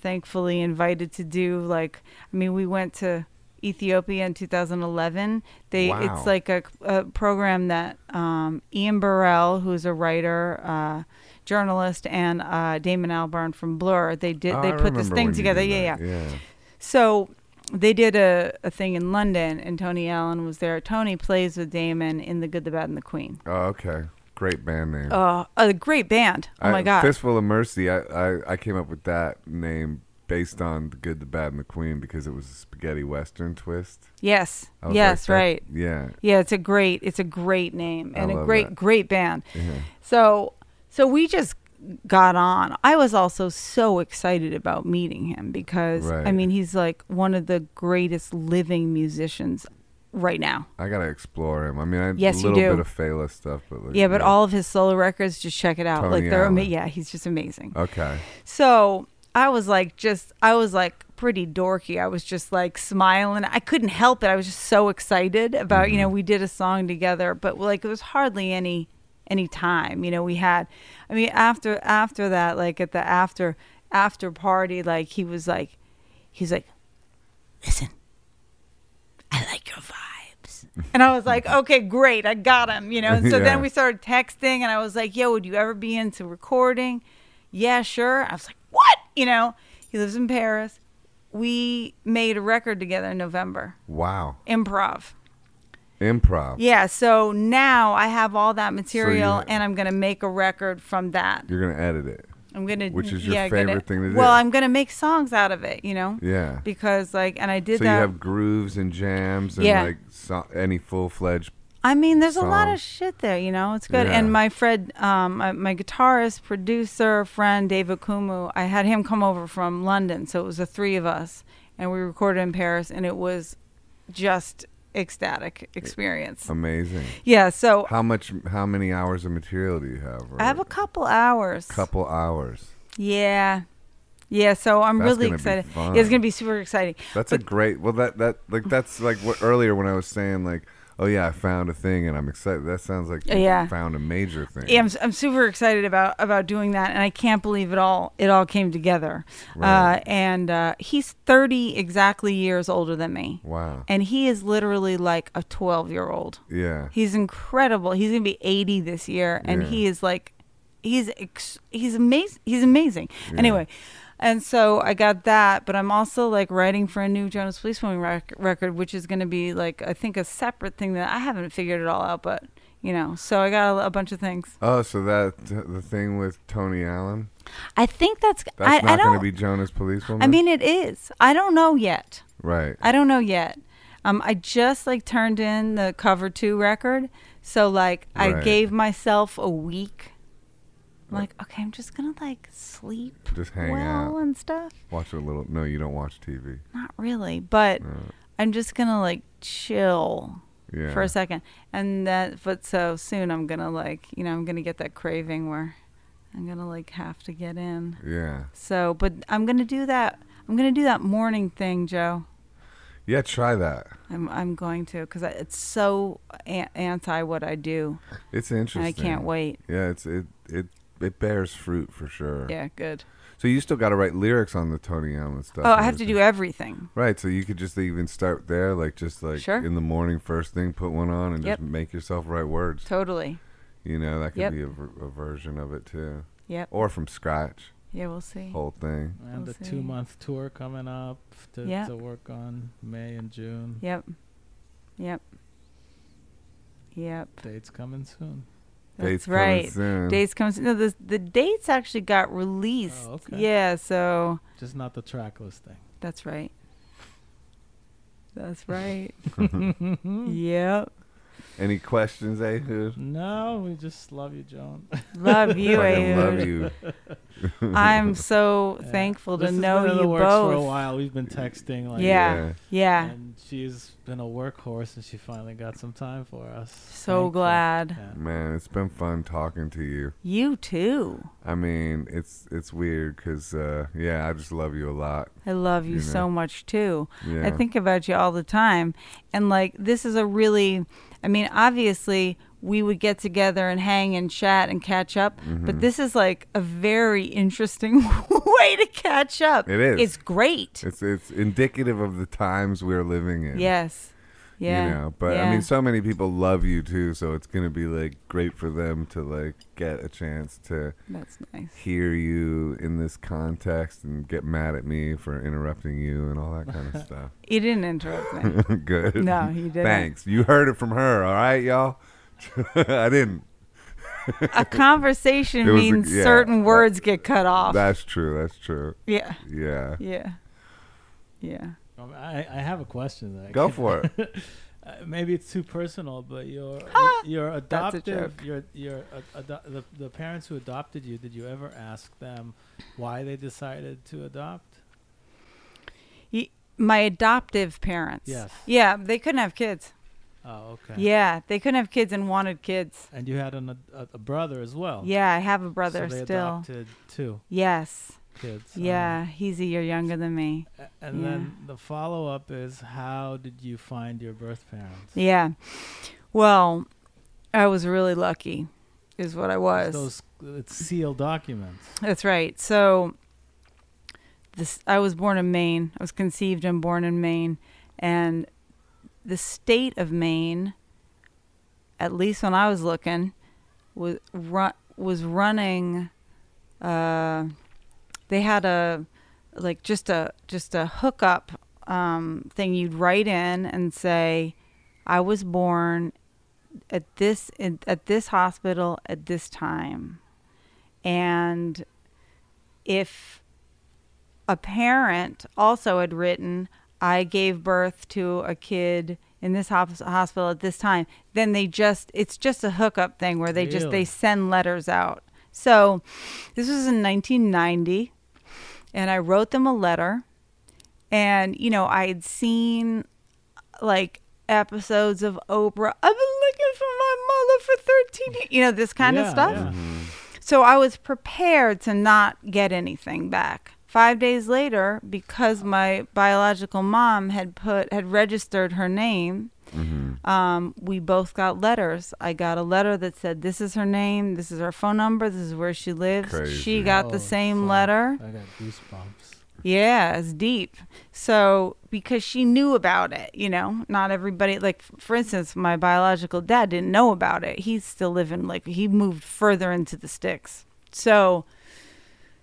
B: thankfully invited to do. Like, I mean, we went to Ethiopia in 2011. They
A: Wow.
B: it's like a, a program that um, Ian Burrell, who's a writer. Uh, journalist and uh, Damon Albarn from Blur, they did
A: Oh,
B: they
A: I
B: put this
A: remember
B: thing
A: when you did
B: together. Yeah, yeah.
A: that. yeah.
B: So they did a, a thing in London, and Tony Allen was there. Tony plays with Damon in The Good, the Bad, and the Queen.
A: Oh, okay. Great band name.
B: Uh, a great band. Oh
A: I-
B: my God.
A: Fistful of Mercy. I, I I came up with that name based on the Good, the Bad, and the Queen because it was a spaghetti western twist.
B: yes.
A: I was
B: Yes,
A: like, that-
B: right.
A: Yeah.
B: Yeah, it's a great, it's a great name
A: I
B: and a
A: love
B: great,
A: that.
B: great band.
A: yeah.
B: So, so we just got on. I was also so excited about meeting him because I
A: Right.
B: mean, he's like one of the greatest living musicians right now.
A: I gotta explore him. I mean, I
B: Yes,
A: a
B: you
A: little
B: do.
A: bit of Fela stuff, but like,
B: Yeah, but all of his solo records, just check it out.
A: Oh, Tony
B: like they're, ama-
A: Allen.
B: yeah, he's just amazing.
A: Okay.
B: So I was like, just, I was like pretty dorky. I was just like smiling. I couldn't help it. I was just so excited about, you know, we did a song together, but like it was hardly any, any time, you know, we had, I mean, after, after that, like at the after, after party, like he was like, he's like, listen, I like your vibes. And I was like, okay, great, I got him, you know. And so
A: Yeah.
B: then we started texting, and I was like, yo, would you ever be into recording? Yeah, sure. I was like, what? You know, he lives in Paris. We made a record together in November,
A: Wow.
B: improv.
A: Improv.
B: Yeah, so now I have all that material,
A: you-
B: and I'm gonna make a record from that.
A: You're gonna edit it.
B: I'm gonna,
A: Which is your
B: yeah, gonna-
A: favorite thing to do.
B: Well, I'm gonna make songs out of it, you know,
A: Yeah.
B: because like, and I did
A: so
B: that.
A: you have grooves and jams and
B: Yeah.
A: like so- any full fledged.
B: I mean, there's a lot of
A: songs.
B: shit there, you know. It's good.
A: Yeah.
B: And my friend, um, my, my guitarist, producer, friend Dave Akumu, I had him come over from London, so it was the three of us, and we recorded in Paris, and it was just ecstatic experience.
A: Amazing.
B: yeah. So
A: How much? How many hours of material do you have? or-
B: I have a couple hours.
A: couple hours.
B: Yeah. Yeah. So I'm
A: That's
B: really
A: gonna be
B: excited. Yeah,
A: fun.
B: it's gonna be super exciting.
A: That's a great. Well, that that like that's like what earlier when I was saying like oh yeah, I found a thing and I'm excited. That sounds like you
B: Yeah.
A: found a major thing.
B: Yeah, I'm, s- I'm super excited about about doing that, and I can't believe it all it all came together.
A: Right.
B: Uh, and uh, he's 30 exactly years older than me,
A: wow.
B: and he is literally like a 12 year old.
A: Yeah.
B: He's incredible. He's gonna be 80 this year, and
A: Yeah.
B: he is like, he's ex- he's amazing. He's amazing.
A: Yeah.
B: Anyway, and so I got that, but I'm also like writing for a new Jonas Policewoman rec- record, which is gonna be like I think a separate thing that I haven't figured it all out, but you know, so I got a, a bunch of things.
A: Oh, so that the thing with Tony Allen.
B: I think that's,
A: That's
B: I, I
A: not
B: don't.
A: going to be Jonas Policewoman.
B: I mean, it is. I don't know yet.
A: right.
B: I don't know yet. Um, I just like turned in the cover two record, so like I
A: Right.
B: gave myself a week. I'm like, okay, I'm just gonna like sleep
A: Just hang
B: well
A: out.
B: and stuff.
A: Watch a little. No, you don't watch TV.
B: Not really, but
A: No.
B: I'm just gonna like chill
A: Yeah.
B: for a second, and that. But so soon, I'm gonna like, you know, I'm gonna get that craving where I'm gonna like have to get in.
A: Yeah.
B: So, but I'm gonna do that. I'm gonna do that morning thing, Joe.
A: Yeah. Try that.
B: I'm I'm going to because it's so a- anti what I do.
A: It's
B: And
A: interesting.
B: I can't wait.
A: Yeah. It's it it it bears fruit for sure.
B: Yeah, good.
A: So you still got to write lyrics on the Tony Allen stuff.
B: Oh, I
A: and
B: have to
A: everything.
B: do everything.
A: Right, so you could just even start there, like just like
B: Sure.
A: in the morning, first thing, put one on and
B: Yep.
A: just make yourself write words.
B: Totally.
A: You know, that could
B: Yep.
A: be a, ver- a version of it too,
B: Yep.
A: or from scratch,
B: Yeah, we'll see.
A: whole thing.
C: And
B: We'll
C: the
B: see.
C: two month tour coming up to,
B: Yeah.
C: to work on May and June.
B: Yep. Yep. Yep.
C: Dates coming soon.
B: That's
A: Dates coming
B: right.
A: soon.
B: Dates comes. No, the the dates actually got released.
C: Oh, okay.
B: Yeah. So
C: Just not the track listing.
B: that's right. That's right. yep.
A: Any questions, Ehud?
C: No, we just love you, Joan.
B: Love you,
A: Fucking love
B: Ayud.
A: you.
B: I'm so
C: Yeah.
B: thankful to
C: This has
B: know
C: been in
B: you
C: the works
B: both.
C: for a while. We've been texting like
B: Yeah. Yeah.
C: And she's been a workhorse, and she finally got some time for us.
B: So
C: Thankful.
B: glad.
C: Yeah.
A: man, it's been fun talking to you.
B: You too.
A: I mean, it's it's weird because uh, yeah, I just love you a lot.
B: I love you
A: You
B: so
A: know.
B: much too.
A: Yeah,
B: I think about you all the time. And like, this is a really, I mean, obviously, we would get together and hang and chat and catch up,
A: Mm-hmm.
B: but this is like a very interesting way to catch up.
A: It is.
B: It's great.
A: it's it's indicative of the times we're living in.
B: Yes. Yeah.
A: You know, but
B: yeah.
A: I mean, so many people love you too, so it's gonna be like great for them to like get a chance to
B: that's nice.
A: hear you in this context and get mad at me for interrupting you and all that kind of stuff.
B: You didn't interrupt me.
A: Good.
B: No, you didn't.
A: Thanks. You heard it from her. All right, y'all. I didn't.
B: A conversation
A: It was a-
B: means
A: yeah,
B: certain
A: that-
B: words get cut off.
A: That's true. That's true.
B: yeah.
A: Yeah.
B: Yeah. Yeah.
C: Um, I, I have a question. That I
A: Go
C: can't-
A: for it.
C: Uh, maybe it's too personal, but your your
B: That's a
C: adoptive
B: joke.
C: your your uh, ado- the the parents who adopted you. Did you ever ask them why they decided to adopt?
B: Y- My adoptive parents.
C: Yes.
B: Yeah, they couldn't have kids.
C: Oh, okay.
B: Yeah, they couldn't have kids and wanted kids.
C: And you had an, ad- a, a brother as well.
B: Yeah, I have a
C: Oh. So
B: brother
C: they
B: still.
C: adopted two
B: Yes.
C: kids. um,
B: Yeah, he's a year younger than me.
C: a- and
B: Yeah.
C: then the follow up is how did you find your birth parents?
B: Yeah. Well, I was really lucky, is what I was.
C: It's Those it's sealed documents.
B: That's right. So, this I was born in Maine. I was conceived and born in Maine, and the state of Maine, at least when I was looking, was run was running. Uh, they had a like just a just a hookup um, thing. You'd write in and say, "I was born at this in, at this hospital at this time," and if a parent also had written, I gave birth to a kid in this hos- hospital at this time, then they just, it's just a hookup thing where they just,
C: Really?
B: they send letters out. So this was in 1990, and I wrote them a letter. And, you know, I had seen like episodes of Oprah. I've been looking for my mother for 13 years, you know, this kind of
C: Yeah,
B: stuff.
C: yeah.
A: Mm-hmm.
B: So I was prepared to not get anything back. Five days later,
A: Mm-hmm.
B: because my biological mom had put had registered her name, um, we both got letters. I got a letter that said, "This is her name. This is her phone number. This is where she lives."
A: Crazy.
B: She got
C: Oh,
B: the same
C: fuck.
B: letter.
C: I got goosebumps.
B: Yeah, it's deep. So because she knew about it, you know, not everybody. Like f- for instance, my biological dad didn't know about it. He's still living like he moved further into the sticks. So,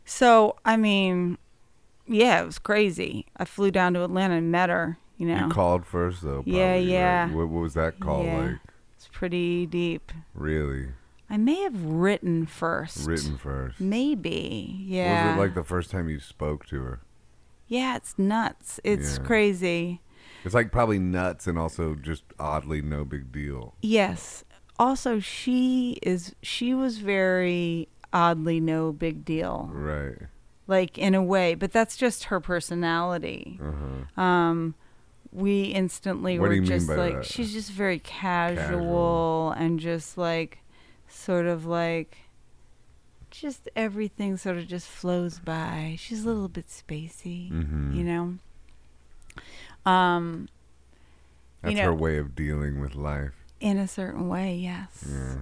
B: so I mean, yeah, it was crazy. I flew down to Atlanta and met her. You know,
A: You called first though. Probably,
B: Yeah,
A: right?
B: yeah.
A: What, what was that call
B: Yeah.
A: like?
B: it's pretty deep.
A: Really
B: I may have written first.
A: written first.
B: Maybe. Yeah.
A: Was it like the first time you spoke to her?
B: yeah, it's nuts. It's
A: Yeah.
B: crazy.
A: It's like probably nuts and also just oddly no big deal.
B: Yes. Also, she is. She was very oddly no big deal,
A: Right.
B: like in a way. But that's just her personality.
A: Uh-huh.
B: Um, we instantly
A: What do
B: were
A: you mean
B: just
A: by
B: like
A: that?
B: she's just very casual,
A: Casual.
B: and just like sort of like just everything sort of just flows by. She's a little bit spacey,
A: Mm-hmm.
B: you know. Um,
A: That's
B: know-
A: her way of dealing with life.
B: in a certain way, yes.
A: Yeah.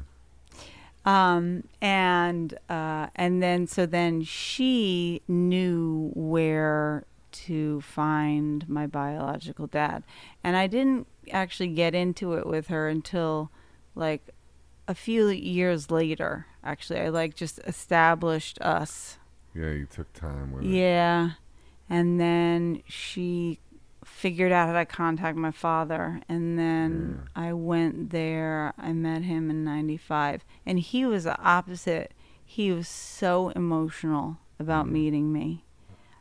B: um and uh and then so then she knew where to find my biological dad and i didn't actually get into it with her until like a few years later actually i like just established us
A: Yeah, you took time with it.
B: yeah and then she figured out how to contact my father and then i went there i met him in 95 and he was the opposite he was so emotional about meeting me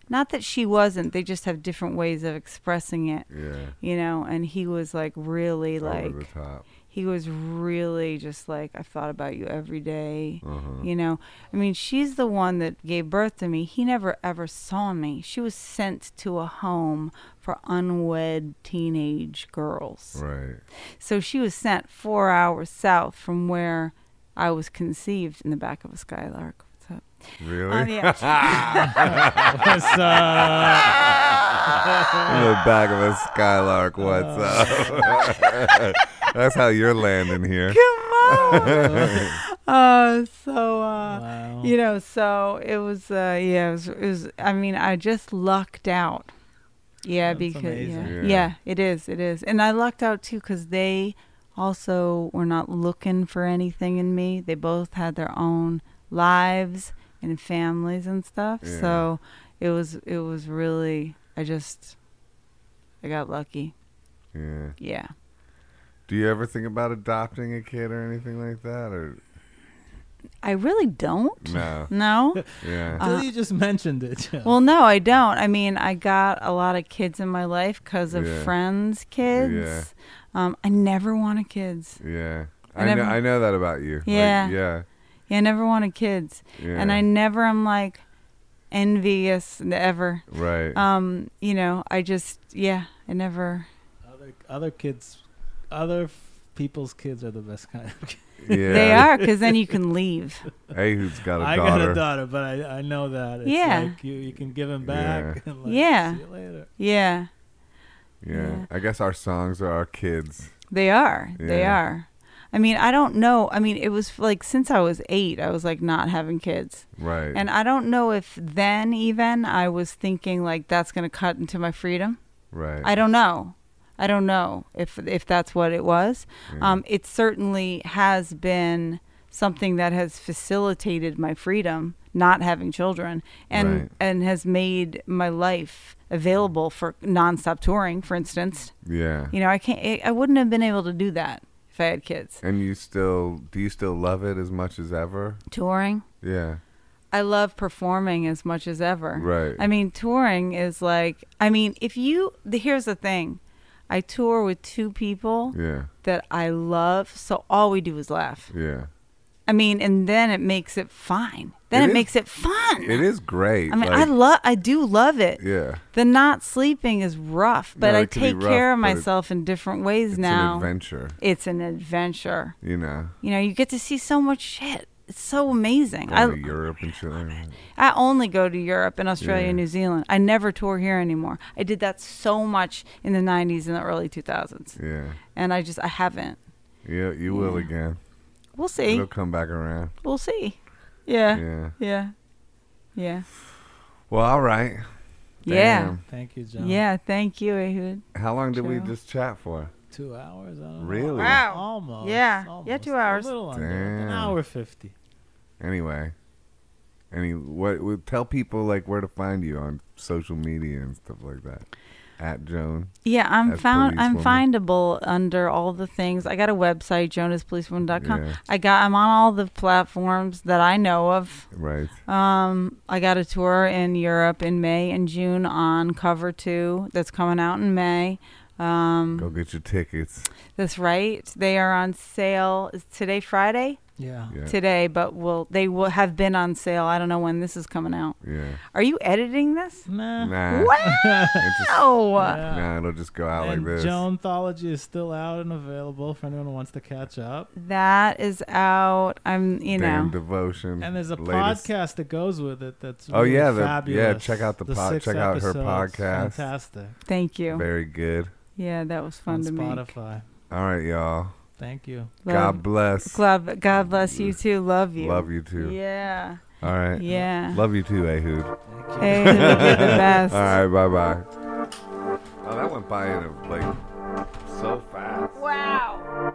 B: not that she wasn't they just have different ways of expressing it
A: Yeah.
B: you know and he was like really like
A: over the top.
B: he was really just like i thought about you every day
A: Uh-huh.
B: you know, I mean, she's the one that gave birth to me. He never ever saw me. She was sent to a home for unwed teenage girls.
A: Right.
B: So she was sent four hours south from where I was conceived in the back of a Skylark. What's up?
A: Really?
B: Um, yeah.
C: What's up?
A: In the back of a skylark.
B: Oh.
A: What's up? That's how you're landing here.
B: Come on. uh, so, uh,
C: Wow.
B: you know, so it was, uh, yeah, it was, it was, I mean, I just lucked out. Yeah,
C: That's
B: because yeah.
C: amazing.
B: Yeah.
A: Yeah.
B: it is, it is, and I lucked out too because they also were not looking for anything in me. They both had their own lives and families and stuff,
A: Yeah.
B: so it was, it was really, I just, I got lucky.
A: Yeah.
B: Yeah.
A: Do you ever think about adopting a kid or anything like that? Or
B: I really don't.
A: no?
B: No.
A: Yeah.
C: Until
B: uh,
C: you just mentioned it. yeah.
B: Well, no, I don't. I mean, I got a lot of kids in my life because of
A: Yeah.
B: friends' kids.
A: Yeah.
B: Um, I never wanted kids.
A: yeah.
B: I
A: I, know.
B: never-
A: I know that about you. Like,
B: Yeah.
A: yeah.
B: Yeah, I never wanted kids,
A: Yeah.
B: and I never am like envious ever.
A: Right.
B: Um, you know, I just yeah, I never.
C: Other, other kids, other f- people's kids are the best kind of kids.
A: yeah.
B: They are because then you can leave.
A: Ehud's got a
C: I
A: daughter.
C: got a daughter, but I, I know that. It's
B: Yeah.
C: Like you, you can give them back. And like,
B: Yeah.
C: See you later.
B: Yeah,
A: Yeah.
B: Yeah.
A: I guess our songs are our kids.
B: they are. They
A: Yeah.
B: are. I mean, I don't know. I mean, it was like since I was eight, I was like not having kids.
A: Right.
B: And I don't know if then even I was thinking like that's going to cut into my freedom.
A: right.
B: I don't know. I don't know if if that's what it was.
A: Yeah.
B: Um, it certainly has been something that has facilitated my freedom, not having children, and
A: Right.
B: and has made my life available for nonstop touring, for instance.
A: yeah.
B: You know, I can't. I- I wouldn't have been able to do that if I had kids.
A: And you still do you still love it as much as ever?
B: Touring.
A: Yeah.
B: I love performing as much as ever.
A: Right.
B: I mean, touring is like, I mean, if you, the, here's the thing I tour with two people
A: Yeah.
B: that I love, so all we do is laugh.
A: Yeah.
B: I mean, and then it makes it fine. Then
A: It
B: it,
A: is-
B: makes it fun.
A: It is great.
B: I mean, I
A: like,
B: love, I do love it.
A: Yeah.
B: The not sleeping is rough, but
A: No,
B: I
A: it can be
B: take
A: rough,
B: care of
A: but it-
B: myself in different ways
A: It's an
B: now.
A: adventure,
B: it's an adventure.
A: you know.
B: You know, you get to see so much shit. it's so amazing.
A: Going to
B: I
A: Europe and shit like that.
B: I only go to Europe and Australia
A: Yeah.
B: and New Zealand. I never tour here anymore. I did that so much in the 90s and the early 2000s.
A: Yeah.
B: And I just I haven't.
A: Yeah, you will
B: Yeah.
A: again.
B: We'll see.
A: It'll come back around.
B: We'll see. Yeah.
A: Yeah.
B: Yeah. Yeah.
A: Well, all right.
B: Yeah.
A: Damn.
C: Thank you,
B: Yeah.
C: John.
B: thank you, Ehud.
A: How long did we
B: Sure.
A: just chat for?
C: Two hours. I don't know.
A: Really?
B: Wow.
C: Almost.
B: Yeah. Yeah,
C: almost.
B: two hours.
C: A little under. An
A: Damn.
C: hour fifty.
A: Anyway. Any what? what- Tell people like where to find you on social media and stuff like that. At Joan.
B: Yeah, I'm
A: As
B: found I'm
A: policewoman.
B: findable under all the things. I got a website jonaspolicewoman.com.
A: Yeah.
B: I got I'm on all the platforms that I know of.
A: Right.
B: Um, I got a tour in Europe in May and June on Cover Two. That's coming out in May. Um,
A: Go get your tickets.
B: that's right. They are on sale. Is today Friday?
C: Yeah.
A: Yeah.
B: Today, but will they will have been on sale. I don't know when this is coming out.
A: Yeah.
B: Are you editing this?
C: Nah.
A: Nah.
B: Wow!
A: It just-
C: Yeah.
A: nah, it'll just go out
C: and
A: like this.
C: Joan Thology is still out and available for anyone who wants to catch up.
B: That is out. I'm, you
A: Damn
B: know.
A: devotion.
C: And there's a
A: Mm, latest-
C: podcast that goes with it. That's
A: Oh,
C: really
A: yeah, the- yeah,
C: fabulous.
A: check out the pod-
C: six
A: check out her
C: episodes,
A: podcast.
C: Fantastic.
B: Thank you.
A: Very good.
B: Yeah, that was
C: on
B: fun to make.
C: Spotify.
A: All right, y'all.
C: Thank you.
A: God
B: Love-
A: bless. Mm.
B: Glove- God bless you too. Love you.
A: Love you too.
B: Yeah.
A: All right.
B: Yeah.
A: Love you too, Ehud.
C: Thank you.
B: Hey, you're the best.
A: All right, bye bye. Oh, that went by in a, like so fast.
D: Wow.